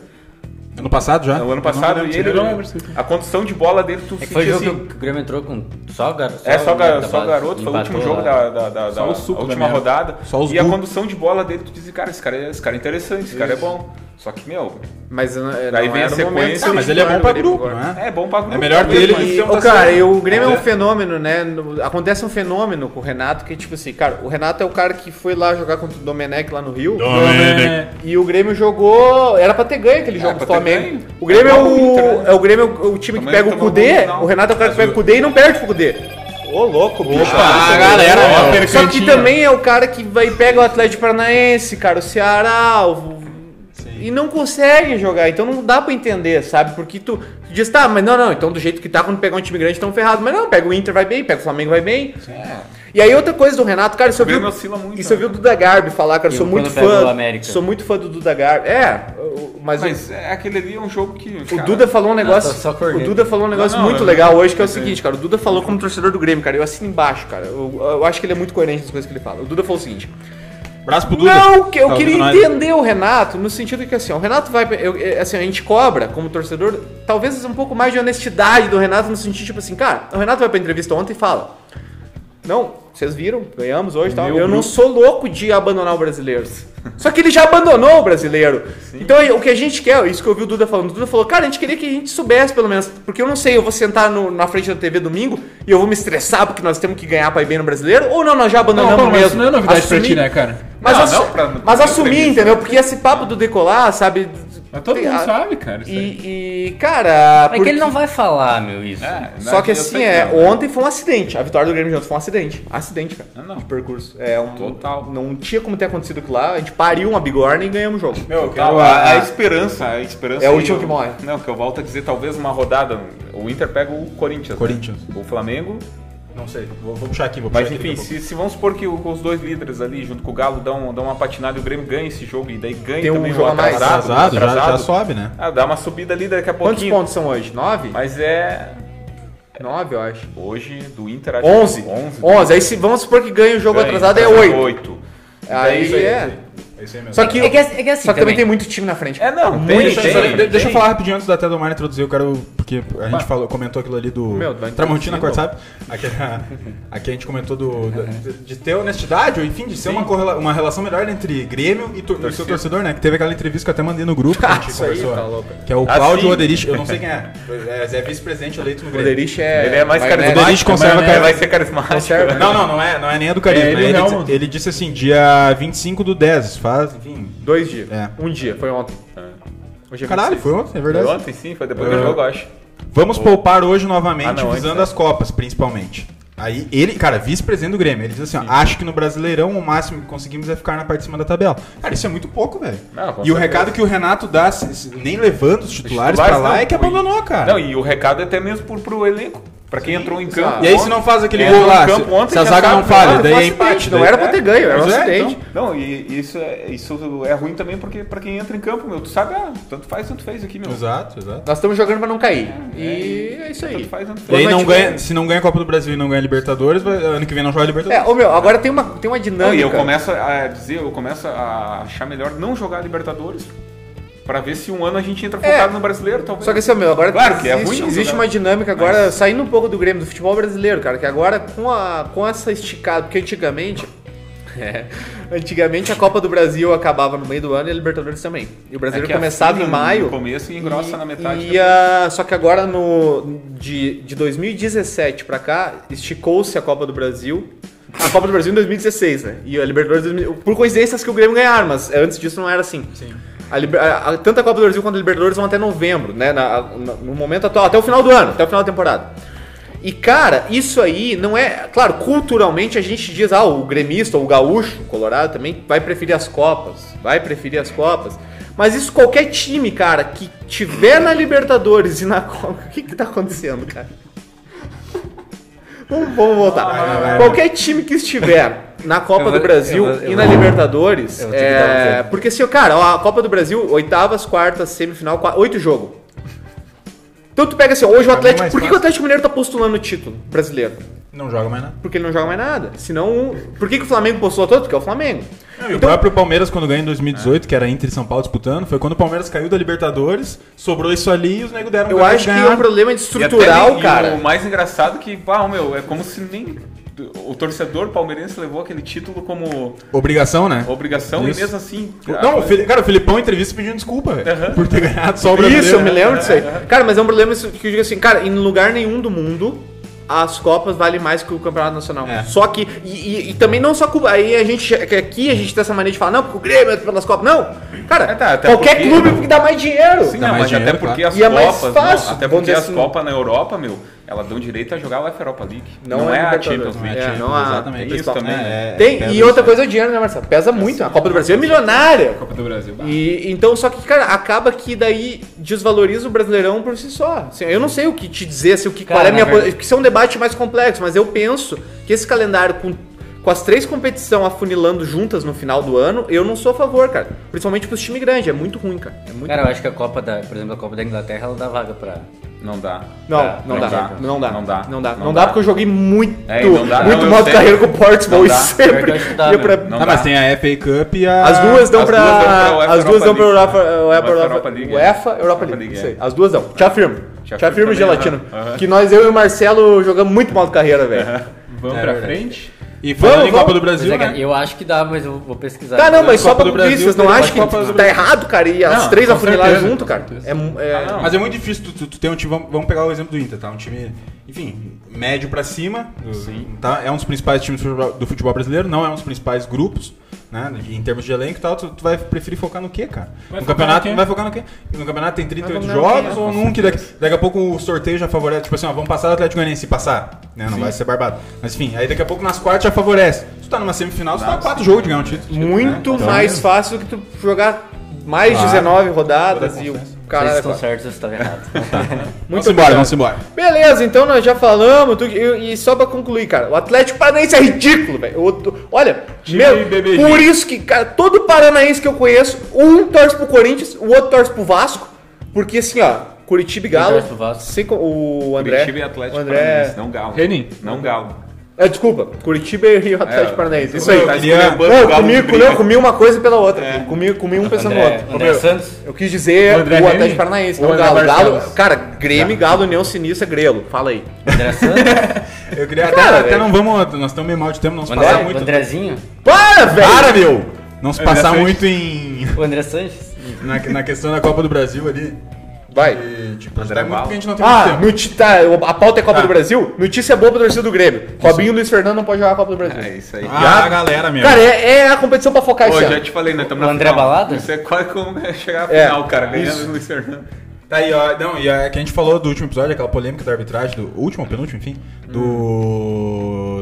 [SPEAKER 4] Ano passado já?
[SPEAKER 2] No É ano passado, e ele.
[SPEAKER 5] eu não lembro se-
[SPEAKER 2] A condição de bola dele, tu
[SPEAKER 3] É que
[SPEAKER 2] sentia
[SPEAKER 3] foi o jogo
[SPEAKER 2] assim.
[SPEAKER 3] que o Grêmio entrou com só garoto.
[SPEAKER 2] É, só, gar- só garoto, foi o último jogo
[SPEAKER 3] né?
[SPEAKER 2] da, da, da- da
[SPEAKER 5] Só o suco da
[SPEAKER 2] última
[SPEAKER 5] merda.
[SPEAKER 2] rodada.
[SPEAKER 4] Só os
[SPEAKER 2] e a
[SPEAKER 4] gu.
[SPEAKER 2] condução de bola dele, tu diz, cara, esse cara é, esse cara é interessante, esse cara é bom. Só que, meu,
[SPEAKER 1] Mas eh, não
[SPEAKER 2] Daí vem a
[SPEAKER 1] era o momento.
[SPEAKER 2] sequência.
[SPEAKER 1] do
[SPEAKER 4] Ah, mas ele é bom
[SPEAKER 1] Grêmio
[SPEAKER 4] pra
[SPEAKER 1] agora,
[SPEAKER 4] grupo,
[SPEAKER 1] agora.
[SPEAKER 4] né?
[SPEAKER 2] é bom pra grupo.
[SPEAKER 4] É melhor ter ele
[SPEAKER 1] E,
[SPEAKER 4] que
[SPEAKER 1] ô, cara, e o Grêmio é um fenômeno, né? No- Acontece um fenômeno com o Renato que, tipo assim, cara, o Renato é o cara que foi lá jogar contra o Domenech lá no Rio.
[SPEAKER 4] Então, é,
[SPEAKER 1] E o Grêmio jogou. Era pra ter ganho aquele jogo do
[SPEAKER 2] pra ter
[SPEAKER 1] Flamengo.
[SPEAKER 2] ganho.
[SPEAKER 1] O Grêmio é
[SPEAKER 2] Igual o Inter,
[SPEAKER 1] o,
[SPEAKER 2] né?
[SPEAKER 1] é o Grêmio é o time que
[SPEAKER 2] Flamengo
[SPEAKER 1] pega o
[SPEAKER 2] tomou gol no
[SPEAKER 1] Cudê.
[SPEAKER 2] final.
[SPEAKER 1] O Renato é o cara que pega o Cudê e não perde pro Cudê. Ô, louco, bicho. é
[SPEAKER 4] Ah, galera, ó,
[SPEAKER 1] né? Só que
[SPEAKER 4] percantinha.
[SPEAKER 1] também é o cara que vai e pega o Atlético Paranaense, cara, o Ceará, o- e não consegue jogar. Então não dá pra entender, sabe? Porque tu, tu diz, tá, mas não, não, então do jeito que tá, quando pegar um time grande, tão ferrado. Mas não, pega o Inter, vai bem, pega o Flamengo, vai bem. E aí outra coisa do Renato, cara, isso eu vi,
[SPEAKER 2] Grêmio oscila muito,
[SPEAKER 1] isso eu vi
[SPEAKER 2] né?
[SPEAKER 1] o Duda Garbi falar, cara,
[SPEAKER 3] E
[SPEAKER 1] sou
[SPEAKER 3] quando
[SPEAKER 1] muito
[SPEAKER 3] pega o
[SPEAKER 1] fã,
[SPEAKER 3] América.
[SPEAKER 1] sou muito fã do Duda Garbi. É, o- mas, o-
[SPEAKER 2] Mas é, aquele ali é um jogo que.
[SPEAKER 1] o Duda falou um negócio,
[SPEAKER 3] só
[SPEAKER 1] o
[SPEAKER 3] corneta.
[SPEAKER 1] Duda falou um negócio
[SPEAKER 2] não,
[SPEAKER 1] muito
[SPEAKER 2] eu-
[SPEAKER 1] legal hoje que é o
[SPEAKER 2] eu sei.
[SPEAKER 1] seguinte, cara. O Duda falou como torcedor do Grêmio, cara. Eu assino embaixo, cara. Eu, eu acho que ele é muito coerente nas coisas que ele fala. O Duda falou o seguinte:
[SPEAKER 4] Braço pro Duda.
[SPEAKER 1] não, que eu
[SPEAKER 4] Tá
[SPEAKER 1] queria
[SPEAKER 4] ouvindo nós?
[SPEAKER 1] entender o Renato no sentido que assim, ó, o Renato vai, eu- é, assim, a gente cobra como torcedor, talvez um pouco mais de honestidade do Renato no sentido tipo assim, cara, o Renato vai pra entrevista ontem e fala: "Não, vocês viram, ganhamos hoje, e tal. Eu não sou louco de abandonar o brasileiro". Só que ele já abandonou o brasileiro. Então o que a gente quer, isso que eu vi o Duda falando, o Duda falou: "Cara, a gente queria que a gente soubesse pelo menos, porque eu não sei, eu vou sentar no- na frente da TV domingo e eu vou me estressar porque nós temos que ganhar pra ir bem no brasileiro ou não, assim, nós já abandonamos
[SPEAKER 5] Não, Paulo, mas
[SPEAKER 1] mesmo".
[SPEAKER 5] isso não é novidade pra ti,
[SPEAKER 1] Assumir-
[SPEAKER 5] né, cara?
[SPEAKER 1] mas,
[SPEAKER 2] Não,
[SPEAKER 1] assu-
[SPEAKER 2] não pra-
[SPEAKER 1] mas
[SPEAKER 2] pra
[SPEAKER 1] assumir,
[SPEAKER 2] entrevista.
[SPEAKER 1] entendeu? Porque esse papo do decolar, sabe?
[SPEAKER 5] Mas todo
[SPEAKER 1] tem
[SPEAKER 5] mundo
[SPEAKER 1] a-
[SPEAKER 5] sabe, cara. isso aí.
[SPEAKER 1] E, e, cara.
[SPEAKER 3] É que
[SPEAKER 1] porque-
[SPEAKER 3] ele não vai falar, meu,
[SPEAKER 2] é,
[SPEAKER 3] isso.
[SPEAKER 2] né,
[SPEAKER 1] Só que assim, é, ontem foi um acidente. A vitória do Grêmio Juntos foi um acidente. Acidente, cara.
[SPEAKER 2] Não, não.
[SPEAKER 1] De percurso. É um.
[SPEAKER 2] Total.
[SPEAKER 1] Não tinha como ter acontecido aquilo lá. A gente pariu uma bigorna e ganhamos o jogo.
[SPEAKER 4] Meu, eu quero
[SPEAKER 2] Tal,
[SPEAKER 4] a-
[SPEAKER 2] Tá, a, a
[SPEAKER 4] a-
[SPEAKER 2] esperança, a esperança.
[SPEAKER 1] É o
[SPEAKER 2] aí,
[SPEAKER 1] último
[SPEAKER 2] eu-
[SPEAKER 1] que morre.
[SPEAKER 2] Não, que eu volto a dizer, talvez uma rodada. O Inter pega o Corinthians. né?
[SPEAKER 4] Corinthians.
[SPEAKER 2] O Flamengo.
[SPEAKER 4] Não sei, vou, vou puxar aqui, vou puxar
[SPEAKER 2] Mas
[SPEAKER 4] aqui
[SPEAKER 2] enfim,
[SPEAKER 4] daqui a pouco.
[SPEAKER 2] se, se vamos supor que o- os dois líderes ali, junto com o Galo, dão, dão uma patinada e o Grêmio ganha esse jogo e daí ganha
[SPEAKER 1] Tem um
[SPEAKER 2] também
[SPEAKER 1] jogo
[SPEAKER 2] o
[SPEAKER 1] a mais.
[SPEAKER 2] atrasado.
[SPEAKER 4] atrasado,
[SPEAKER 2] o
[SPEAKER 4] já, já
[SPEAKER 2] atrasado.
[SPEAKER 4] sobe, né?
[SPEAKER 2] Ah, dá uma subida ali daqui a
[SPEAKER 1] Quantos
[SPEAKER 2] pouquinho.
[SPEAKER 1] pontos são hoje? Nove?
[SPEAKER 2] Mas é.
[SPEAKER 1] Nove, eu acho.
[SPEAKER 2] Hoje, do Inter, acho que é
[SPEAKER 1] Onze.
[SPEAKER 2] 11.
[SPEAKER 1] Onze. Aí se vamos supor que ganha o jogo
[SPEAKER 2] Ganha,
[SPEAKER 1] atrasado, é oito.
[SPEAKER 2] 8.
[SPEAKER 1] Aí,
[SPEAKER 2] Daí-
[SPEAKER 1] é.
[SPEAKER 4] É isso aí mesmo.
[SPEAKER 1] Só que,
[SPEAKER 3] É que- é que assim
[SPEAKER 1] só que também
[SPEAKER 3] também.
[SPEAKER 1] tem muito time na frente.
[SPEAKER 2] É, não, tem,
[SPEAKER 4] Deixa,
[SPEAKER 2] tem,
[SPEAKER 4] deixa-
[SPEAKER 2] tem.
[SPEAKER 4] deixa eu falar rapidinho antes da até do Mar introduzir, eu quero. Porque a gente falou, comentou aquilo ali do.
[SPEAKER 1] Meu, vai
[SPEAKER 4] Tramontina,
[SPEAKER 1] introduzir,
[SPEAKER 4] corta, sabe? Aqui, ah, aqui a gente comentou do, da- de, de ter honestidade, ou enfim, de ser uma, correla- uma relação melhor entre Grêmio e, tor- e seu torcedor, né? Que teve aquela entrevista que eu até mandei no grupo que a gente
[SPEAKER 1] Isso aí,
[SPEAKER 4] conversou.
[SPEAKER 1] tá louco.
[SPEAKER 4] que é o Cláudio
[SPEAKER 2] sim.
[SPEAKER 4] Roderich, eu não sei quem é. É, é vice-presidente eleito no
[SPEAKER 1] O
[SPEAKER 4] Grêmio.
[SPEAKER 1] Derich é.
[SPEAKER 2] Ele é mais
[SPEAKER 1] maionese.
[SPEAKER 2] carismático.
[SPEAKER 4] Roderich conserva
[SPEAKER 2] Ele vai
[SPEAKER 4] cara.
[SPEAKER 2] ser carismático.
[SPEAKER 1] Conserva.
[SPEAKER 4] Não, não, não é, não é nem a do Carisma.
[SPEAKER 5] É ele e o
[SPEAKER 4] ele,
[SPEAKER 5] Helmut.
[SPEAKER 4] disse- ele disse assim, dia 25 do 10, faz, enfim.
[SPEAKER 1] Dois dias.
[SPEAKER 4] É.
[SPEAKER 1] Um dia, foi ontem. Hoje é
[SPEAKER 4] Caralho, foi ontem, é verdade.
[SPEAKER 2] Ontem sim, foi depois do jogo, eu acho.
[SPEAKER 4] Vamos poupar hoje novamente,
[SPEAKER 2] Ah, não, antes,
[SPEAKER 4] visando
[SPEAKER 2] né?
[SPEAKER 4] as Copas, principalmente. Aí ele, cara, vice-presidente do Grêmio, ele diz assim: ó, acho que no Brasileirão o máximo que conseguimos é ficar na parte de cima da tabela. Cara, isso é muito pouco, velho.
[SPEAKER 2] Não, com
[SPEAKER 4] E o
[SPEAKER 2] certeza.
[SPEAKER 4] recado que o Renato dá, se- se- nem levando os titulares, pra lá,
[SPEAKER 2] não,
[SPEAKER 4] é que
[SPEAKER 2] foi.
[SPEAKER 4] abandonou, cara.
[SPEAKER 2] Não, e o recado é até mesmo pro, pro elenco. Pra quem entrou em campo.
[SPEAKER 4] E aí, se
[SPEAKER 2] ontem-
[SPEAKER 4] não faz aquele
[SPEAKER 2] é,
[SPEAKER 4] gol
[SPEAKER 2] no
[SPEAKER 4] lá, se,
[SPEAKER 2] campo ontem
[SPEAKER 4] se a
[SPEAKER 2] já
[SPEAKER 4] zaga
[SPEAKER 2] sabe,
[SPEAKER 4] não falha,
[SPEAKER 2] claro,
[SPEAKER 1] foi
[SPEAKER 4] daí é
[SPEAKER 1] um acidente,
[SPEAKER 4] empate.
[SPEAKER 1] não
[SPEAKER 4] daí-
[SPEAKER 1] era pra ter ganho, era um
[SPEAKER 4] Pois é,
[SPEAKER 1] acidente.
[SPEAKER 4] então.
[SPEAKER 2] Não, e isso é, isso é ruim também porque pra quem entra em campo, meu, tu sabe, ah, tanto faz, tanto fez aqui, meu.
[SPEAKER 4] Exato, exato.
[SPEAKER 1] Nós estamos jogando pra não cair. e é isso
[SPEAKER 2] Tanto
[SPEAKER 1] aí.
[SPEAKER 2] faz, tanto fez.
[SPEAKER 4] E aí,
[SPEAKER 1] Quando
[SPEAKER 4] não
[SPEAKER 1] nós tiver-
[SPEAKER 4] ganha, se não ganha a Copa do Brasil e não ganha a Libertadores, vai- ano que vem não joga a
[SPEAKER 1] É,
[SPEAKER 4] Libertadores.
[SPEAKER 1] ô meu, agora tem uma, tem uma
[SPEAKER 2] Não,
[SPEAKER 1] dinâmica.
[SPEAKER 2] e eu começo a dizer, eu começo a achar melhor não jogar Libertadores pra ver se um ano a gente entra focado no brasileiro,
[SPEAKER 1] É.
[SPEAKER 2] talvez.
[SPEAKER 1] Só que assim, ó, meu, agora
[SPEAKER 2] Claro que é
[SPEAKER 1] existe,
[SPEAKER 2] ruim não
[SPEAKER 1] existe
[SPEAKER 2] jogar.
[SPEAKER 1] uma dinâmica agora, saindo um pouco do Grêmio, do futebol brasileiro, cara, que agora com, a, com essa esticada, porque antigamente. é, antigamente a Copa do Brasil acabava no meio do ano e a Libertadores também. E o
[SPEAKER 5] É
[SPEAKER 1] brasileiro
[SPEAKER 2] É que
[SPEAKER 1] começava
[SPEAKER 2] afina
[SPEAKER 1] em maio.
[SPEAKER 2] No começo e engrossa na metade.
[SPEAKER 1] E, é a- só que agora, no, de, de 2017 pra cá, esticou-se a Copa do Brasil. A Copa do Brasil em 2016, né? E a Libertadores... em 2000 Por coincidências que o Grêmio ganharam, mas antes disso não era assim. A Liber- a- a- tanto a Copa do Brasil quanto a Libertadores vão até novembro, né? Na- na- no momento atual, até o final do ano, até o final da temporada. E cara, isso aí não é. Claro, culturalmente a gente diz, ah, o gremista ou o gaúcho, o colorado também, vai preferir as Copas. Vai preferir as Copas. Mas isso qualquer time, cara, que tiver na Libertadores e na Copa. O que que tá acontecendo, cara? Vamos, vamos voltar. Qualquer time que estiver na Copa
[SPEAKER 3] Eu
[SPEAKER 1] do
[SPEAKER 3] vou-
[SPEAKER 1] Brasil
[SPEAKER 3] eu vou- eu
[SPEAKER 1] e
[SPEAKER 3] vou-
[SPEAKER 1] na Libertadores.
[SPEAKER 3] eu vou ter que dar um
[SPEAKER 1] é,
[SPEAKER 3] exemplo.
[SPEAKER 1] Porque, assim, cara, ó, a Copa do Brasil, oitavas, quartas, semifinal, qua- oito jogos. Então tu pega assim, ó, hoje o
[SPEAKER 4] mim é
[SPEAKER 1] Atlético.
[SPEAKER 4] mais
[SPEAKER 1] Por que, que o Atlético Mineiro tá postulando o título brasileiro?
[SPEAKER 2] É.
[SPEAKER 4] Não joga mais nada.
[SPEAKER 1] Porque ele não joga mais nada. Senão. Por que, que o Flamengo postulou todo? Porque é o Flamengo.
[SPEAKER 4] Não, e o próprio Palmeiras, quando ganhou em 2018, que era Inter e São Paulo disputando, foi quando o Palmeiras caiu da Libertadores, sobrou isso ali e os nego deram
[SPEAKER 1] Eu
[SPEAKER 4] pra
[SPEAKER 1] acho que é
[SPEAKER 4] ganhar.
[SPEAKER 1] um problema de
[SPEAKER 2] E até
[SPEAKER 1] estrutural,
[SPEAKER 2] nem- e
[SPEAKER 1] cara.
[SPEAKER 2] O mais engraçado é que, pau, meu, é como se nem
[SPEAKER 5] O torcedor palmeirense levou aquele título como
[SPEAKER 4] Obrigação, né?
[SPEAKER 5] obrigação
[SPEAKER 4] Isso.
[SPEAKER 5] e mesmo assim.
[SPEAKER 4] Não, o
[SPEAKER 3] né?
[SPEAKER 4] Fili- cara, o Filipão em entrevista pedindo desculpa, velho. Por ter ganhado só o brasileiro.
[SPEAKER 1] Isso, um eu me lembro disso aí. Cara, mas é um problema isso que eu digo assim, cara, em lugar nenhum do mundo as Copas valem mais que o Campeonato Nacional.
[SPEAKER 4] É.
[SPEAKER 1] Só que. E, e- e também não só com. Aí a gente. que Aqui a gente tem essa mania de falar, não, porque o Grêmio é pelas Copas. Não! Cara,
[SPEAKER 5] É, tá, até
[SPEAKER 1] qualquer
[SPEAKER 5] porque-
[SPEAKER 1] clube porque dá mais dinheiro.
[SPEAKER 5] Sim,
[SPEAKER 4] Dá mais
[SPEAKER 5] não, assim, ah, mas
[SPEAKER 4] dinheiro,
[SPEAKER 5] até porque
[SPEAKER 1] claro.
[SPEAKER 5] as
[SPEAKER 1] E é mais
[SPEAKER 5] Copas,
[SPEAKER 1] fácil,
[SPEAKER 5] não, até
[SPEAKER 1] vamos
[SPEAKER 5] porque
[SPEAKER 1] dizer
[SPEAKER 5] as
[SPEAKER 1] assim.
[SPEAKER 5] Copas na Europa, meu, elas dão direito a jogar o UEFA Europa League. Não, é, a Champions
[SPEAKER 1] Libertadores.
[SPEAKER 5] League.
[SPEAKER 1] É, não há-
[SPEAKER 4] Exatamente.
[SPEAKER 5] Tem isso também. né?
[SPEAKER 4] É,
[SPEAKER 1] Tem,
[SPEAKER 4] pesa
[SPEAKER 1] e outra
[SPEAKER 4] isso.
[SPEAKER 1] coisa é o dinheiro, né, Marcelo? Pesa muito. A Copa do Brasil é milionária.
[SPEAKER 6] Copa do Brasil. bah.
[SPEAKER 1] E, então, só que, cara, acaba que daí desvaloriza o Brasileirão por si só. Assim, eu não sei o que te dizer, assim, o que,
[SPEAKER 3] Cara,
[SPEAKER 1] qual é a
[SPEAKER 3] na
[SPEAKER 1] minha
[SPEAKER 3] verdade-
[SPEAKER 1] po- Porque isso é um debate mais complexo, mas eu penso que esse calendário com, com as três competições afunilando juntas no final do ano, eu não sou a favor, cara. Principalmente pros times grandes, é muito ruim, cara. É muito
[SPEAKER 3] Cara, eu
[SPEAKER 1] ruim.
[SPEAKER 3] acho que a Copa da, por exemplo, a Copa da Inglaterra, ela dá vaga pra.
[SPEAKER 5] Não dá.
[SPEAKER 1] Não,
[SPEAKER 3] é,
[SPEAKER 1] não,
[SPEAKER 3] não
[SPEAKER 1] dá,
[SPEAKER 3] dá.
[SPEAKER 1] não dá.
[SPEAKER 5] Não dá.
[SPEAKER 1] Não dá.
[SPEAKER 5] Não
[SPEAKER 1] Não dá
[SPEAKER 5] dá.
[SPEAKER 1] porque eu joguei muito,
[SPEAKER 5] É, e não dá.
[SPEAKER 1] muito
[SPEAKER 5] Não, eu
[SPEAKER 1] modo
[SPEAKER 5] sei.
[SPEAKER 1] carreira com o
[SPEAKER 5] Não
[SPEAKER 1] Portsmouth e
[SPEAKER 5] dá.
[SPEAKER 1] sempre.
[SPEAKER 3] Pior que eu acho que dá,
[SPEAKER 1] ia pra-
[SPEAKER 2] né?
[SPEAKER 3] meu.
[SPEAKER 5] Não
[SPEAKER 4] Ah, mas
[SPEAKER 5] dá.
[SPEAKER 4] tem a FA Cup e a.
[SPEAKER 1] As duas dão
[SPEAKER 5] As
[SPEAKER 1] pra.
[SPEAKER 5] duas dão pra UEFA
[SPEAKER 1] as duas dão pra
[SPEAKER 5] Europa
[SPEAKER 1] Europa, Europa,
[SPEAKER 5] UEFA
[SPEAKER 1] Europa
[SPEAKER 5] Europa League, é.
[SPEAKER 1] UEFA Europa
[SPEAKER 5] Europa
[SPEAKER 1] League.
[SPEAKER 5] League,
[SPEAKER 1] isso aí.
[SPEAKER 5] é.
[SPEAKER 1] As duas dão. Te afirmo. Te,
[SPEAKER 5] Te
[SPEAKER 1] afirmo,
[SPEAKER 5] afirmo também, né? Uhum.
[SPEAKER 1] gelatino.
[SPEAKER 5] aham, aham.
[SPEAKER 1] Que nós, eu e o Marcelo, jogamos muito mal de carreira,
[SPEAKER 5] Uhum.
[SPEAKER 1] velho.
[SPEAKER 6] Vamos
[SPEAKER 4] É
[SPEAKER 6] pra
[SPEAKER 4] verdade.
[SPEAKER 6] frente.
[SPEAKER 4] E falando
[SPEAKER 1] Vamos,
[SPEAKER 4] em Copa
[SPEAKER 1] vamos.
[SPEAKER 4] do
[SPEAKER 3] Mas
[SPEAKER 4] Brasil.
[SPEAKER 3] é, cara,
[SPEAKER 4] né?
[SPEAKER 3] eu acho que dá, mas eu vou pesquisar.
[SPEAKER 1] Tá, não,
[SPEAKER 5] Uhum.
[SPEAKER 1] mas só
[SPEAKER 4] Copa
[SPEAKER 1] pra
[SPEAKER 4] do Brasil,
[SPEAKER 1] cumprir, vocês não
[SPEAKER 4] tem
[SPEAKER 1] acham que
[SPEAKER 4] Copa do
[SPEAKER 1] tá errado, cara? E as
[SPEAKER 5] Não,
[SPEAKER 1] três
[SPEAKER 6] com
[SPEAKER 1] afunilaram
[SPEAKER 6] certeza,
[SPEAKER 1] junto,
[SPEAKER 6] com
[SPEAKER 1] cara. É,
[SPEAKER 6] certeza.
[SPEAKER 1] mu- é-
[SPEAKER 5] Ah, não.
[SPEAKER 4] Mas é muito difícil tu, tu, tu ter um time. Vamos, vamos pegar o exemplo do Inter, tá? Um time, enfim, médio pra cima. Sim. Tá? É um dos principais times do futebol- do futebol brasileiro, não é um dos principais grupos, né? Em termos de elenco e tal, tu, tu vai preferir focar no quê, cara?
[SPEAKER 6] Vai focar
[SPEAKER 4] no campeonato,
[SPEAKER 6] no quê?
[SPEAKER 4] vai focar no quê? No campeonato tem 38
[SPEAKER 1] Vai focar no
[SPEAKER 4] jogos ou num que daqui, daqui a pouco o sorteio já favorece. Tipo assim, ó, vamos passar o Atlético Goianiense se passar, né? Não vai ser barbado. Mas enfim, aí daqui a pouco nas quartas já favorece. Se tu tá numa semifinal, tu tá a quatro jogos de ganhar um título.
[SPEAKER 1] muito
[SPEAKER 4] Então,
[SPEAKER 1] mais
[SPEAKER 4] é.
[SPEAKER 1] fácil do que tu jogar mais
[SPEAKER 5] Ah.
[SPEAKER 4] Claro.
[SPEAKER 1] 19 rodadas
[SPEAKER 4] Toda
[SPEAKER 1] e o
[SPEAKER 4] confiança.
[SPEAKER 1] cara.
[SPEAKER 3] Vocês estão certos, tá vocês estão errados.
[SPEAKER 4] Vamos embora, vamos embora.
[SPEAKER 1] Beleza, então nós já falamos. tudo. e, e só pra concluir, cara, o Atlético Paranaense é ridículo, velho. Eu tô- Olha, meu, por isso que, cara, todo paranaense que eu conheço, um torce pro Corinthians, o outro torce pro Vasco, porque assim, ó, Curitiba e Galo.
[SPEAKER 3] torce pro Vasco?
[SPEAKER 1] sem co- o André.
[SPEAKER 5] Curitiba e é Atlético
[SPEAKER 1] o
[SPEAKER 5] Paranaense,
[SPEAKER 1] André.
[SPEAKER 5] não Galo.
[SPEAKER 6] Renin.
[SPEAKER 5] Não Galo.
[SPEAKER 1] É, desculpa, Curitiba
[SPEAKER 5] É,
[SPEAKER 1] e o Atlético Paranaense. Isso aí.
[SPEAKER 4] tá
[SPEAKER 5] Tá esculhambando
[SPEAKER 1] Não,
[SPEAKER 5] o
[SPEAKER 1] eu
[SPEAKER 5] Galo É.
[SPEAKER 1] comi,
[SPEAKER 5] no
[SPEAKER 1] comi,
[SPEAKER 5] brilho.
[SPEAKER 1] eu comi uma coisa pela outra. Comi, comi um pensando no
[SPEAKER 3] André-
[SPEAKER 1] outro.
[SPEAKER 3] André
[SPEAKER 1] Meu,
[SPEAKER 3] Santos?
[SPEAKER 1] Eu quis dizer
[SPEAKER 6] O
[SPEAKER 1] o,
[SPEAKER 6] André Henrique?
[SPEAKER 1] Atlético Paranaense,
[SPEAKER 6] Ou
[SPEAKER 1] não o
[SPEAKER 6] André
[SPEAKER 1] Galo. Galo.
[SPEAKER 6] Barcelos? Tá.
[SPEAKER 1] Cara, Grêmio, Galo, União Sinistra, Grelo. Fala aí.
[SPEAKER 3] André Santos,
[SPEAKER 4] Eu queria até,
[SPEAKER 1] Cara,
[SPEAKER 4] até
[SPEAKER 1] velho.
[SPEAKER 4] não vamos. Nós estamos meio mal de tempo, não se
[SPEAKER 3] André-
[SPEAKER 4] passar
[SPEAKER 3] o
[SPEAKER 4] muito.
[SPEAKER 3] Andrezinho,
[SPEAKER 1] Para, velho!
[SPEAKER 4] Para, meu! Não se passar
[SPEAKER 6] bastante.
[SPEAKER 4] muito em.
[SPEAKER 3] o André Sanches.
[SPEAKER 4] Na, na questão da Copa do Brasil ali.
[SPEAKER 1] Vai.
[SPEAKER 4] E, tipo,
[SPEAKER 5] André
[SPEAKER 4] tá muito
[SPEAKER 5] Bala.
[SPEAKER 4] porque a gente não tem
[SPEAKER 1] Ah,
[SPEAKER 4] muito tempo.
[SPEAKER 1] noti- tá, a pauta é
[SPEAKER 4] Ah.
[SPEAKER 1] Copa do Brasil? Notícia boa pra torcida do Grêmio. Robinho e Luiz Fernando não pode jogar a Copa do Brasil.
[SPEAKER 5] É isso aí.
[SPEAKER 4] Ah, a galera, meu.
[SPEAKER 1] Cara, é, é a competição pra focar
[SPEAKER 5] Pô,
[SPEAKER 1] esse
[SPEAKER 5] já
[SPEAKER 1] ano.
[SPEAKER 5] te falei, né? Estamos
[SPEAKER 3] O
[SPEAKER 5] na
[SPEAKER 3] André
[SPEAKER 5] final.
[SPEAKER 3] Balada?
[SPEAKER 5] Isso é quase como é chegar à
[SPEAKER 1] É,
[SPEAKER 5] final, cara.
[SPEAKER 1] isso.
[SPEAKER 5] Ganhando o Luiz Fernando.
[SPEAKER 4] Tá aí, ó. Não, e a, que a gente falou do último episódio, aquela polêmica da arbitragem, do último, penúltimo, enfim,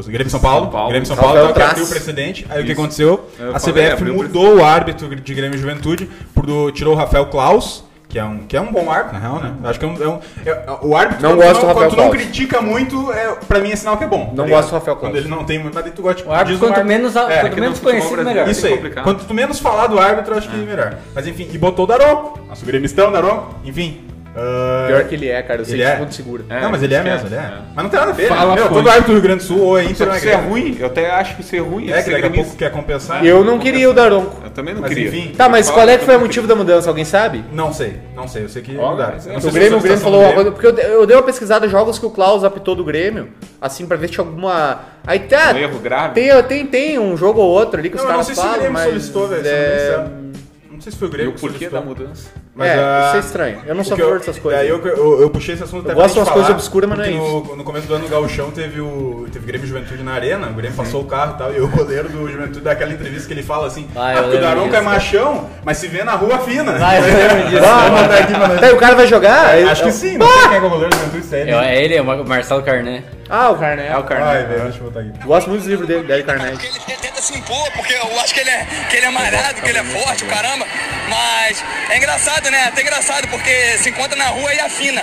[SPEAKER 4] do Grêmio São Paulo.
[SPEAKER 5] São Paulo.
[SPEAKER 4] Grêmio São Paulo,
[SPEAKER 1] Hum. Rafael
[SPEAKER 4] então, que
[SPEAKER 1] Traz.
[SPEAKER 4] abriu o precedente. Aí o que
[SPEAKER 5] Isso.
[SPEAKER 4] aconteceu?
[SPEAKER 5] Eu
[SPEAKER 4] a
[SPEAKER 5] falei,
[SPEAKER 4] CBF
[SPEAKER 5] abriu o
[SPEAKER 4] mudou o árbitro de Grêmio e Juventude, por do- tirou o Rafael Klaus. Que é, um, que é um bom árbitro, na real, né? Acho que é um. é um- é- o árbitro,
[SPEAKER 1] Não
[SPEAKER 4] quando
[SPEAKER 1] gosto
[SPEAKER 4] tu
[SPEAKER 1] do Rafael
[SPEAKER 4] quando tu não
[SPEAKER 1] Klaus.
[SPEAKER 4] critica muito, é, pra mim é sinal que é bom.
[SPEAKER 1] Não
[SPEAKER 4] ligado?
[SPEAKER 1] gosto do Rafael Klaus.
[SPEAKER 4] Quando ele não tem muito, mas daí tu gosta de
[SPEAKER 3] O árbitro,
[SPEAKER 4] diz um
[SPEAKER 3] quanto
[SPEAKER 4] árbitro-
[SPEAKER 3] menos, a-
[SPEAKER 4] É,
[SPEAKER 3] quanto
[SPEAKER 5] que
[SPEAKER 3] menos
[SPEAKER 5] no futebol
[SPEAKER 3] conhecido,
[SPEAKER 5] brasileiro-
[SPEAKER 3] melhor.
[SPEAKER 4] isso aí.
[SPEAKER 5] complicado.
[SPEAKER 4] Quanto tu menos falar do árbitro, eu acho que
[SPEAKER 1] É.
[SPEAKER 4] melhor. Mas enfim, e botou o Daronco. Nosso gremistão, Daronco. Enfim. ah,
[SPEAKER 1] Pior que ele é, cara. Eu sei
[SPEAKER 4] Ele
[SPEAKER 1] que
[SPEAKER 4] é?
[SPEAKER 1] todo mundo segura.
[SPEAKER 4] não, mas ele é mesmo, ele é. Mas não tem nada a ver.
[SPEAKER 6] Fala,
[SPEAKER 4] né? Meu,
[SPEAKER 6] fonte.
[SPEAKER 4] todo árbitro do Rio Grande do Sul ou é Inter
[SPEAKER 5] Só
[SPEAKER 4] ou
[SPEAKER 5] que
[SPEAKER 4] é
[SPEAKER 5] isso é
[SPEAKER 4] Grêmio.
[SPEAKER 5] ruim. Eu até acho que isso é ruim.
[SPEAKER 4] É
[SPEAKER 5] esse
[SPEAKER 4] que daqui a
[SPEAKER 5] gremista.
[SPEAKER 4] pouco quer compensar.
[SPEAKER 1] Eu não queria o Daronco.
[SPEAKER 5] Eu também não
[SPEAKER 4] Mas
[SPEAKER 5] queria.
[SPEAKER 4] enfim.
[SPEAKER 1] Tá, mas qual é que foi o motivo da mudança? Alguém sabe?
[SPEAKER 4] Não sei, não sei. Eu sei que
[SPEAKER 6] Ó,
[SPEAKER 4] mudaram.
[SPEAKER 6] mas
[SPEAKER 4] Eu
[SPEAKER 6] é.
[SPEAKER 4] não sei
[SPEAKER 1] O
[SPEAKER 4] se
[SPEAKER 1] Grêmio,
[SPEAKER 4] foi
[SPEAKER 1] o Grêmio
[SPEAKER 4] situação
[SPEAKER 1] falou
[SPEAKER 4] do
[SPEAKER 1] uma coisa. Porque eu, eu dei uma pesquisada jogos que o Klaus apitou do Grêmio, assim, pra ver se tinha alguma. Aí tá.
[SPEAKER 5] Um erro grave.
[SPEAKER 1] Tem, tem, tem um jogo ou outro ali que os
[SPEAKER 4] Não, eu não
[SPEAKER 1] caras
[SPEAKER 4] sei se o
[SPEAKER 1] falam,
[SPEAKER 4] Grêmio
[SPEAKER 1] mas.
[SPEAKER 4] solicitou, velho. se eu
[SPEAKER 1] é...
[SPEAKER 4] não me engano. Não sei se foi o
[SPEAKER 5] E
[SPEAKER 4] Grêmio
[SPEAKER 5] o
[SPEAKER 4] que
[SPEAKER 5] porquê
[SPEAKER 4] solicitou.
[SPEAKER 5] da mudança?
[SPEAKER 4] Mas,
[SPEAKER 1] é,
[SPEAKER 4] ah,
[SPEAKER 1] isso é estranho. Eu não sou
[SPEAKER 4] o que
[SPEAKER 1] a favor dessas coisas.
[SPEAKER 4] Daí eu, eu, eu puxei esse assunto até pra
[SPEAKER 1] gosto de
[SPEAKER 4] gente
[SPEAKER 1] umas
[SPEAKER 4] falar,
[SPEAKER 1] coisas obscuras, mas não é
[SPEAKER 4] porque No, no começo do ano, o Gauchão teve, o, teve Grêmio e Juventude na arena, o Grêmio passou o carro e tal, e o goleiro do Juventude dá aquela entrevista que ele fala assim,
[SPEAKER 3] Ah,
[SPEAKER 4] ah,
[SPEAKER 3] eu
[SPEAKER 4] porque o
[SPEAKER 3] lembro
[SPEAKER 4] Daronco é
[SPEAKER 3] disso.
[SPEAKER 4] machão, mas se vê na rua fina.
[SPEAKER 3] Ah, eu lembro disso.
[SPEAKER 4] Ah, mas tá aqui, mano.
[SPEAKER 1] Daí É, o cara vai jogar? Aí-
[SPEAKER 4] Acho que sim, não sei quem é que é o goleiro do Juventude, isso aí,
[SPEAKER 3] É,
[SPEAKER 4] né?
[SPEAKER 3] é ele, é o Mar- Marcelo Carné.
[SPEAKER 1] Ah, o Carné.
[SPEAKER 5] É o
[SPEAKER 4] Ai,
[SPEAKER 5] Carneiro.
[SPEAKER 4] velho, deixa eu botar aqui.
[SPEAKER 1] Gosto muito dos livros dele, Délio Carneiro.
[SPEAKER 7] Porque ele te- tenta se impor, porque eu acho que ele é, que ele é marado, que ele é forte, o caramba. Mas é engraçado, né? Até engraçado, porque se encontra na rua e afina.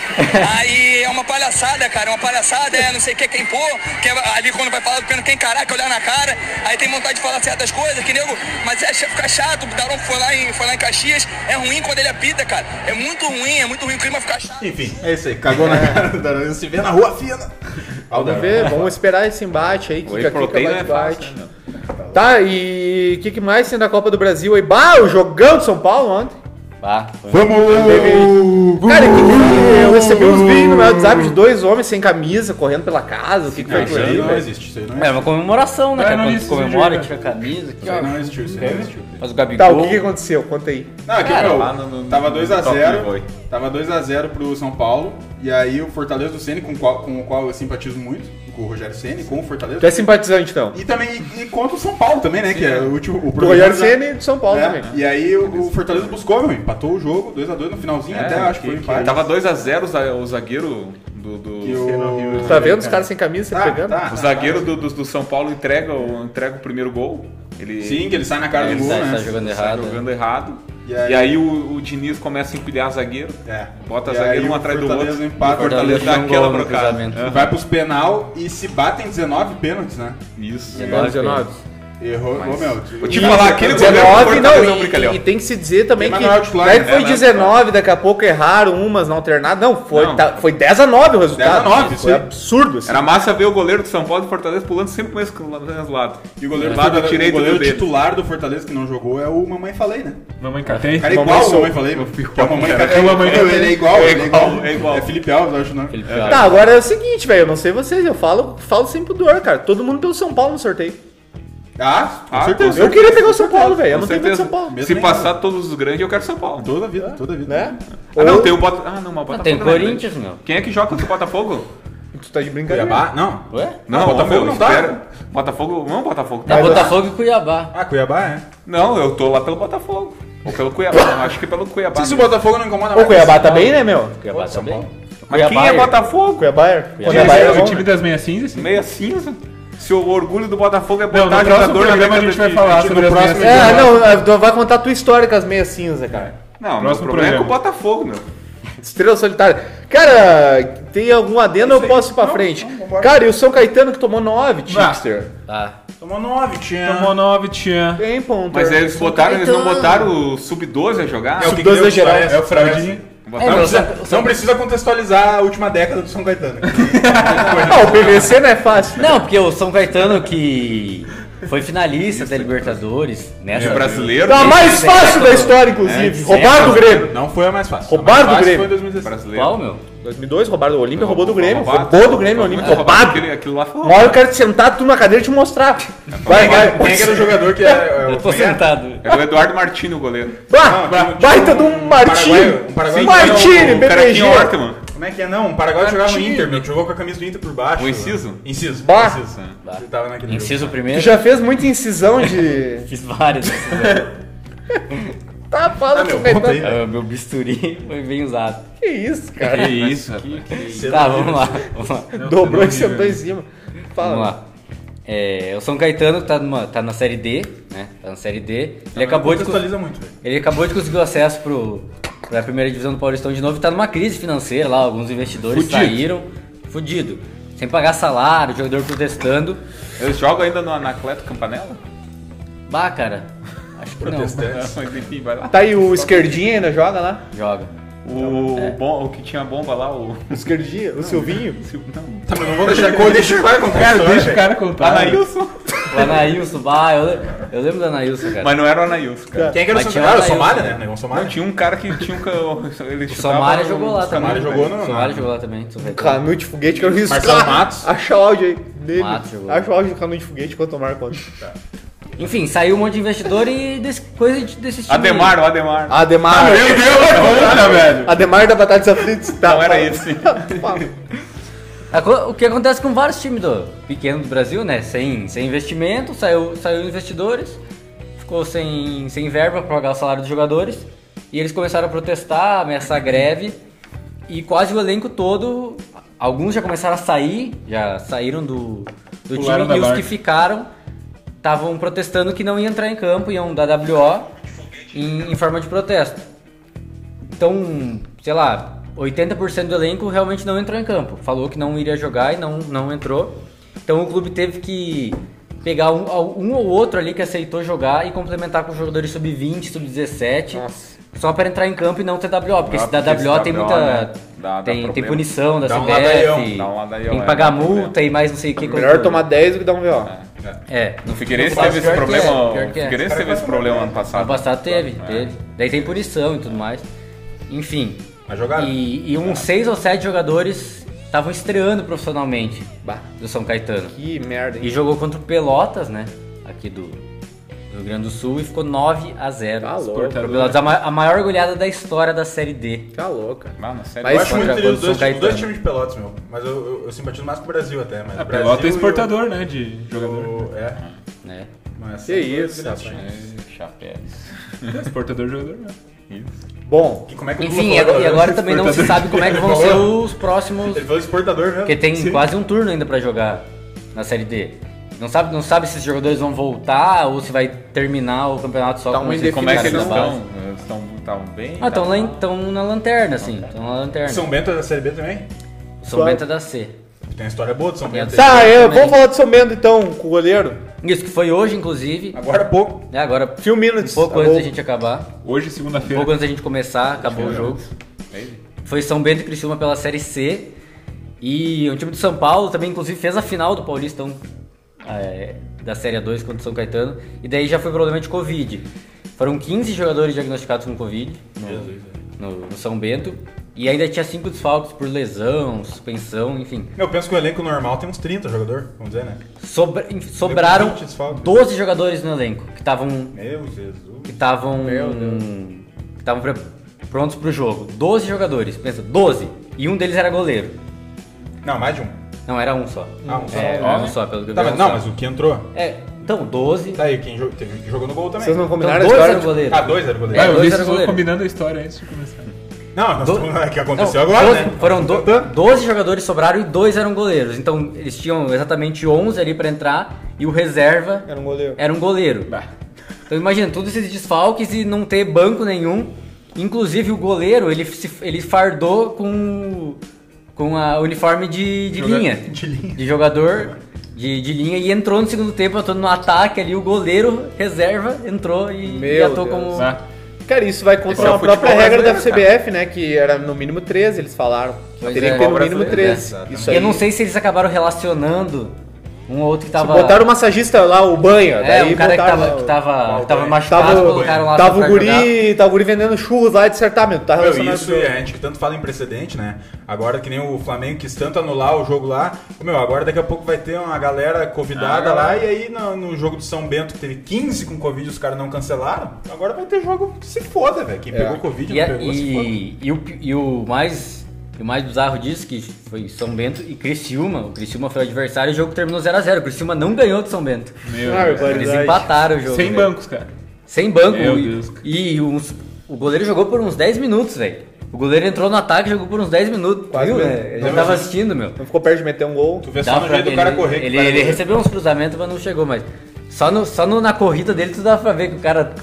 [SPEAKER 7] Aí é uma palhaçada, cara. Uma palhaçada, é não sei o que, quem pô, que é ali quando vai falar do pênalti, quem caraca, olhar na cara. Aí tem vontade de falar certas coisas, que nego. Mas é, fica chato, o Darão foi lá, em, foi lá em Caxias. É ruim quando ele apita, cara. É muito ruim, é muito ruim, o clima fica chato.
[SPEAKER 4] Enfim, é isso aí, cagou na cara do Daronco, se vê na rua né? fina. Ao
[SPEAKER 1] Vamos ver, vamos esperar esse embate aí. Kika,
[SPEAKER 5] O whey
[SPEAKER 1] Kika,
[SPEAKER 5] protein não é
[SPEAKER 1] bate, bate.
[SPEAKER 5] fácil, né, meu?
[SPEAKER 1] Tá, e o que, que mais tem da Copa do Brasil aí? Bah, o jogão de São Paulo ontem.
[SPEAKER 3] Bah, foi.
[SPEAKER 4] Vamos!
[SPEAKER 1] Cara, que que é? eu recebi uns vídeos no meu WhatsApp de dois homens sem camisa, correndo pela casa. O que, que foi por aí,
[SPEAKER 4] não
[SPEAKER 1] velho?
[SPEAKER 4] existe, isso aí não
[SPEAKER 3] É uma comemoração, né?
[SPEAKER 4] É,
[SPEAKER 3] cara?
[SPEAKER 4] não
[SPEAKER 3] Quando
[SPEAKER 4] existe
[SPEAKER 3] tu comemora,
[SPEAKER 4] esse
[SPEAKER 3] tira a camisa. Que,
[SPEAKER 4] Isso aí
[SPEAKER 3] ó,
[SPEAKER 4] não existiu, isso aí não existiu.
[SPEAKER 3] faz o Gabigol.
[SPEAKER 1] Tá, o que, que aconteceu? Conta aí.
[SPEAKER 4] Não, aqui,
[SPEAKER 3] Cara,
[SPEAKER 4] meu,
[SPEAKER 2] lá no- no-
[SPEAKER 4] tava
[SPEAKER 2] no
[SPEAKER 4] 2x0,
[SPEAKER 2] Top Boy.
[SPEAKER 4] tava 2x0 pro São Paulo, e aí o Fortaleza do Ceni, com, o qual- com o qual eu simpatizo muito, com o Rogério Ceni, com o
[SPEAKER 1] Tu
[SPEAKER 4] Fortaleza,
[SPEAKER 1] é simpatizante, então?
[SPEAKER 4] e também e, e contra o São Paulo também, né, que é o último... O
[SPEAKER 1] Do Rogério Senna e de São Paulo
[SPEAKER 4] É,
[SPEAKER 1] também. né?
[SPEAKER 4] e aí o, o Fortaleza buscou, meu, empatou o jogo, 2x2 no finalzinho,
[SPEAKER 5] É,
[SPEAKER 4] até acho que foi um empate.
[SPEAKER 2] É, Tava 2x0 o za- o zagueiro do. do-
[SPEAKER 4] E o...
[SPEAKER 1] Tá vendo os
[SPEAKER 5] É.
[SPEAKER 1] caras sem camisa
[SPEAKER 5] Ah,
[SPEAKER 1] se
[SPEAKER 4] Tá,
[SPEAKER 1] pegando?
[SPEAKER 4] tá,
[SPEAKER 2] O
[SPEAKER 4] tá.
[SPEAKER 2] zagueiro do, do, do São Paulo entrega, o- entrega o primeiro gol. Ele
[SPEAKER 4] Sim, que ele sai na cara
[SPEAKER 2] É,
[SPEAKER 4] do
[SPEAKER 2] ele
[SPEAKER 4] gol,
[SPEAKER 3] sai-
[SPEAKER 4] né?
[SPEAKER 3] sai jogando
[SPEAKER 2] tá
[SPEAKER 3] errado.
[SPEAKER 2] jogando errado.
[SPEAKER 4] E
[SPEAKER 2] E
[SPEAKER 4] aí-
[SPEAKER 2] aí, o, o Diniz começa a empilhar zagueiro.
[SPEAKER 4] É.
[SPEAKER 2] Bota
[SPEAKER 4] E aí
[SPEAKER 2] zagueiro
[SPEAKER 4] o
[SPEAKER 2] um atrás do outro.
[SPEAKER 4] Fortaleza empata,
[SPEAKER 2] E o Fortaleza dá
[SPEAKER 3] Fortaleza dá um
[SPEAKER 2] aquela É.
[SPEAKER 3] gol no
[SPEAKER 2] brocada.
[SPEAKER 3] cruzamento.
[SPEAKER 2] Aham.
[SPEAKER 4] Vai pros penal e se batem 19 pênaltis, né?
[SPEAKER 2] Isso.
[SPEAKER 3] 19,
[SPEAKER 5] é.
[SPEAKER 1] 19.
[SPEAKER 4] Errou, ô, meu.
[SPEAKER 2] Vou te falar, aquele goleiro do
[SPEAKER 1] 19, não,
[SPEAKER 2] Fortaleza é um
[SPEAKER 1] e,
[SPEAKER 2] brincalhão.
[SPEAKER 1] e tem que se dizer também
[SPEAKER 4] Tem
[SPEAKER 1] que.
[SPEAKER 4] Manuel Titular,
[SPEAKER 1] Não é que
[SPEAKER 4] né?
[SPEAKER 1] foi
[SPEAKER 4] Manuel
[SPEAKER 1] 19, daqui a pouco erraram umas na alternada. Não, foi,
[SPEAKER 2] Não.
[SPEAKER 1] tá- foi 10 a 9 o resultado.
[SPEAKER 4] 10 a 9,
[SPEAKER 1] foi
[SPEAKER 4] sim.
[SPEAKER 1] absurdo. Assim.
[SPEAKER 2] Era massa é ver o goleiro do São Paulo e do Fortaleza pulando sempre pro mesmo lado.
[SPEAKER 4] E o goleiro, do
[SPEAKER 2] Lado
[SPEAKER 4] Fortaleza-
[SPEAKER 2] direito
[SPEAKER 4] o goleiro
[SPEAKER 2] do dedo.
[SPEAKER 4] titular do Fortaleza que não jogou é o Mamãe Falei, né?
[SPEAKER 2] Mamãe cartei.
[SPEAKER 4] O cara é
[SPEAKER 1] Mamãe
[SPEAKER 4] igual o
[SPEAKER 1] Sou.
[SPEAKER 4] Mamãe Falei, meu filho. É o Mamãe
[SPEAKER 2] cara.
[SPEAKER 4] Cartei.
[SPEAKER 2] É o Mamãe
[SPEAKER 4] Meu, Ele é igual,
[SPEAKER 2] É
[SPEAKER 4] ele é
[SPEAKER 2] igual,
[SPEAKER 4] igual.
[SPEAKER 2] é igual.
[SPEAKER 4] É Felipe Alves, eu acho, não.
[SPEAKER 3] Aquele
[SPEAKER 1] Tá,
[SPEAKER 3] cara.
[SPEAKER 1] agora é o seguinte, velho. Eu não sei vocês, eu falo, falo sem pudor, cara. Todo mundo pelo São Paulo no sorteio.
[SPEAKER 4] Ah, com
[SPEAKER 2] Ah,
[SPEAKER 4] certeza.
[SPEAKER 1] Eu queria pegar o São Paulo, velho. É, Eu não tenho medo de São Paulo.
[SPEAKER 4] Mesmo
[SPEAKER 2] Se
[SPEAKER 4] nem
[SPEAKER 2] passar todos os grandes, eu quero São Paulo.
[SPEAKER 4] Toda vida, toda vida.
[SPEAKER 1] Né?
[SPEAKER 2] Ah, não,
[SPEAKER 1] Ou-
[SPEAKER 2] tem o Botafogo. Ah, não, mas o Botafogo.
[SPEAKER 3] Tá tem
[SPEAKER 2] não é grande.
[SPEAKER 3] Corinthians, meu.
[SPEAKER 2] Quem é que joga contra o Botafogo?
[SPEAKER 1] Tu tá de brincadeira.
[SPEAKER 4] Cuiabá? Não.
[SPEAKER 3] Ué?
[SPEAKER 2] Não,
[SPEAKER 4] Botafogo
[SPEAKER 2] meu,
[SPEAKER 4] não dá.
[SPEAKER 2] espera. Botafogo, não, Botafogo.
[SPEAKER 3] Tá Botafogo e Cuiabá.
[SPEAKER 4] Ah, Cuiabá é.
[SPEAKER 2] Não, eu tô lá pelo Botafogo. Ou pelo Cuiabá, acho que pelo Cuiabá.
[SPEAKER 4] Se isso o Botafogo não incomoda
[SPEAKER 1] O
[SPEAKER 4] mais.
[SPEAKER 1] Cuiabá tá bem, né, meu?
[SPEAKER 3] Cuiabá
[SPEAKER 4] São
[SPEAKER 3] também.
[SPEAKER 4] Paulo.
[SPEAKER 2] Mas quem é Botafogo?
[SPEAKER 1] Cuiabá é. Cuiabá
[SPEAKER 5] Mas
[SPEAKER 1] é
[SPEAKER 5] é
[SPEAKER 1] bom,
[SPEAKER 5] o time
[SPEAKER 1] né?
[SPEAKER 5] das meias cinzas? sim.
[SPEAKER 2] Meia cinza? Se o orgulho do Botafogo é botar
[SPEAKER 5] Não, no próximo
[SPEAKER 2] jogador né, na
[SPEAKER 5] programa a
[SPEAKER 2] década
[SPEAKER 5] gente vai
[SPEAKER 2] de-
[SPEAKER 5] falar
[SPEAKER 4] de-
[SPEAKER 5] sobre
[SPEAKER 4] no
[SPEAKER 5] as
[SPEAKER 4] próximo
[SPEAKER 5] meias assim. cinzas.
[SPEAKER 1] É, não, é, tu vai contar a tua história com as meias cinza, cara.
[SPEAKER 2] Não, mas o
[SPEAKER 5] Próximo
[SPEAKER 2] problema é com o
[SPEAKER 5] programa.
[SPEAKER 2] Botafogo, meu.
[SPEAKER 1] Estrela Solitária. Cara, tem algum adendo eu posso ir pra frente. cara, e o São Caetano que tomou 9, Chipster.
[SPEAKER 3] Tá.
[SPEAKER 4] Tomou 9, tinha.
[SPEAKER 5] Tomou 9, tinha.
[SPEAKER 1] Tem ponto.
[SPEAKER 2] Mas eles botaram, eles não botaram o Sub-12 a jogar?
[SPEAKER 1] o Sub-12 é geral.
[SPEAKER 4] É o Fraudinho.
[SPEAKER 3] É,
[SPEAKER 4] Não
[SPEAKER 3] meu,
[SPEAKER 4] precisa, não precisa contextualizar a última década do São Caetano.
[SPEAKER 1] Ah, o PVC não é fácil.
[SPEAKER 3] Não, porque o São Caetano que foi finalista da Libertadores nessa
[SPEAKER 2] É brasileiro,
[SPEAKER 1] Tá
[SPEAKER 2] né?
[SPEAKER 1] mais fácil da história,
[SPEAKER 3] É,
[SPEAKER 1] inclusive.
[SPEAKER 3] de
[SPEAKER 1] Roubaram do
[SPEAKER 3] certo.
[SPEAKER 1] Grêmio.
[SPEAKER 4] Não foi a mais fácil.
[SPEAKER 1] Roubaram
[SPEAKER 4] A mais
[SPEAKER 1] do
[SPEAKER 4] fácil
[SPEAKER 1] Grêmio.
[SPEAKER 4] Foi em 2016.
[SPEAKER 2] brasileiro.
[SPEAKER 3] Qual, meu?
[SPEAKER 1] 2002 roubaram do Olímpia, roubou do
[SPEAKER 2] Roubado.
[SPEAKER 1] Grêmio. Roubou do Grêmio,
[SPEAKER 2] Muito
[SPEAKER 1] Olímpia. Roubado.
[SPEAKER 2] Aquele, aquilo lá foi
[SPEAKER 1] Uma hora eu quero te sentar tu na cadeira e te mostrar. Vai, vai.
[SPEAKER 4] Quem é que era o jogador que era. é, o-
[SPEAKER 3] Eu tô sentado.
[SPEAKER 2] É o Eduardo Martini, o goleiro.
[SPEAKER 1] Bah,
[SPEAKER 4] Não,
[SPEAKER 1] baita de um Martini.
[SPEAKER 4] Paraguaio- um paraguaio
[SPEAKER 1] Martini,
[SPEAKER 2] O cara
[SPEAKER 1] BPG.
[SPEAKER 2] tinha horta, mano.
[SPEAKER 4] Como é que é? Não, o Paraguai jogava no
[SPEAKER 2] time.
[SPEAKER 4] Inter, meu. Jogou com a camisa do Inter por baixo.
[SPEAKER 2] O Inciso?
[SPEAKER 4] Inciso.
[SPEAKER 1] Bah.
[SPEAKER 4] Inciso. Ele tava naquele
[SPEAKER 3] Inciso
[SPEAKER 1] Tu
[SPEAKER 3] primeiro.
[SPEAKER 1] já fez muita incisão de...
[SPEAKER 3] Fiz vários.
[SPEAKER 1] Tá, fala
[SPEAKER 4] Ah,
[SPEAKER 1] do
[SPEAKER 4] meu,
[SPEAKER 1] São
[SPEAKER 4] conta
[SPEAKER 1] Caetano.
[SPEAKER 4] aí.
[SPEAKER 3] Ah, meu bisturi foi bem usado.
[SPEAKER 1] Que isso, cara.
[SPEAKER 2] isso,
[SPEAKER 3] Tá, vamos lá. Vamos lá.
[SPEAKER 1] Dobrou e sentou em cima. Fala.
[SPEAKER 3] Vamos lá. É, o São Caetano tá, numa- tá na série D, né? Tá na série D. Ele acabou de. cons-
[SPEAKER 4] contextualiza muito, velho.
[SPEAKER 3] Ele acabou de conseguir o acesso pro, pra primeira divisão do Paulistão de novo e tá numa crise financeira lá, alguns investidores saíram, fudido. Sem pagar salário, jogador protestando.
[SPEAKER 2] Eles jogam ainda no Anacleto Campanella?
[SPEAKER 3] Bah, cara, acho que não.
[SPEAKER 2] Mas enfim, vai lá.
[SPEAKER 1] Tá aí o esquerdinho ainda joga lá?
[SPEAKER 3] Joga.
[SPEAKER 2] O, o bom, o que tinha bomba lá, o...
[SPEAKER 1] O esquerdinho? O Silvinho?
[SPEAKER 2] Sil- Não.
[SPEAKER 4] Tá, mas não vou deixar com deixa o cara contar.
[SPEAKER 5] Cara, deixa o cara contar.
[SPEAKER 2] Anailson.
[SPEAKER 3] O Anailson, bah, eu, le- eu lembro do Anailson, cara.
[SPEAKER 2] Mas não era o Anailson, cara.
[SPEAKER 4] Quem é que era o seu
[SPEAKER 3] Mas tinha
[SPEAKER 4] Cara, o
[SPEAKER 3] lá eu,
[SPEAKER 4] Somália,
[SPEAKER 3] né?
[SPEAKER 4] né? Negão
[SPEAKER 2] Não,
[SPEAKER 4] Somália.
[SPEAKER 2] tinha um cara que tinha um... ca- Ele
[SPEAKER 3] o Somália jogou lá também.
[SPEAKER 4] Somária jogou, não?
[SPEAKER 3] O Somália jogou lá também. São Caetano.
[SPEAKER 1] Canute foguete que eu não risco.
[SPEAKER 4] Marcelo Matos.
[SPEAKER 1] Acha o áudio aí. Dele.
[SPEAKER 3] Matos jogou.
[SPEAKER 1] Acha o áudio do canute foguete quando tomar conta.
[SPEAKER 3] Enfim, saiu um monte de investidor e desse, coisa de- desse time.
[SPEAKER 2] Ademar, o Ademar.
[SPEAKER 3] Ah,
[SPEAKER 1] Ademar.
[SPEAKER 4] Puta, velho.
[SPEAKER 1] Ah, Ademar da Batalha dos Aflitos. Tá,
[SPEAKER 2] Não era
[SPEAKER 1] fala.
[SPEAKER 2] esse.
[SPEAKER 1] Fala.
[SPEAKER 3] A co- O que acontece com vários times do pequeno do Brasil, né? Sem, sem investimento, saiu, saiu investidores, ficou sem, sem verba para pagar o salário dos jogadores. E eles começaram a protestar, ameaçar greve. E quase o elenco todo, alguns já começaram a sair, já saíram do, do
[SPEAKER 5] Pularam
[SPEAKER 3] time.
[SPEAKER 5] da
[SPEAKER 3] E os
[SPEAKER 5] barca.
[SPEAKER 3] que ficaram estavam protestando que não iam entrar em campo, iam dar WO em- em forma de protesto. Então, sei lá, 80% do elenco realmente não entrou em campo. Falou que não iria jogar e não, não entrou. Então o clube teve que pegar um, um ou outro ali que aceitou jogar e complementar com jogadores sub-20, sub-17. Só para entrar em campo e não ter WO, porque
[SPEAKER 2] Ah,
[SPEAKER 3] se dá
[SPEAKER 2] porque se
[SPEAKER 3] WO tem
[SPEAKER 2] dá
[SPEAKER 3] muita.
[SPEAKER 2] WO, né? Dá- dá
[SPEAKER 3] tem, tem
[SPEAKER 2] problema.
[SPEAKER 3] punição da
[SPEAKER 4] Dá um
[SPEAKER 3] CBF,
[SPEAKER 4] ladaião,
[SPEAKER 2] dá um ladaião,
[SPEAKER 3] tem
[SPEAKER 2] é,
[SPEAKER 3] que pagar
[SPEAKER 2] dá
[SPEAKER 3] multa
[SPEAKER 2] problema.
[SPEAKER 3] e mais não sei o que.
[SPEAKER 1] Melhor tomar 10 do que dar um VO.
[SPEAKER 3] É.
[SPEAKER 5] O Figueirense
[SPEAKER 3] no-
[SPEAKER 5] teve esse
[SPEAKER 3] pior que
[SPEAKER 5] problema.
[SPEAKER 3] é,
[SPEAKER 5] o
[SPEAKER 3] pior que é.
[SPEAKER 5] Figueirense teve esse problema ano passado.
[SPEAKER 3] Ano passado teve,
[SPEAKER 5] É.
[SPEAKER 3] teve. Daí tem punição e tudo mais. Enfim.
[SPEAKER 4] Mas jogaram.
[SPEAKER 3] E, e uns seis ou sete jogadores estavam estreando profissionalmente
[SPEAKER 1] Bah,
[SPEAKER 3] do São Caetano.
[SPEAKER 1] que merda,
[SPEAKER 3] E
[SPEAKER 1] hein?
[SPEAKER 3] jogou contra o Pelotas, né? Aqui do, do Rio Grande do Sul e ficou 9 a 0
[SPEAKER 1] Tá louco.
[SPEAKER 3] Pro Pelotas, a, ma- a maior goleada da história da Série D.
[SPEAKER 1] Tá louco, cara.
[SPEAKER 5] Ah, na série.
[SPEAKER 1] Mas-
[SPEAKER 4] Eu acho muito
[SPEAKER 3] Contra-
[SPEAKER 4] entre os dois,
[SPEAKER 3] contra São
[SPEAKER 4] times- dois
[SPEAKER 3] Caetano.
[SPEAKER 4] times de Pelotas, meu. Mas eu, eu, eu simpatizo mais com o Brasil até.
[SPEAKER 5] Ah,
[SPEAKER 4] Mas Brasil
[SPEAKER 6] Pelota
[SPEAKER 4] e
[SPEAKER 6] é
[SPEAKER 4] o-
[SPEAKER 6] exportador, né? De jogador.
[SPEAKER 4] o- É.
[SPEAKER 3] Né?
[SPEAKER 4] Mas
[SPEAKER 1] Que isso, rapaz.
[SPEAKER 5] Chapéus.
[SPEAKER 6] Exportador, jogador. né?
[SPEAKER 1] Bom,
[SPEAKER 4] E como é que o Lula
[SPEAKER 3] Enfim, e
[SPEAKER 4] falou
[SPEAKER 3] agora, e
[SPEAKER 4] agora?
[SPEAKER 3] agora também não se sabe como é que vão ser
[SPEAKER 4] Falou.
[SPEAKER 3] os próximos.
[SPEAKER 4] Ele falou exportador mesmo.
[SPEAKER 3] Porque tem
[SPEAKER 4] Sim.
[SPEAKER 3] quase um turno ainda pra jogar na Série D. Não sabe, não sabe se os jogadores vão voltar ou se vai terminar o campeonato só
[SPEAKER 1] Tá
[SPEAKER 3] com
[SPEAKER 1] uma
[SPEAKER 3] esses
[SPEAKER 5] Como é que
[SPEAKER 3] caras
[SPEAKER 5] eles
[SPEAKER 3] da base.
[SPEAKER 5] estão? Eles estão estavam bem?
[SPEAKER 3] Ah, estão
[SPEAKER 5] Estavam
[SPEAKER 3] lá
[SPEAKER 5] mal?
[SPEAKER 3] em- tão na lanterna, assim. Estão na lanterna.
[SPEAKER 4] São Bento é da Série B também?
[SPEAKER 3] São Bento é da C.
[SPEAKER 4] Tem uma história boa de São Bento. aí.
[SPEAKER 1] tá, eu,
[SPEAKER 3] também.
[SPEAKER 1] vamos falar do São Bento então, com o goleiro.
[SPEAKER 3] Isso que foi hoje, inclusive.
[SPEAKER 4] Agora há pouco.
[SPEAKER 3] né, agora,
[SPEAKER 1] Few
[SPEAKER 3] um
[SPEAKER 1] minutes.
[SPEAKER 3] pouco
[SPEAKER 1] Tá
[SPEAKER 3] antes da
[SPEAKER 1] bom.
[SPEAKER 3] gente acabar.
[SPEAKER 6] Hoje,
[SPEAKER 3] Um
[SPEAKER 6] segunda-feira.
[SPEAKER 3] pouco antes da gente começar, acabou o jogo. Foi São Bento e Criciúma pela Série C. E o time de São Paulo também, inclusive, fez a final do Paulistão é, da Série A2 contra o São Caetano. E daí já foi problema de Covid. Foram 15 jogadores diagnosticados com Covid no, no São Bento. E ainda tinha cinco desfalques por lesão, suspensão, enfim.
[SPEAKER 4] Eu penso que o elenco normal tem uns 30 jogador, vamos dizer, né?
[SPEAKER 3] Sobra- em- sobraram
[SPEAKER 4] 20 desfalques.
[SPEAKER 3] 12 jogadores no elenco que estavam
[SPEAKER 4] Meu Jesus.
[SPEAKER 3] que estavam que estavam pre- prontos pro jogo. 12 jogadores, pensa, 12. E um deles era goleiro.
[SPEAKER 4] Não, mais de um.
[SPEAKER 3] Não, era um só.
[SPEAKER 4] Ah, um só.
[SPEAKER 3] É, era um só, pelo que eu
[SPEAKER 4] Tá,
[SPEAKER 3] vi,
[SPEAKER 4] mas,
[SPEAKER 3] era um
[SPEAKER 4] não, mas
[SPEAKER 3] só.
[SPEAKER 4] o que entrou?
[SPEAKER 3] É, então, 12.
[SPEAKER 4] Tá aí, quem jogou, teve um que jogou no gol também.
[SPEAKER 1] Vocês não
[SPEAKER 3] Então,
[SPEAKER 1] combinaram a
[SPEAKER 3] dois
[SPEAKER 1] história?
[SPEAKER 3] eram
[SPEAKER 1] de-
[SPEAKER 3] goleiros.
[SPEAKER 4] Ah, dois era goleiro.
[SPEAKER 6] Ah, eu
[SPEAKER 3] É, dois
[SPEAKER 6] vi
[SPEAKER 3] era
[SPEAKER 6] vocês vão
[SPEAKER 3] goleiro.
[SPEAKER 6] combinando a história antes de começar.
[SPEAKER 4] Não, nós
[SPEAKER 3] Do-
[SPEAKER 4] estamos- é que aconteceu
[SPEAKER 3] Não,
[SPEAKER 4] agora,
[SPEAKER 3] 12
[SPEAKER 4] né?
[SPEAKER 3] Foram do-
[SPEAKER 4] Tá.
[SPEAKER 3] 12 jogadores sobraram e dois eram goleiros. Então, eles tinham exatamente 11 ali pra entrar e o reserva
[SPEAKER 1] Era um goleiro.
[SPEAKER 3] era um goleiro. Então imagina, todos esses desfalques e não ter banco nenhum. Inclusive o goleiro, ele, se- ele fardou com, com a uniforme de, de linha. De jogador de, de linha e entrou no segundo tempo, atuando no ataque ali, o goleiro reserva, entrou e,
[SPEAKER 1] Meu
[SPEAKER 3] e atuou
[SPEAKER 1] Deus.
[SPEAKER 3] como.
[SPEAKER 5] Ah,
[SPEAKER 1] Cara, isso vai
[SPEAKER 5] Esse
[SPEAKER 1] contra
[SPEAKER 5] é o
[SPEAKER 1] a própria
[SPEAKER 5] futebol
[SPEAKER 1] regra da
[SPEAKER 5] brasileiro,
[SPEAKER 1] CBF, né? Que era no mínimo 13, eles falaram. Que
[SPEAKER 3] Pois
[SPEAKER 1] Teria
[SPEAKER 3] é.
[SPEAKER 1] que ter no mínimo
[SPEAKER 5] Futebol
[SPEAKER 1] 13.
[SPEAKER 4] brasileiro,
[SPEAKER 1] Isso aí.
[SPEAKER 3] Eu não sei se eles acabaram relacionando um ou outro que tava.
[SPEAKER 1] Botaram o massagista lá, o banho.
[SPEAKER 3] é,
[SPEAKER 1] daí
[SPEAKER 3] um cara que
[SPEAKER 1] botaram
[SPEAKER 3] tava,
[SPEAKER 1] lá o-
[SPEAKER 3] que tava, que tava machucado,
[SPEAKER 1] Tava, o-
[SPEAKER 3] colocaram lá
[SPEAKER 1] tava
[SPEAKER 3] pra
[SPEAKER 1] o
[SPEAKER 3] jogar.
[SPEAKER 1] guri, tava o guri vendendo churros lá de certamente. Tá
[SPEAKER 4] Meu,
[SPEAKER 1] relacionado
[SPEAKER 4] isso
[SPEAKER 1] com-
[SPEAKER 4] é, a gente que tanto fala em precedente, né? Agora que nem o Flamengo quis tanto anular o jogo lá. Meu, agora daqui a pouco vai ter uma galera convidada lá. E aí no, no jogo do São Bento, que teve 15 com Covid, os caras não cancelaram. Agora vai ter jogo que se foda, velho. Quem pegou Covid
[SPEAKER 3] E,
[SPEAKER 4] não
[SPEAKER 3] a-
[SPEAKER 4] pegou, se foda.
[SPEAKER 3] e, e o, pi- e o mais e o mais bizarro disso que foi São Bento e Criciúma. O Criciúma foi o adversário e o jogo terminou 0x0. O Criciúma não ganhou do São Bento.
[SPEAKER 4] Ah,
[SPEAKER 1] Barbaridade.
[SPEAKER 3] Eles empataram o jogo.
[SPEAKER 6] Sem
[SPEAKER 3] velho.
[SPEAKER 6] bancos, cara.
[SPEAKER 3] Sem banco.
[SPEAKER 6] Meu
[SPEAKER 3] E-
[SPEAKER 6] Deus.
[SPEAKER 3] E uns- o goleiro jogou por uns 10 minutos, velho. O goleiro entrou no ataque e jogou por uns 10 minutos.
[SPEAKER 1] Quase
[SPEAKER 3] viu,
[SPEAKER 1] mesmo.
[SPEAKER 3] né?
[SPEAKER 1] Não,
[SPEAKER 3] Eu já
[SPEAKER 1] mas
[SPEAKER 3] tava
[SPEAKER 1] ele-
[SPEAKER 3] assistindo, meu.
[SPEAKER 1] Não ficou perto de meter um gol.
[SPEAKER 4] Tu vê
[SPEAKER 3] Dá
[SPEAKER 4] só no
[SPEAKER 3] pra
[SPEAKER 4] jeito do
[SPEAKER 3] ver,
[SPEAKER 4] cara
[SPEAKER 3] ele-
[SPEAKER 4] correr. que
[SPEAKER 3] Ele,
[SPEAKER 4] o cara
[SPEAKER 3] ele
[SPEAKER 4] correu.
[SPEAKER 3] recebeu uns cruzamentos, mas não chegou mais. Só, no, só no- na corrida dele tu dá pra ver que o cara.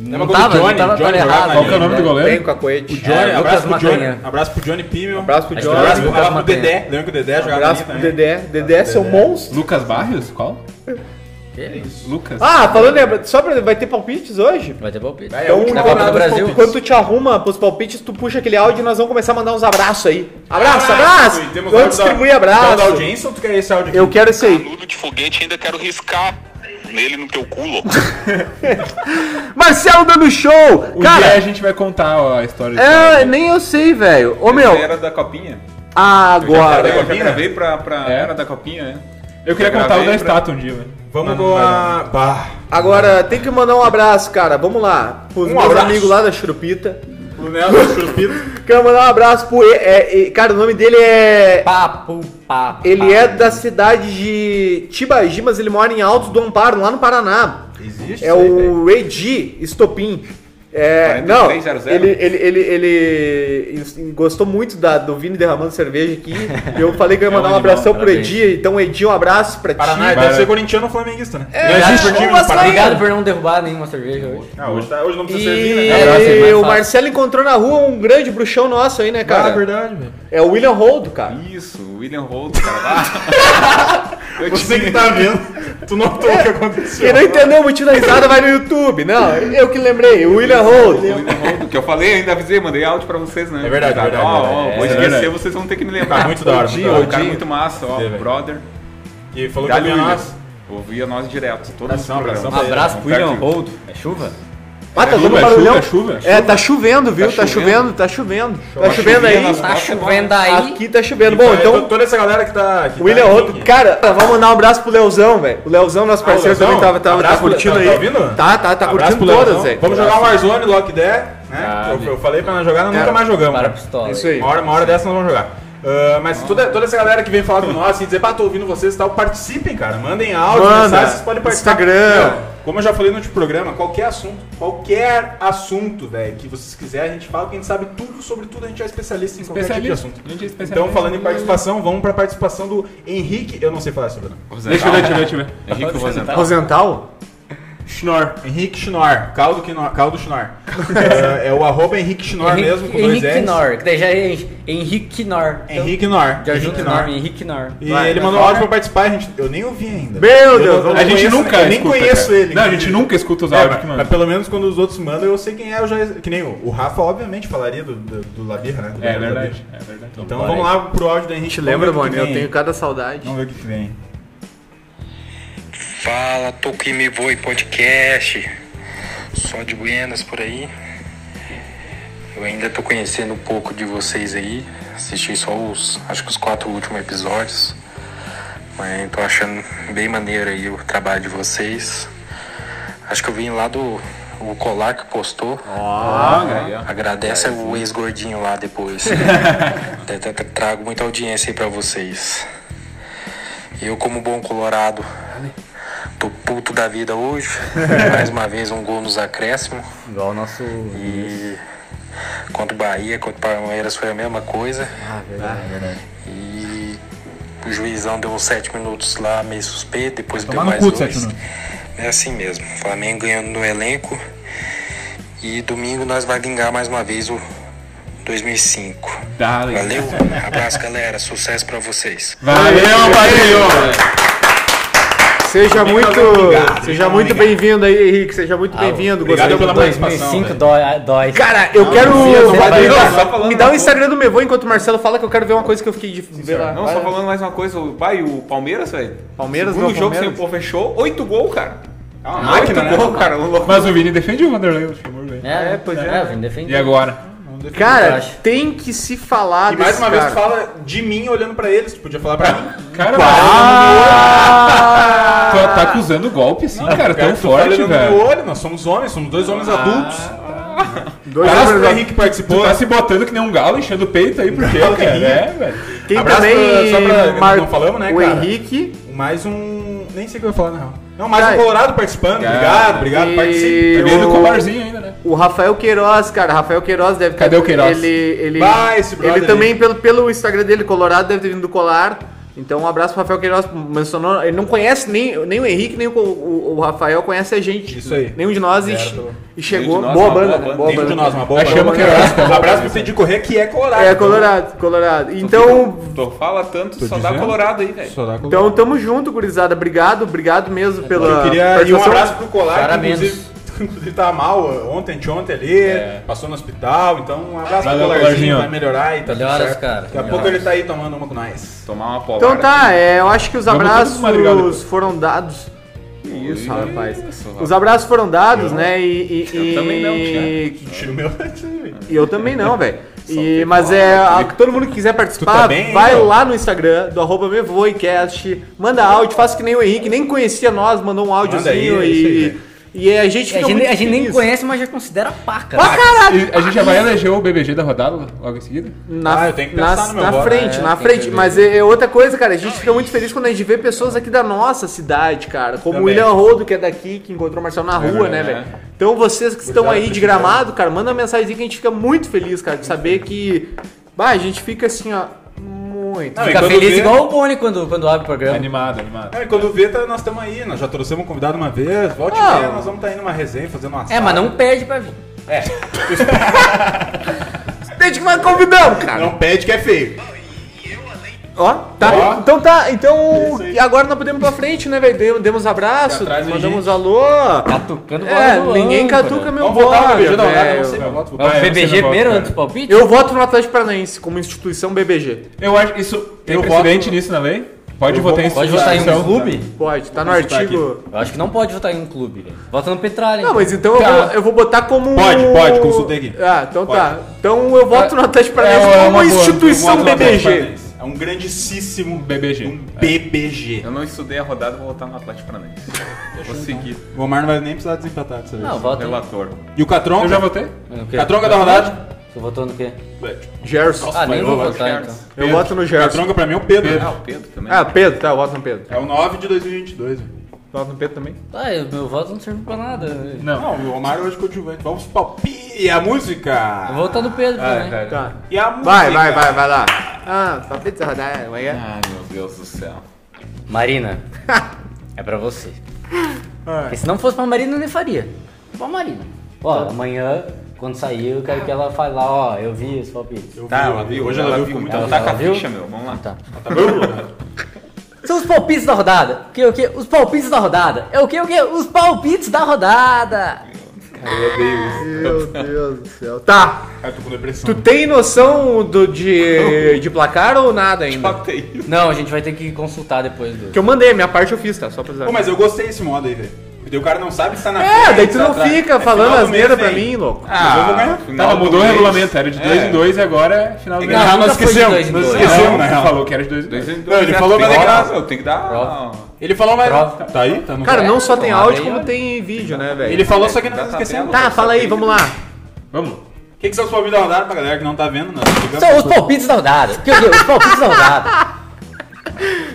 [SPEAKER 4] É
[SPEAKER 3] Não,
[SPEAKER 4] mas
[SPEAKER 3] tava,
[SPEAKER 4] o Johnny-
[SPEAKER 3] não tava, tava
[SPEAKER 4] Johnny jogava
[SPEAKER 3] errado.
[SPEAKER 4] na
[SPEAKER 6] Qual que é o
[SPEAKER 3] né?
[SPEAKER 6] nome do
[SPEAKER 1] Bem
[SPEAKER 6] goleiro?
[SPEAKER 1] com a coete.
[SPEAKER 4] Johnny,
[SPEAKER 3] É,
[SPEAKER 4] abraço, pro
[SPEAKER 3] Lucas
[SPEAKER 4] Johnny,
[SPEAKER 3] Matanha.
[SPEAKER 4] abraço pro Johnny Pimmel.
[SPEAKER 1] Abraço pro
[SPEAKER 3] Acho que
[SPEAKER 1] Johnny.
[SPEAKER 4] abraço,
[SPEAKER 3] Lucas
[SPEAKER 4] abraço pro
[SPEAKER 3] Matanha.
[SPEAKER 4] Dedé. Lembra que o Dedé jogava
[SPEAKER 1] Abraço
[SPEAKER 4] ali
[SPEAKER 1] pro
[SPEAKER 4] também?
[SPEAKER 1] Dedé. Dedé é seu monstro.
[SPEAKER 6] Lucas Barrios? Qual? Lucas.
[SPEAKER 1] Ah, falando, em- só pra, vai ter palpites hoje?
[SPEAKER 3] Vai ter palpite.
[SPEAKER 4] Vai, é a
[SPEAKER 1] Então,
[SPEAKER 4] última
[SPEAKER 1] enquanto-
[SPEAKER 3] Copa
[SPEAKER 4] rodada
[SPEAKER 3] do
[SPEAKER 4] dos
[SPEAKER 3] Brasil.
[SPEAKER 4] palpites.
[SPEAKER 1] enquanto tu te arruma pros palpites, tu puxa aquele áudio e nós vamos começar a mandar uns abraços aí. Abraço, abraço!
[SPEAKER 4] E temos
[SPEAKER 1] Vamos
[SPEAKER 4] áudio da-
[SPEAKER 1] distribuir
[SPEAKER 4] da-
[SPEAKER 1] abraço.
[SPEAKER 4] Da audiência ou tu quer esse áudio aqui?
[SPEAKER 1] Eu quero esse aí.
[SPEAKER 8] Canudo de foguete ainda quero riscar nele no teu cu, louco.
[SPEAKER 1] Marcelo dando show!
[SPEAKER 6] Um dia a
[SPEAKER 1] Cara,
[SPEAKER 6] gente vai contar ó, a história. do
[SPEAKER 1] é,
[SPEAKER 6] cara.
[SPEAKER 1] nem eu sei, velho. Ô meu,
[SPEAKER 5] Era da copinha.
[SPEAKER 1] agora.
[SPEAKER 5] Eu já gravei pra, pra
[SPEAKER 6] É.
[SPEAKER 5] era da copinha, né?
[SPEAKER 6] Eu queria
[SPEAKER 5] já
[SPEAKER 6] contar o da
[SPEAKER 5] gravei pra-
[SPEAKER 6] estátua um dia, velho.
[SPEAKER 4] Vamos com a... Bah.
[SPEAKER 1] Agora tem que mandar um abraço, cara. Vamos lá. Pros meus
[SPEAKER 4] Um abraço.
[SPEAKER 1] amigos lá da Churupita.
[SPEAKER 4] O Nelson Churupito.
[SPEAKER 1] Quero mandar um abraço pro. e- é, e- cara, o nome dele é.
[SPEAKER 3] Papo, papo.
[SPEAKER 1] Ele é da cidade de Tibagi, mas ele mora em Altos do Amparo, lá no Paraná.
[SPEAKER 4] Existe
[SPEAKER 1] É
[SPEAKER 4] isso aí, velho?
[SPEAKER 1] o Regi Estopim. É, não,
[SPEAKER 5] 4300.
[SPEAKER 1] ele, ele, ele, ele ins- gostou muito da, do Vini derramando cerveja aqui. e eu falei que
[SPEAKER 4] É
[SPEAKER 1] eu ia mandar um
[SPEAKER 3] animal,
[SPEAKER 1] abração pro
[SPEAKER 3] parabéns.
[SPEAKER 1] Edi. Então, Edi, um abraço pra
[SPEAKER 5] É,
[SPEAKER 4] Paraná
[SPEAKER 1] ti.
[SPEAKER 4] deve ser corintiano ou flamenguista, né?
[SPEAKER 1] É,
[SPEAKER 4] Não
[SPEAKER 1] já
[SPEAKER 4] existe time
[SPEAKER 1] chupa
[SPEAKER 4] no Paraná.
[SPEAKER 1] saindo.
[SPEAKER 3] Obrigado por não derrubar nenhuma cerveja hoje.
[SPEAKER 4] Ah, hoje, tá- hoje não precisa servir, né?
[SPEAKER 1] E
[SPEAKER 3] né? Abraço,
[SPEAKER 1] e
[SPEAKER 3] mais
[SPEAKER 1] o
[SPEAKER 3] fácil.
[SPEAKER 1] Marcelo encontrou na rua um grande bruxão nosso aí, né,
[SPEAKER 4] Ah,
[SPEAKER 1] cara?
[SPEAKER 4] verdade, velho.
[SPEAKER 1] É o William Holdo,
[SPEAKER 4] né?
[SPEAKER 1] cara.
[SPEAKER 5] Isso, o William Holt, cara. Eu É,
[SPEAKER 4] Você que tá vendo, tu notou o que aconteceu.
[SPEAKER 1] Quem não entendeu o motivo da risada vai no YouTube. Não, eu que lembrei. O William
[SPEAKER 5] O
[SPEAKER 1] Holdo.
[SPEAKER 5] William Holt, que eu falei, ainda avisei, mandei áudio pra vocês, né?
[SPEAKER 4] É verdade,
[SPEAKER 5] Tá,
[SPEAKER 4] é verdade,
[SPEAKER 5] ó,
[SPEAKER 4] é
[SPEAKER 5] ó,
[SPEAKER 4] verdade.
[SPEAKER 5] vou
[SPEAKER 4] É
[SPEAKER 5] esquecer,
[SPEAKER 4] verdade.
[SPEAKER 5] vocês vão ter que me lembrar.
[SPEAKER 4] Muito da hora, muito
[SPEAKER 5] Odinho,
[SPEAKER 4] da hora.
[SPEAKER 5] um cara muito massa, ó,
[SPEAKER 4] Sim, velho.
[SPEAKER 5] brother.
[SPEAKER 4] E falou que
[SPEAKER 5] Dali
[SPEAKER 4] havia
[SPEAKER 5] William.
[SPEAKER 4] nós.
[SPEAKER 2] Ouvia nós direto, todo esse
[SPEAKER 5] Abração,
[SPEAKER 2] programa.
[SPEAKER 5] abração.
[SPEAKER 3] Um abraço pro
[SPEAKER 2] Tá
[SPEAKER 3] William
[SPEAKER 2] aqui.
[SPEAKER 3] Hold. É chuva?
[SPEAKER 1] Ah, tá dando
[SPEAKER 5] chuva, é
[SPEAKER 1] barulhão.
[SPEAKER 5] chuva, é chuva, é
[SPEAKER 1] É, tá chovendo, viu? Tá chovendo, tá chovendo. Tá chovendo
[SPEAKER 4] É
[SPEAKER 1] aí.
[SPEAKER 3] Tá chovendo aí.
[SPEAKER 1] Aqui tá chovendo. Bom, então,
[SPEAKER 4] toda essa galera que tá. Que
[SPEAKER 1] William é
[SPEAKER 4] tá Ah,
[SPEAKER 1] outro. Cara, vamos mandar um abraço pro Leozão, velho. O Leozão, nosso parceiro,
[SPEAKER 4] Leozão.
[SPEAKER 1] também tava, tava, tava
[SPEAKER 4] Abraço pro-
[SPEAKER 1] curtindo
[SPEAKER 4] tá-
[SPEAKER 1] aí.
[SPEAKER 4] tá ouvindo?
[SPEAKER 1] Tá, tá, tá
[SPEAKER 4] Abraço
[SPEAKER 1] curtindo
[SPEAKER 4] pro
[SPEAKER 1] todas,
[SPEAKER 4] Leozão.
[SPEAKER 1] velho.
[SPEAKER 4] Vamos jogar Warzone logo que der, né? Eu, eu falei pra nós jogar, nós nunca mais jogamos.
[SPEAKER 3] Para a
[SPEAKER 4] né?
[SPEAKER 3] pistola.
[SPEAKER 1] Isso aí.
[SPEAKER 4] Uma hora, uma hora dessa nós vamos jogar. Ah, mas toda, toda essa galera que vem falar com nós, assim, dizer, pá, tô ouvindo vocês e tal, participem, cara. Mandem áudio,
[SPEAKER 1] Manda.
[SPEAKER 4] mensagens, vocês podem participar.
[SPEAKER 1] Instagram.
[SPEAKER 4] Meu, como eu já falei no último programa, qualquer assunto, qualquer assunto, velho, que vocês quiserem, a gente fala, que a gente sabe tudo sobre tudo, a gente é especialista em qualquer
[SPEAKER 5] Especialista.
[SPEAKER 4] tipo de assunto.
[SPEAKER 5] A gente é especialista.
[SPEAKER 4] Então, falando em participação, vamos pra participação do Henrique. Eu não sei falar esse sobrenome.
[SPEAKER 5] Deixa eu ver, deixa eu ver, deixa eu ver.
[SPEAKER 2] Henrique Rosenthal.
[SPEAKER 1] Rosental?
[SPEAKER 4] Schnorr. Henrique Schnorr. Caldo, Quinor, Caldo Schnorr. Ah, é o arroba Henrique Schnorr
[SPEAKER 3] Henrique-
[SPEAKER 4] mesmo, com dois
[SPEAKER 3] Henrique
[SPEAKER 4] S.
[SPEAKER 3] Nor. Que daí já é Hen- Henrique Nor. Então,
[SPEAKER 4] Henrique Nor.
[SPEAKER 3] Já junto
[SPEAKER 4] Henrique
[SPEAKER 3] o
[SPEAKER 4] Nor.
[SPEAKER 3] nome, Henrique Nor.
[SPEAKER 4] E ele mandou um áudio pra participar, a gente, eu nem ouvi ainda.
[SPEAKER 1] Meu
[SPEAKER 4] Eu
[SPEAKER 1] Deus,
[SPEAKER 4] não-
[SPEAKER 1] vamos
[SPEAKER 5] A gente
[SPEAKER 4] conheço-
[SPEAKER 5] nunca
[SPEAKER 4] eu nem
[SPEAKER 5] escuta,
[SPEAKER 4] conheço
[SPEAKER 5] cara.
[SPEAKER 4] ele,
[SPEAKER 5] Não, a
[SPEAKER 4] inclusive.
[SPEAKER 5] gente nunca escuta os
[SPEAKER 4] É,
[SPEAKER 5] áudios
[SPEAKER 4] mas,
[SPEAKER 5] que
[SPEAKER 4] mas
[SPEAKER 5] manda.
[SPEAKER 4] pelo menos quando os outros mandam, eu sei quem é, eu já. Que nem o, o Rafa, obviamente, falaria do, do, do Labirra, né? Do
[SPEAKER 5] É
[SPEAKER 4] Gabriel
[SPEAKER 5] verdade,
[SPEAKER 4] Labirra.
[SPEAKER 5] é verdade.
[SPEAKER 4] Então vamos lá pro áudio da Henrique.
[SPEAKER 1] Te lembra,
[SPEAKER 4] Vamos
[SPEAKER 1] mano?
[SPEAKER 4] ver o que
[SPEAKER 1] Eu
[SPEAKER 4] que vem.
[SPEAKER 1] tenho cada saudade.
[SPEAKER 4] Vamos ver o que que vem.
[SPEAKER 7] Fala, Toco e Me Voe Podcast. Só de Buenas por aí. Eu ainda tô conhecendo um pouco de vocês aí. Assisti só os, acho que os quatro últimos episódios. Mas tô achando bem maneiro aí o trabalho de vocês. Acho que eu vim lá do o colar que postou. Agradece o ex-gordinho lá depois. Até- até Trago muita audiência aí pra vocês. Eu, como bom colorado, tô puto da vida hoje. Mais uma vez, um gol nos acréscimos.
[SPEAKER 3] Igual o nosso.
[SPEAKER 7] E contra o Bahia, contra o Palmeiras foi a mesma coisa.
[SPEAKER 3] Ah,
[SPEAKER 7] E o juizão deu uns 7 minutos lá, meio suspeito, depois deu mais dois. É assim mesmo, Flamengo ganhando no elenco. E domingo nós vai vingar mais uma vez o 2005.
[SPEAKER 5] Dale.
[SPEAKER 7] Valeu, abraço galera, sucesso pra vocês.
[SPEAKER 5] Valeu, Padrinho!
[SPEAKER 1] Seja muito,
[SPEAKER 4] um obrigado,
[SPEAKER 1] seja
[SPEAKER 4] muito
[SPEAKER 1] muito
[SPEAKER 4] obrigado.
[SPEAKER 1] bem-vindo aí, Henrique. Seja muito bem-vindo.
[SPEAKER 4] Ah, obrigado
[SPEAKER 1] Gostei
[SPEAKER 4] pela
[SPEAKER 1] muito.
[SPEAKER 4] participação,
[SPEAKER 3] 2005 dói. dói.
[SPEAKER 1] Cara, eu quero.
[SPEAKER 4] não vai
[SPEAKER 1] me,
[SPEAKER 4] dar,
[SPEAKER 1] dá-
[SPEAKER 4] só falando
[SPEAKER 1] me dá o Instagram do Mevô enquanto o Marcelo fala que eu quero ver uma coisa que eu fiquei de ver lá.
[SPEAKER 2] Não, só falando mais uma coisa, o pai, o Palmeiras, velho.
[SPEAKER 1] Palmeiras,
[SPEAKER 2] Segundo
[SPEAKER 1] meu
[SPEAKER 2] jogo sem o
[SPEAKER 1] Palmeiras.
[SPEAKER 2] Pô fechou, oito gols, cara.
[SPEAKER 5] É
[SPEAKER 4] Ah, uma
[SPEAKER 2] Oito
[SPEAKER 4] máquina, né?
[SPEAKER 2] gols, cara. Um louco.
[SPEAKER 5] Mas o Vini defendeu o Vanderlei, o Luxemburgo, velho.
[SPEAKER 3] É,
[SPEAKER 2] pois
[SPEAKER 3] é.
[SPEAKER 2] é.
[SPEAKER 3] eu vim defender.
[SPEAKER 5] E agora?
[SPEAKER 1] Cara,
[SPEAKER 3] Eu acho.
[SPEAKER 1] tem que se falar
[SPEAKER 4] E mais
[SPEAKER 1] desse
[SPEAKER 4] uma
[SPEAKER 1] cara.
[SPEAKER 4] vez fala de mim olhando pra eles, tu podia falar pra mim.
[SPEAKER 5] Cara,
[SPEAKER 1] Ah!
[SPEAKER 5] tu tá acusando o golpe, sim, cara, tão
[SPEAKER 4] tu tá
[SPEAKER 5] forte,
[SPEAKER 4] olhando no meu
[SPEAKER 5] velho.
[SPEAKER 4] olho, nós somos homens, somos dois homens adultos.
[SPEAKER 1] Dois
[SPEAKER 4] Abraço
[SPEAKER 1] números
[SPEAKER 4] pro
[SPEAKER 1] da-
[SPEAKER 4] Henrique que
[SPEAKER 5] Tu
[SPEAKER 4] participou.
[SPEAKER 5] tá se botando que nem um galo, enchendo o peito aí, por quê,
[SPEAKER 4] Galo que
[SPEAKER 5] cara?
[SPEAKER 4] ri.
[SPEAKER 5] É, velho.
[SPEAKER 1] Tem
[SPEAKER 4] Abraço
[SPEAKER 1] também
[SPEAKER 4] pra- só pra- não
[SPEAKER 1] Mar-
[SPEAKER 4] falamos, né,
[SPEAKER 1] o
[SPEAKER 4] cara?
[SPEAKER 1] Henrique.
[SPEAKER 4] Mais um. Nem sei o que eu ia falar, na real. Não, mais
[SPEAKER 1] Vai.
[SPEAKER 4] um Colorado participando. Obrigado, obrigado,
[SPEAKER 1] E-
[SPEAKER 4] participe.
[SPEAKER 5] Primeiro
[SPEAKER 1] Eu-
[SPEAKER 5] com o barzinho ainda, né?
[SPEAKER 1] O Rafael Queiroz, cara, Rafael Queiroz deve ter.
[SPEAKER 5] Cadê o Queiroz?
[SPEAKER 1] Ele, ele,
[SPEAKER 4] Vai, esse brother
[SPEAKER 1] ele também, pelo, pelo Instagram dele, Colorado, deve ter vindo do Colar. Então, um abraço pro Rafael Queiroz. Mencionou, ele não conhece nem, nem o Henrique, nem o, o, o Rafael, conhece a gente.
[SPEAKER 4] Isso aí.
[SPEAKER 1] Nenhum de nós e, che- e chegou.
[SPEAKER 2] de nós,
[SPEAKER 1] boa
[SPEAKER 2] uma
[SPEAKER 1] banda,
[SPEAKER 2] boa
[SPEAKER 1] né?
[SPEAKER 2] banda.
[SPEAKER 1] Boa
[SPEAKER 4] Nenhum
[SPEAKER 1] banda.
[SPEAKER 4] de nós, uma boa.
[SPEAKER 5] Achamos que
[SPEAKER 4] abraço. um Abraço pro Cid de Correr, que é Colorado.
[SPEAKER 1] É, Colorado, Colorado. Então,
[SPEAKER 2] Tu fala tanto, só dá
[SPEAKER 5] dizendo.
[SPEAKER 2] colorado aí, velho.
[SPEAKER 1] então tamo junto, gurizada. Obrigado, obrigado mesmo pela
[SPEAKER 4] Eu queria e um
[SPEAKER 1] participação.
[SPEAKER 4] abraço pro Colar,
[SPEAKER 3] Cara
[SPEAKER 4] que inclusive, inclusive tava mal ontem, anteontem ali, passou no hospital, então um abraço
[SPEAKER 5] Valeu,
[SPEAKER 4] pro Colarzinho,
[SPEAKER 5] Colarzinho.
[SPEAKER 4] vai melhorar e tá tudo
[SPEAKER 3] Melhoras,
[SPEAKER 4] certo.
[SPEAKER 3] cara,
[SPEAKER 4] Daqui a
[SPEAKER 3] melhoras.
[SPEAKER 4] pouco ele tá aí tomando uma com nós.
[SPEAKER 2] Tomar uma polar.
[SPEAKER 1] Então tá, é, eu acho que os
[SPEAKER 5] Vamos todos
[SPEAKER 1] abraços
[SPEAKER 5] madrugar depois.
[SPEAKER 1] foram dados.
[SPEAKER 2] Isso,
[SPEAKER 1] rapaz. Os abraços foram dados, né? E, e-
[SPEAKER 2] Eu também não,
[SPEAKER 1] e-
[SPEAKER 4] Tira o meu. Tira
[SPEAKER 1] e eu também não, velho. E- Mas é, a- todo mundo que quiser participar,
[SPEAKER 4] tá bem,
[SPEAKER 1] vai
[SPEAKER 4] meu?
[SPEAKER 1] lá no Instagram do arroba mevoicast, manda áudio, faça que nem o Henrique, nem conhecia nós, mandou um áudiozinho
[SPEAKER 4] Manda aí, é isso aí,
[SPEAKER 1] e,
[SPEAKER 4] velho.
[SPEAKER 1] e a gente fica
[SPEAKER 3] É, A gente,
[SPEAKER 1] muito
[SPEAKER 3] a gente nem
[SPEAKER 1] feliz.
[SPEAKER 3] conhece, mas já considera paca. né?
[SPEAKER 1] Pra caralho!
[SPEAKER 5] E a gente já vai eleger o BBG da rodada logo em seguida?
[SPEAKER 1] Na,
[SPEAKER 4] Ah, eu tenho que
[SPEAKER 1] na,
[SPEAKER 4] pensar no meu né?
[SPEAKER 1] na
[SPEAKER 4] voto.
[SPEAKER 1] frente,
[SPEAKER 3] É,
[SPEAKER 1] na
[SPEAKER 3] tem
[SPEAKER 1] frente.
[SPEAKER 3] que ver.
[SPEAKER 1] Mas é, é outra coisa, cara. A gente fica muito feliz quando a gente vê pessoas aqui da nossa cidade, cara. Como o
[SPEAKER 4] Também. É
[SPEAKER 1] William Rodo, que é daqui, que encontrou o Marcelo na rua, né, velho? Então vocês que estão aí de gramado, cara, manda uma mensagem que a gente fica muito feliz, cara, de saber que. Bah, a gente fica assim, ó. Muito.
[SPEAKER 4] e
[SPEAKER 3] Fica
[SPEAKER 4] quando
[SPEAKER 3] feliz
[SPEAKER 4] vê-
[SPEAKER 3] igual o Boni quando, quando abre o programa.
[SPEAKER 5] Animado, animado.
[SPEAKER 4] É, e quando vê, tá, nós estamos aí, nós já trouxemos um convidado uma vez, volte e
[SPEAKER 1] Ah.
[SPEAKER 4] meia, nós vamos estar tá indo numa resenha, fazendo uma
[SPEAKER 3] É, mas não perde pra vir.
[SPEAKER 1] Desde que nós convidamos, cara.
[SPEAKER 4] Não pede que é feio.
[SPEAKER 1] Ó, tá.
[SPEAKER 4] Ó.
[SPEAKER 1] Então tá, então. E agora nós podemos ir pra frente, né, velho? Demos- Demos abraço,
[SPEAKER 5] atrás a
[SPEAKER 1] mandamos alô.
[SPEAKER 3] Catucando
[SPEAKER 1] É,
[SPEAKER 3] bola do
[SPEAKER 1] ninguém
[SPEAKER 3] âncora.
[SPEAKER 1] catuca meu
[SPEAKER 4] Tá. Vamos votar no
[SPEAKER 1] bolo.
[SPEAKER 4] BBG da rodada,
[SPEAKER 1] velho.
[SPEAKER 4] não sei meu voto.
[SPEAKER 3] É
[SPEAKER 4] vou-
[SPEAKER 3] o BBG
[SPEAKER 5] não
[SPEAKER 3] primeiro
[SPEAKER 5] pode,
[SPEAKER 3] antes do palpite?
[SPEAKER 1] Eu voto no Atlético Paranaense como instituição BBG.
[SPEAKER 5] Eu acho que isso tem
[SPEAKER 4] Eu
[SPEAKER 6] um
[SPEAKER 5] precedente
[SPEAKER 4] voto-
[SPEAKER 5] nisso, não vem?
[SPEAKER 6] Pode votar em
[SPEAKER 3] Pode votar em um
[SPEAKER 6] instituição.
[SPEAKER 3] clube?
[SPEAKER 1] Pode, tá no
[SPEAKER 6] Vamos botar
[SPEAKER 1] artigo.
[SPEAKER 3] Eu acho que não pode votar em um clube, velho. Vota no Petralha.
[SPEAKER 1] Não, mas então eu
[SPEAKER 6] Tá.
[SPEAKER 1] vou- eu vou botar como.
[SPEAKER 4] Pode, pode, consultei aqui.
[SPEAKER 1] Ah, então tá. Então eu voto no Atlético
[SPEAKER 6] é
[SPEAKER 1] Paranaense
[SPEAKER 6] uma
[SPEAKER 1] como
[SPEAKER 6] boa.
[SPEAKER 1] instituição
[SPEAKER 6] Eu voto no Atlético
[SPEAKER 1] BBG.
[SPEAKER 4] É um grandíssimo
[SPEAKER 6] BBG.
[SPEAKER 4] Um BBG.
[SPEAKER 5] Eu não estudei a rodada, vou voltar no Atlético Paranaense. Vou seguir
[SPEAKER 2] É. então.
[SPEAKER 4] O Omar não vai nem precisar desempatar dessa vez.
[SPEAKER 3] Não, vota. em-
[SPEAKER 5] relator.
[SPEAKER 4] E o Catronca?
[SPEAKER 6] Eu já votei?
[SPEAKER 3] No quê?
[SPEAKER 4] Catronca da rodada?
[SPEAKER 3] Você votou no quê?
[SPEAKER 1] Gerson.
[SPEAKER 3] Ah, nem vou
[SPEAKER 4] vai,
[SPEAKER 3] votar então.
[SPEAKER 1] Eu voto no Gerson.
[SPEAKER 4] Catronca pra mim é o Pedro.
[SPEAKER 5] Ah, o Pedro também.
[SPEAKER 1] Ah, Pedro, tá, eu voto no Pedro.
[SPEAKER 4] É o 9 de 2022. velho.
[SPEAKER 5] Voto no Pedro também.
[SPEAKER 3] Ah, eu- meu voto não serve pra nada. velho.
[SPEAKER 4] Não, o Omar hoje coadjuvante. Vamos palpite. E a música?
[SPEAKER 3] Eu Vou votar no
[SPEAKER 4] Ah,
[SPEAKER 3] Pedro
[SPEAKER 4] é
[SPEAKER 3] também.
[SPEAKER 1] Tá.
[SPEAKER 4] E a música?
[SPEAKER 1] Vai, vai, vai, vai lá. Ah, só pizza rodada, como é que é?
[SPEAKER 5] Ai, meu Deus do céu.
[SPEAKER 3] Marina, é pra você.
[SPEAKER 4] Ah.
[SPEAKER 3] Porque se não fosse pra Marina, eu nem faria. Pra Marina. Ó,
[SPEAKER 4] Tá.
[SPEAKER 3] amanhã, quando sair, eu
[SPEAKER 4] Ah.
[SPEAKER 3] quero que ela fale lá, ó, eu vi esse palpite.
[SPEAKER 4] Tá, ela viu. Hoje ela, viu.
[SPEAKER 5] muito.
[SPEAKER 4] Muito.
[SPEAKER 5] Ela
[SPEAKER 3] Ela
[SPEAKER 5] tá com a
[SPEAKER 3] viu?
[SPEAKER 5] ficha, meu. Vamos lá.
[SPEAKER 3] Tá. São os palpites da rodada. O que, o que? Os palpites da rodada. É o que, o que? Os palpites da rodada.
[SPEAKER 1] Meu Deus do céu. Tá,
[SPEAKER 4] Cara, tô com
[SPEAKER 1] tu
[SPEAKER 4] depressão.
[SPEAKER 1] tem noção do, de, de placar ou nada
[SPEAKER 4] Tipo,
[SPEAKER 1] ainda?
[SPEAKER 3] Não, a gente vai ter que consultar depois do...
[SPEAKER 1] Que eu mandei, minha parte eu fiz, tá? Só pra avisar.
[SPEAKER 4] Pô, mas eu gostei desse modo aí, velho. Porque daí o cara não sabe se tá na
[SPEAKER 1] É, daí tu
[SPEAKER 4] tá
[SPEAKER 1] não
[SPEAKER 4] atrás.
[SPEAKER 1] fica
[SPEAKER 4] É
[SPEAKER 1] falando
[SPEAKER 4] final do
[SPEAKER 1] asneira
[SPEAKER 4] mês,
[SPEAKER 1] pra
[SPEAKER 4] hein?
[SPEAKER 1] mim, louco.
[SPEAKER 5] Ah,
[SPEAKER 4] Mas eu vou ganhar.
[SPEAKER 6] Tá, mas mudou o regulamento, era de 2 em 2 e agora é final do
[SPEAKER 4] Na real, Ah,
[SPEAKER 3] nunca
[SPEAKER 4] nós
[SPEAKER 3] foi de
[SPEAKER 4] esquecemos.
[SPEAKER 3] dois em
[SPEAKER 4] Nós
[SPEAKER 3] dois.
[SPEAKER 4] esquecemos, na
[SPEAKER 6] Ele
[SPEAKER 4] real.
[SPEAKER 6] falou que era de 2 em 2.
[SPEAKER 4] Não, ele falou, mas é graça.
[SPEAKER 5] Eu tenho que dar.
[SPEAKER 3] Prova.
[SPEAKER 4] Ele falou, mas.
[SPEAKER 3] Prova.
[SPEAKER 4] Tá aí? Tá no
[SPEAKER 1] Cara, não é só tem
[SPEAKER 3] Tomara
[SPEAKER 1] áudio,
[SPEAKER 3] aí,
[SPEAKER 1] como
[SPEAKER 3] olha.
[SPEAKER 1] tem vídeo, né,
[SPEAKER 4] Ele
[SPEAKER 1] velho?
[SPEAKER 4] falou, só que
[SPEAKER 5] Dá
[SPEAKER 4] nós
[SPEAKER 5] tabela.
[SPEAKER 4] esquecemos.
[SPEAKER 1] Tá, fala aí, vamos lá.
[SPEAKER 6] Vamos.
[SPEAKER 4] O que, que são os palpites da rodada pra galera que não tá vendo? Nós explicamos
[SPEAKER 3] São
[SPEAKER 4] pra
[SPEAKER 3] os
[SPEAKER 4] pessoa.
[SPEAKER 3] palpites da rodada. O que, o que? Os palpites da rodada.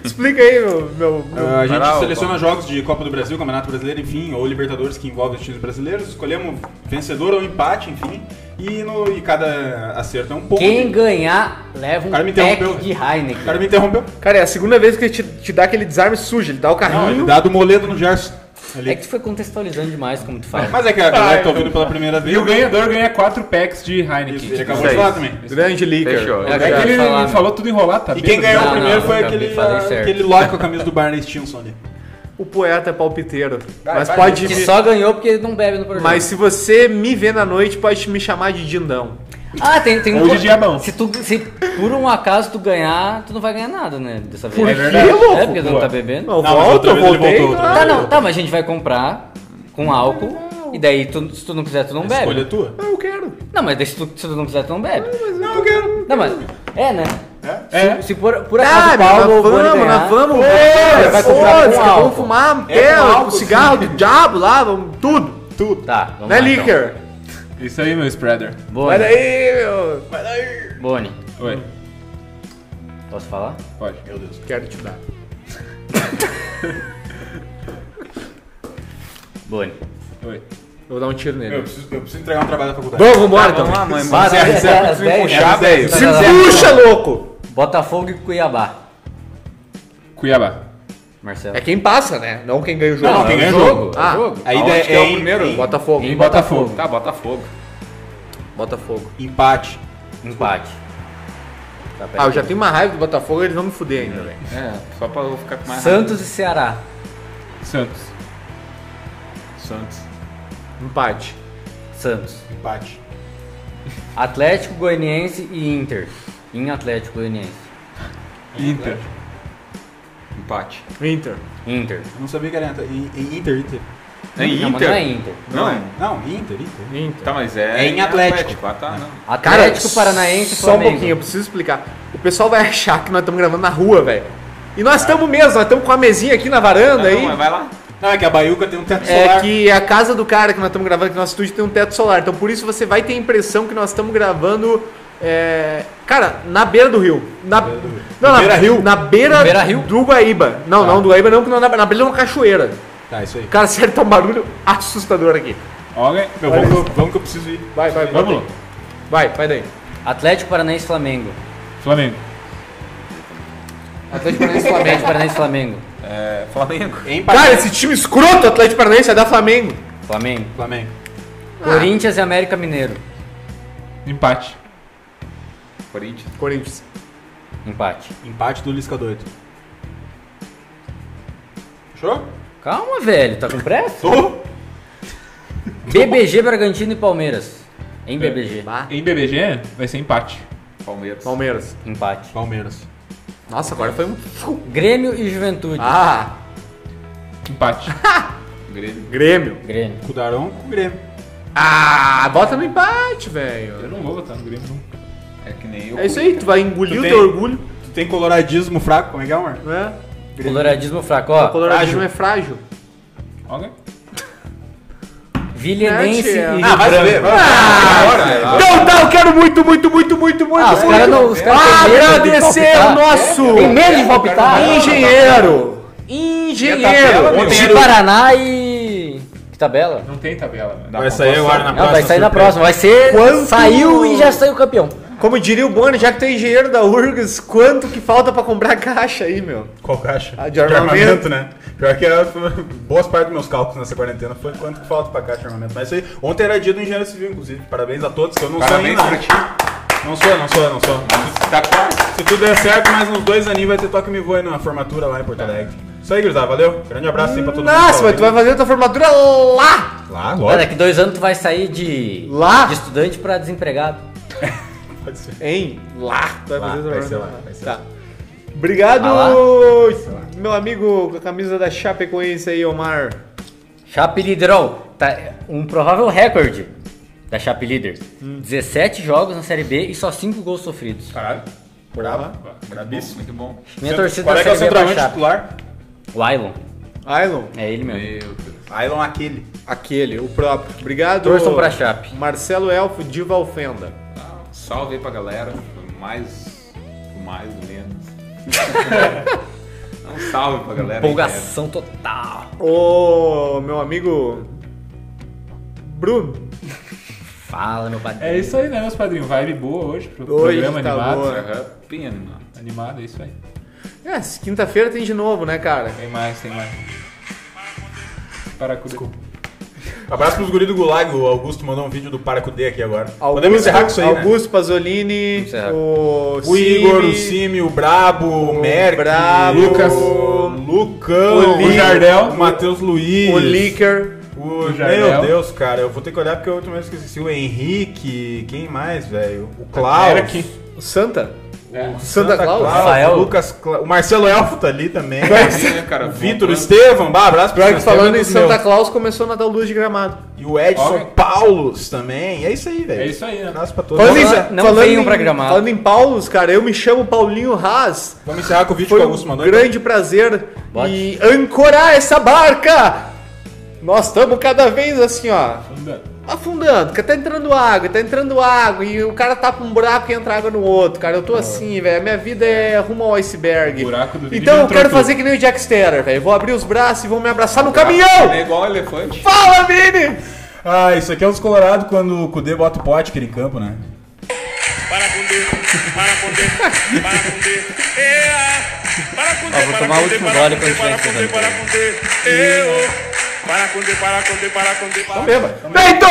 [SPEAKER 1] Explica aí, meu. meu, meu-
[SPEAKER 4] Ah, a gente
[SPEAKER 5] Vai lá,
[SPEAKER 4] seleciona jogos de Copa do Brasil, Campeonato Brasileiro, enfim, ou Libertadores que envolvem os times brasileiros. Escolhemos vencedor ou empate, enfim. E, no, e cada acerto é um ponto.
[SPEAKER 3] Quem ganhar, leva um
[SPEAKER 4] Cara, me
[SPEAKER 3] pack
[SPEAKER 4] interrompeu. O
[SPEAKER 3] de Heineken.
[SPEAKER 4] cara me interrompeu.
[SPEAKER 1] Cara, é a segunda vez que ele te, te dá aquele desarme sujo, ele dá o
[SPEAKER 4] Não, ele
[SPEAKER 1] carrinho.
[SPEAKER 4] dá do moledo no Gerson. ali.
[SPEAKER 3] É que tu foi contextualizando demais como tu faz.
[SPEAKER 4] Mas é que a galera que tá ouvindo pela primeira vez.
[SPEAKER 6] E o ganhador ganha 4 packs de Heineken.
[SPEAKER 4] Ele acabou de falar também.
[SPEAKER 1] Grande leaker.
[SPEAKER 5] Fechou.
[SPEAKER 3] É,
[SPEAKER 6] É que ele
[SPEAKER 3] Falar, né?
[SPEAKER 6] falou tudo enrolado, tá
[SPEAKER 4] E quem
[SPEAKER 6] bêbado.
[SPEAKER 4] ganhou
[SPEAKER 3] Não,
[SPEAKER 4] o primeiro
[SPEAKER 3] não,
[SPEAKER 4] foi
[SPEAKER 3] eu
[SPEAKER 4] aquele,
[SPEAKER 3] falei certo.
[SPEAKER 4] aquele lote com a camisa do Barney Stinson ali.
[SPEAKER 1] O poeta é palpiteiro.
[SPEAKER 4] Vai,
[SPEAKER 1] mas
[SPEAKER 4] vai,
[SPEAKER 1] pode.
[SPEAKER 3] né? Que só ganhou porque não bebe no programa.
[SPEAKER 1] Mas se você me vê na noite, pode me chamar de Dindão.
[SPEAKER 3] Ah, tem, tem
[SPEAKER 6] Ou de diabão.
[SPEAKER 3] Se, tu, se por um acaso tu ganhar, tu não vai ganhar nada, né? Dessa vez.
[SPEAKER 1] Por
[SPEAKER 3] é
[SPEAKER 1] quê,
[SPEAKER 3] verdade.
[SPEAKER 1] louco?
[SPEAKER 3] É porque tu não tá bebendo.
[SPEAKER 1] Não,
[SPEAKER 4] mas
[SPEAKER 1] volta,
[SPEAKER 4] outra
[SPEAKER 1] eu
[SPEAKER 4] vez ele
[SPEAKER 1] voltei.
[SPEAKER 4] voltou, outra
[SPEAKER 1] claro.
[SPEAKER 3] Tá, não, tá, mas a gente vai comprar com álcool. E daí, tu, se tu não quiser, tu não bebe.
[SPEAKER 4] Escolha é tua.
[SPEAKER 1] Ah, eu quero.
[SPEAKER 3] Não, mas daí, se, tu, se tu não quiser, tu não bebe.
[SPEAKER 4] Não, eu quero.
[SPEAKER 3] Não, mas. É, né?
[SPEAKER 6] É.
[SPEAKER 3] Se por, por acaso
[SPEAKER 1] Ah,
[SPEAKER 3] o Paulo
[SPEAKER 1] nós
[SPEAKER 3] ou o Vani
[SPEAKER 1] vamos,
[SPEAKER 3] ganhar,
[SPEAKER 1] nós vamos.
[SPEAKER 3] vai
[SPEAKER 1] Foda-se,
[SPEAKER 3] comprar com
[SPEAKER 1] foda-se, que
[SPEAKER 3] álcool.
[SPEAKER 1] vamos fumar
[SPEAKER 4] É
[SPEAKER 1] é,
[SPEAKER 4] com álcool,
[SPEAKER 1] um cigarro do diabo lá, vamos tudo.
[SPEAKER 4] Tu.
[SPEAKER 3] Tá, vamos
[SPEAKER 1] Né,
[SPEAKER 3] lá, então.
[SPEAKER 1] Licker?
[SPEAKER 6] Isso aí, meu spreader.
[SPEAKER 1] Vai
[SPEAKER 3] Boni,
[SPEAKER 1] daí, meu.
[SPEAKER 3] Boni,
[SPEAKER 6] Oi,
[SPEAKER 3] posso falar?
[SPEAKER 6] pode.
[SPEAKER 1] Quero te dar.
[SPEAKER 3] Boni.
[SPEAKER 6] Oi.
[SPEAKER 1] Eu vou dar um tiro nele.
[SPEAKER 4] Eu preciso, eu preciso entregar um trabalho da faculdade.
[SPEAKER 1] Vamos, vamos embora então.
[SPEAKER 5] Vamos lá, mãe.
[SPEAKER 3] Vai,
[SPEAKER 5] Zé,
[SPEAKER 3] vai,
[SPEAKER 5] Zé,
[SPEAKER 3] vai,
[SPEAKER 5] precisa
[SPEAKER 3] vai,
[SPEAKER 5] puxar,
[SPEAKER 3] vai,
[SPEAKER 5] velho.
[SPEAKER 3] vai.
[SPEAKER 1] Se puxa, louco!
[SPEAKER 3] Botafogo e Cuiabá.
[SPEAKER 6] Cuiabá.
[SPEAKER 3] Marcelo.
[SPEAKER 1] É quem passa, né? Não quem ganha o
[SPEAKER 4] Não,
[SPEAKER 1] jogo.
[SPEAKER 4] quem
[SPEAKER 3] é
[SPEAKER 4] ganha
[SPEAKER 3] o jogo.
[SPEAKER 4] jogo.
[SPEAKER 3] é o
[SPEAKER 1] Ah,
[SPEAKER 3] jogo.
[SPEAKER 4] A ideia
[SPEAKER 5] Aonde que
[SPEAKER 4] é,
[SPEAKER 5] é o
[SPEAKER 4] em-
[SPEAKER 5] primeiro?
[SPEAKER 4] em-
[SPEAKER 1] Botafogo.
[SPEAKER 3] Em Botafogo.
[SPEAKER 5] Tá, Botafogo.
[SPEAKER 1] Botafogo.
[SPEAKER 4] empate.
[SPEAKER 3] Empate. Tá, pera
[SPEAKER 1] Ah, eu
[SPEAKER 3] aí.
[SPEAKER 1] já tenho uma raiva do Botafogo, eles vão me fuder
[SPEAKER 3] Hum.
[SPEAKER 1] ainda, velho.
[SPEAKER 5] É, só pra eu ficar com mais
[SPEAKER 3] Santos e Ceará.
[SPEAKER 6] Santos.
[SPEAKER 5] raiva. Santos.
[SPEAKER 1] Empate.
[SPEAKER 3] Santos.
[SPEAKER 4] Empate.
[SPEAKER 3] Atlético Goianiense e Inter. Em Atlético Goianiense.
[SPEAKER 6] Inter.
[SPEAKER 5] Empate.
[SPEAKER 1] Inter.
[SPEAKER 3] Inter.
[SPEAKER 4] Eu não sabia que era Inter. Em- em Inter, Inter.
[SPEAKER 5] É
[SPEAKER 3] Não, mas não é Inter.
[SPEAKER 5] Não,
[SPEAKER 4] Não, Inter, Inter.
[SPEAKER 1] Inter.
[SPEAKER 5] Tá, mas é.
[SPEAKER 4] É em Atlético.
[SPEAKER 5] Ah,
[SPEAKER 3] Hum.
[SPEAKER 5] tá, não.
[SPEAKER 3] Atlético Paranaense e
[SPEAKER 1] só um
[SPEAKER 3] Flamengo.
[SPEAKER 1] pouquinho, eu preciso explicar. O pessoal vai achar que nós estamos gravando na rua, velho. E nós estamos mesmo, nós estamos com a mesinha aqui na varanda aí.
[SPEAKER 5] Não, mas vai lá.
[SPEAKER 4] Não, é que a Baiuca tem um teto solar.
[SPEAKER 1] É que a casa do cara que nós estamos gravando, que nosso estúdio tem um teto solar. Então por isso você vai ter a impressão que nós estamos gravando. é, Cara, na beira do rio. Na, não, na,
[SPEAKER 4] Beira Rio?
[SPEAKER 1] na beira,
[SPEAKER 3] Beira Rio?
[SPEAKER 1] do Guaíba. Não, não, do Guaíba não, porque não, na, na beira de uma cachoeira.
[SPEAKER 4] Tá, isso aí.
[SPEAKER 1] Cara, sério, tá um barulho assustador aqui.
[SPEAKER 6] Olha,
[SPEAKER 4] Meu, vamos, que eu- vamos que eu preciso ir.
[SPEAKER 1] Vai, vai, vai.
[SPEAKER 6] vamos.
[SPEAKER 1] Vai, vai daí.
[SPEAKER 3] Atlético Paranaense e Flamengo.
[SPEAKER 6] Flamengo.
[SPEAKER 1] Atlético Paranaense
[SPEAKER 3] Atlético
[SPEAKER 1] Flamengo.
[SPEAKER 3] Paranaense e Flamengo.
[SPEAKER 5] É, Flamengo.
[SPEAKER 4] Empate.
[SPEAKER 1] Cara, esse time escroto Atlético Paranaense é da Flamengo.
[SPEAKER 3] Flamengo.
[SPEAKER 4] Flamengo.
[SPEAKER 3] Corinthians e América Mineiro.
[SPEAKER 6] Empate.
[SPEAKER 5] Corinthians.
[SPEAKER 1] Corinthians.
[SPEAKER 3] Empate.
[SPEAKER 4] Empate do Lisca doido. Fechou?
[SPEAKER 3] Calma, velho. Tá com pressa?
[SPEAKER 4] Tô.
[SPEAKER 3] BBG, Bragantino e Palmeiras. Em BBG.
[SPEAKER 1] Bah.
[SPEAKER 6] Em BBG vai ser empate.
[SPEAKER 5] Palmeiras.
[SPEAKER 1] Palmeiras.
[SPEAKER 3] Empate.
[SPEAKER 4] Palmeiras.
[SPEAKER 1] Nossa, agora foi um.
[SPEAKER 3] Grêmio e Juventude.
[SPEAKER 1] Ah!
[SPEAKER 6] Empate.
[SPEAKER 1] Grêmio.
[SPEAKER 3] Grêmio.
[SPEAKER 4] Com o Daron, com o Grêmio.
[SPEAKER 1] Ah, bota no empate,
[SPEAKER 6] Eu
[SPEAKER 1] velho.
[SPEAKER 6] não vou votar no Grêmio, não.
[SPEAKER 5] É que nem eu.
[SPEAKER 1] É isso aí, tu vai engolir
[SPEAKER 4] Tu
[SPEAKER 1] o
[SPEAKER 4] tem-
[SPEAKER 1] teu orgulho,
[SPEAKER 4] Tu tem coloradismo fraco, como é que é, Omar?
[SPEAKER 1] né?
[SPEAKER 3] Coloradismo fraco, ó.
[SPEAKER 1] Coloradismo é frágil.
[SPEAKER 6] Ok?
[SPEAKER 3] Vilhenense
[SPEAKER 1] Ah,
[SPEAKER 3] e Rio
[SPEAKER 1] vai
[SPEAKER 3] Branco.
[SPEAKER 1] Então tá, eu quero muito, muito, muito, muito, muito,
[SPEAKER 3] Ah, os caras não. Os caras têm medo de
[SPEAKER 1] Agradecer
[SPEAKER 3] palpitar.
[SPEAKER 1] o nosso
[SPEAKER 3] Tem medo de palpitar?
[SPEAKER 1] Tá. engenheiro.
[SPEAKER 5] tabela,
[SPEAKER 1] Engenheiro.
[SPEAKER 3] De Paraná e. Que tabela?
[SPEAKER 6] Não tem tabela.
[SPEAKER 4] Ah, Vai sair agora na
[SPEAKER 3] Não, vai sair na próxima. Vai ser.
[SPEAKER 1] Quanto-
[SPEAKER 3] Saiu e já saiu campeão.
[SPEAKER 1] Como diria o Bono, já que tu é engenheiro da URGS, quanto que falta pra comprar caixa aí, meu?
[SPEAKER 4] Qual caixa?
[SPEAKER 1] Ah, de armamento.
[SPEAKER 4] né? Pior que a, boas partes dos meus cálculos nessa quarentena foi quanto que falta pra caixa de armamento. Mas isso aí, ontem era dia do engenheiro civil, inclusive. Parabéns a todos, que eu não
[SPEAKER 5] Parabéns
[SPEAKER 4] sou ainda. né?
[SPEAKER 5] pra ti.
[SPEAKER 4] Não sou, não sou, não sou.
[SPEAKER 5] Tá quase.
[SPEAKER 4] Se tudo der certo, mais uns dois aninhos vai ter toque me voa aí na formatura lá em Porto Alegre. Isso aí, gurizada, valeu. Grande abraço aí pra todo mundo. tá
[SPEAKER 1] Nossa, mas tu vai fazer a tua formatura lá!
[SPEAKER 4] Lá,
[SPEAKER 3] Cara,
[SPEAKER 4] Ah, lógico.
[SPEAKER 3] daqui é dois anos tu vai sair de.
[SPEAKER 1] Lá?
[SPEAKER 3] De estudante pra desempregado.
[SPEAKER 4] Pode ser.
[SPEAKER 1] Hein? Lá! Tu vai
[SPEAKER 4] Lá,
[SPEAKER 1] fazer a tua
[SPEAKER 4] vai
[SPEAKER 1] formatura
[SPEAKER 4] ser lá, vai ser
[SPEAKER 1] Tá.
[SPEAKER 4] lá.
[SPEAKER 1] Obrigado,
[SPEAKER 3] Ah, lá?
[SPEAKER 1] meu amigo com a camisa da Chapecoense aí, Omar.
[SPEAKER 3] Chape Liderol. Tá um provável recorde da Chape Líder. 17 jogos na Série B e só 5 gols sofridos.
[SPEAKER 4] Caralho. Brava. Brabíssimo.
[SPEAKER 5] Muito bom.
[SPEAKER 3] Minha torcida
[SPEAKER 4] Qual
[SPEAKER 3] da
[SPEAKER 4] é que é o
[SPEAKER 3] Série B é pra
[SPEAKER 4] centroavante
[SPEAKER 3] Chape.
[SPEAKER 4] titular?
[SPEAKER 3] O Ailon.
[SPEAKER 1] Ailon,
[SPEAKER 3] É ele mesmo.
[SPEAKER 5] Meu Deus.
[SPEAKER 4] Ailon aquele.
[SPEAKER 1] aquele, o próprio. Obrigado.
[SPEAKER 3] Torçam pra Chape.
[SPEAKER 1] Marcelo Elfo de Valfenda.
[SPEAKER 5] Ah, Salve aí pra galera. Mais. Mais ou menos. um salve pra galera. aí,
[SPEAKER 3] Empolgação total.
[SPEAKER 1] Ô, meu amigo. Bruno.
[SPEAKER 3] Fala, meu padrinho.
[SPEAKER 6] É isso aí, né, meus padrinhos? Vibe boa hoje pro
[SPEAKER 1] Hoje
[SPEAKER 6] programa
[SPEAKER 1] tá
[SPEAKER 6] animado.
[SPEAKER 1] boa.
[SPEAKER 5] galera. Aham, Pena, mano.
[SPEAKER 6] Animado, é isso aí.
[SPEAKER 1] É, quinta-feira tem de novo, né, cara?
[SPEAKER 6] Tem mais, tem mais. Paracuda.
[SPEAKER 4] Abraço pros guri do Gulag, o Augusto mandou um vídeo do Paracudê aqui agora.
[SPEAKER 1] Augusto,
[SPEAKER 4] Podemos encerrar com isso aí, né?
[SPEAKER 1] Augusto Pasolini,
[SPEAKER 3] encerrar.
[SPEAKER 1] o,
[SPEAKER 4] O Igor, o
[SPEAKER 1] Cime,
[SPEAKER 4] Simi, o Brabo, o Merck,
[SPEAKER 1] Brabo,
[SPEAKER 4] Lucas,
[SPEAKER 1] o
[SPEAKER 4] Lucão,
[SPEAKER 1] Li-
[SPEAKER 4] o Jardel, o Matheus Luiz,
[SPEAKER 1] o Licker.
[SPEAKER 4] o-
[SPEAKER 6] Jardel.
[SPEAKER 4] Meu Deus, cara, eu vou ter que olhar porque eu também esqueci. O Henrique, quem mais, velho? O
[SPEAKER 1] Tá
[SPEAKER 4] Klaus,
[SPEAKER 1] O Santa?
[SPEAKER 6] É.
[SPEAKER 1] O Santa, Claus?
[SPEAKER 3] Rafael.
[SPEAKER 4] o Lucas Cla- o Marcelo Elfo tá ali também.
[SPEAKER 5] Pena, cara.
[SPEAKER 4] O Vitor, o Estevam, bah, abraço pro
[SPEAKER 1] Pior que falando em Santa Claus, começou na luz de gramado.
[SPEAKER 4] é
[SPEAKER 3] tá-
[SPEAKER 4] E o Edson
[SPEAKER 6] Ok.
[SPEAKER 4] Paulos também. É isso aí, velho.
[SPEAKER 6] É isso aí, né?
[SPEAKER 1] Tá.
[SPEAKER 4] Abraço pra todos.
[SPEAKER 1] Falando
[SPEAKER 4] Vamos,
[SPEAKER 1] em-
[SPEAKER 3] não
[SPEAKER 1] falando
[SPEAKER 3] venham
[SPEAKER 1] em-
[SPEAKER 3] pra Gramado.
[SPEAKER 1] Falando em Paulos, cara, eu me chamo Paulinho Haas.
[SPEAKER 4] vamos encerrar com o vídeo
[SPEAKER 1] Foi
[SPEAKER 4] que o
[SPEAKER 1] um
[SPEAKER 4] Augusto mandou. então.
[SPEAKER 1] grande prazer
[SPEAKER 3] Bote.
[SPEAKER 1] e ancorar essa barca. Nós estamos cada vez assim, ó, afundando, porque tá entrando água, tá entrando água, e o cara tapa um buraco e entra água no outro, cara. Eu tô assim, velho. Minha vida é rumo ao iceberg.
[SPEAKER 6] O Ah. buraco do vídeo um
[SPEAKER 1] então eu
[SPEAKER 6] entrou
[SPEAKER 1] quero
[SPEAKER 6] tudo.
[SPEAKER 1] fazer que nem o Jack Sterner, velho. Vou abrir os braços e vou me abraçar no
[SPEAKER 5] É
[SPEAKER 1] caminhão!
[SPEAKER 5] igual um elefante.
[SPEAKER 1] Fala, Vini!
[SPEAKER 4] Ah, isso aqui é os Colorado quando o Cudê bota o pote aquele em campo, né?
[SPEAKER 7] Para com Deus, para com Deus, para com Deus. É, ah, para com Deus,
[SPEAKER 3] vou
[SPEAKER 7] para
[SPEAKER 3] tomar
[SPEAKER 7] com
[SPEAKER 3] o
[SPEAKER 7] Deus,
[SPEAKER 3] último
[SPEAKER 7] para
[SPEAKER 3] gole
[SPEAKER 7] com
[SPEAKER 3] quando
[SPEAKER 7] Deus, para
[SPEAKER 3] tiver
[SPEAKER 7] com Deus,
[SPEAKER 3] encerrando.
[SPEAKER 7] para com Deus. É, oh, Para com Deus, para com Deus, para com Deus, para com Deus.
[SPEAKER 1] Beba. Peito!